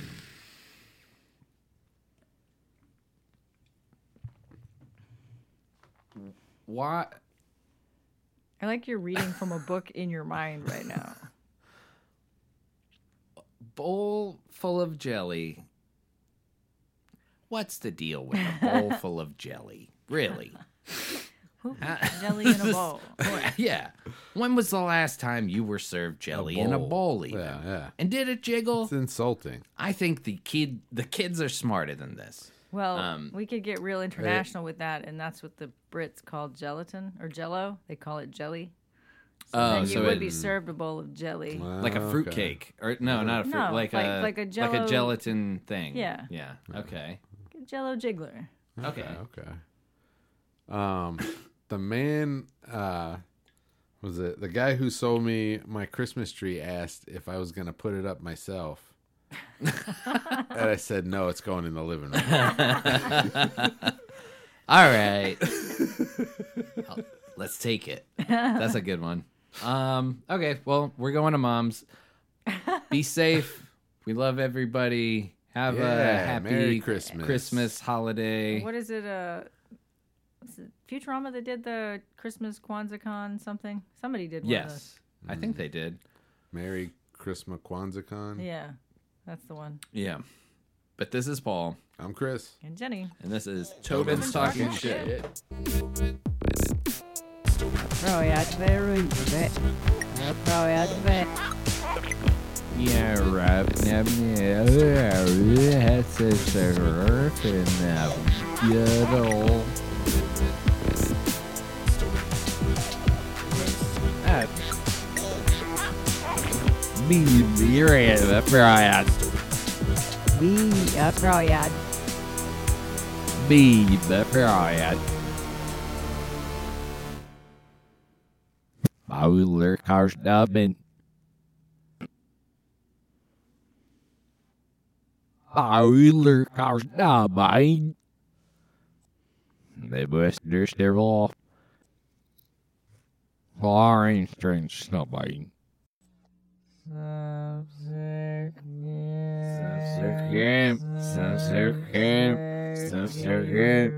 [SPEAKER 1] why?
[SPEAKER 3] I like you're reading from a book in your mind right now.
[SPEAKER 1] Bowl full of jelly. What's the deal with a bowl full of jelly? Really?
[SPEAKER 3] Jelly in a bowl.
[SPEAKER 1] yeah. When was the last time you were served jelly in a bowl? Even?
[SPEAKER 2] Yeah, yeah.
[SPEAKER 1] And did it jiggle?
[SPEAKER 2] It's insulting.
[SPEAKER 1] I think the kid, the kids are smarter than this.
[SPEAKER 3] Well,
[SPEAKER 1] Um,
[SPEAKER 3] we could get real international with that, and that's what the Brits call gelatin or jello. They call it jelly. So
[SPEAKER 1] Oh,
[SPEAKER 3] then you
[SPEAKER 1] so
[SPEAKER 3] would
[SPEAKER 1] it-
[SPEAKER 3] be served a bowl of jelly.
[SPEAKER 1] like a fruit cake or no not a fruit
[SPEAKER 3] No,
[SPEAKER 1] Oh, like,
[SPEAKER 3] like-
[SPEAKER 1] a
[SPEAKER 3] like a
[SPEAKER 1] like a
[SPEAKER 3] Jell-O-
[SPEAKER 1] gelatin thing
[SPEAKER 3] Yeah.
[SPEAKER 1] yeah okay
[SPEAKER 3] Jello jiggler.
[SPEAKER 1] okay,
[SPEAKER 2] Okay. Um, the man uh, was it the guy who sold me my Christmas tree asked if I was going to put it up myself. and I said, no, it's going in the living room.
[SPEAKER 1] All right. I'll- Let's take it. That's a good one. Um, okay, well, we're going to mom's. Be safe. We love everybody. Have a
[SPEAKER 2] Yeah,
[SPEAKER 1] happy
[SPEAKER 2] Merry Christmas.
[SPEAKER 1] Christmas holiday.
[SPEAKER 3] What is it? Uh, is it Futurama that did the Christmas KwanzaaCon something? Somebody did. One Of those.
[SPEAKER 1] yes. I think they did.
[SPEAKER 2] Merry Christmas Kwanzaa-Con.
[SPEAKER 3] Yeah, that's the one.
[SPEAKER 1] Yeah. But this is Paul,
[SPEAKER 2] I'm Chris.
[SPEAKER 3] And Jenny.
[SPEAKER 1] and this is Tobin's Talking Shit.
[SPEAKER 3] Throw out very Throw out very.
[SPEAKER 1] Yeah, right. Yeah, yeah, yeah, yeah. It's a surf in that good old. Ah. Be beer fried.
[SPEAKER 3] Be a throw out.
[SPEAKER 1] Be the fried. Bowler carved up in. Bowler carved up in. The Buster Stirl. Orange drink snowbite. Subsequent. Subsequent. Subsequent.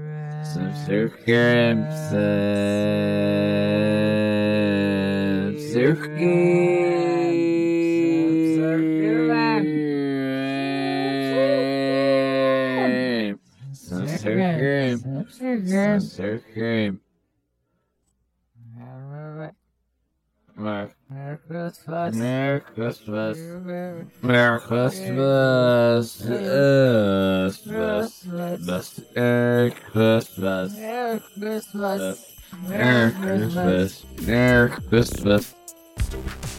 [SPEAKER 1] Subsequent. uh. Subsequent. Subsequent. Subsequent. Merry Christmas. Merry Christmas. Merry Christmas. Christmas. Merry Christmas. Merry Christmas. Merry Christmas. Merry Christmas.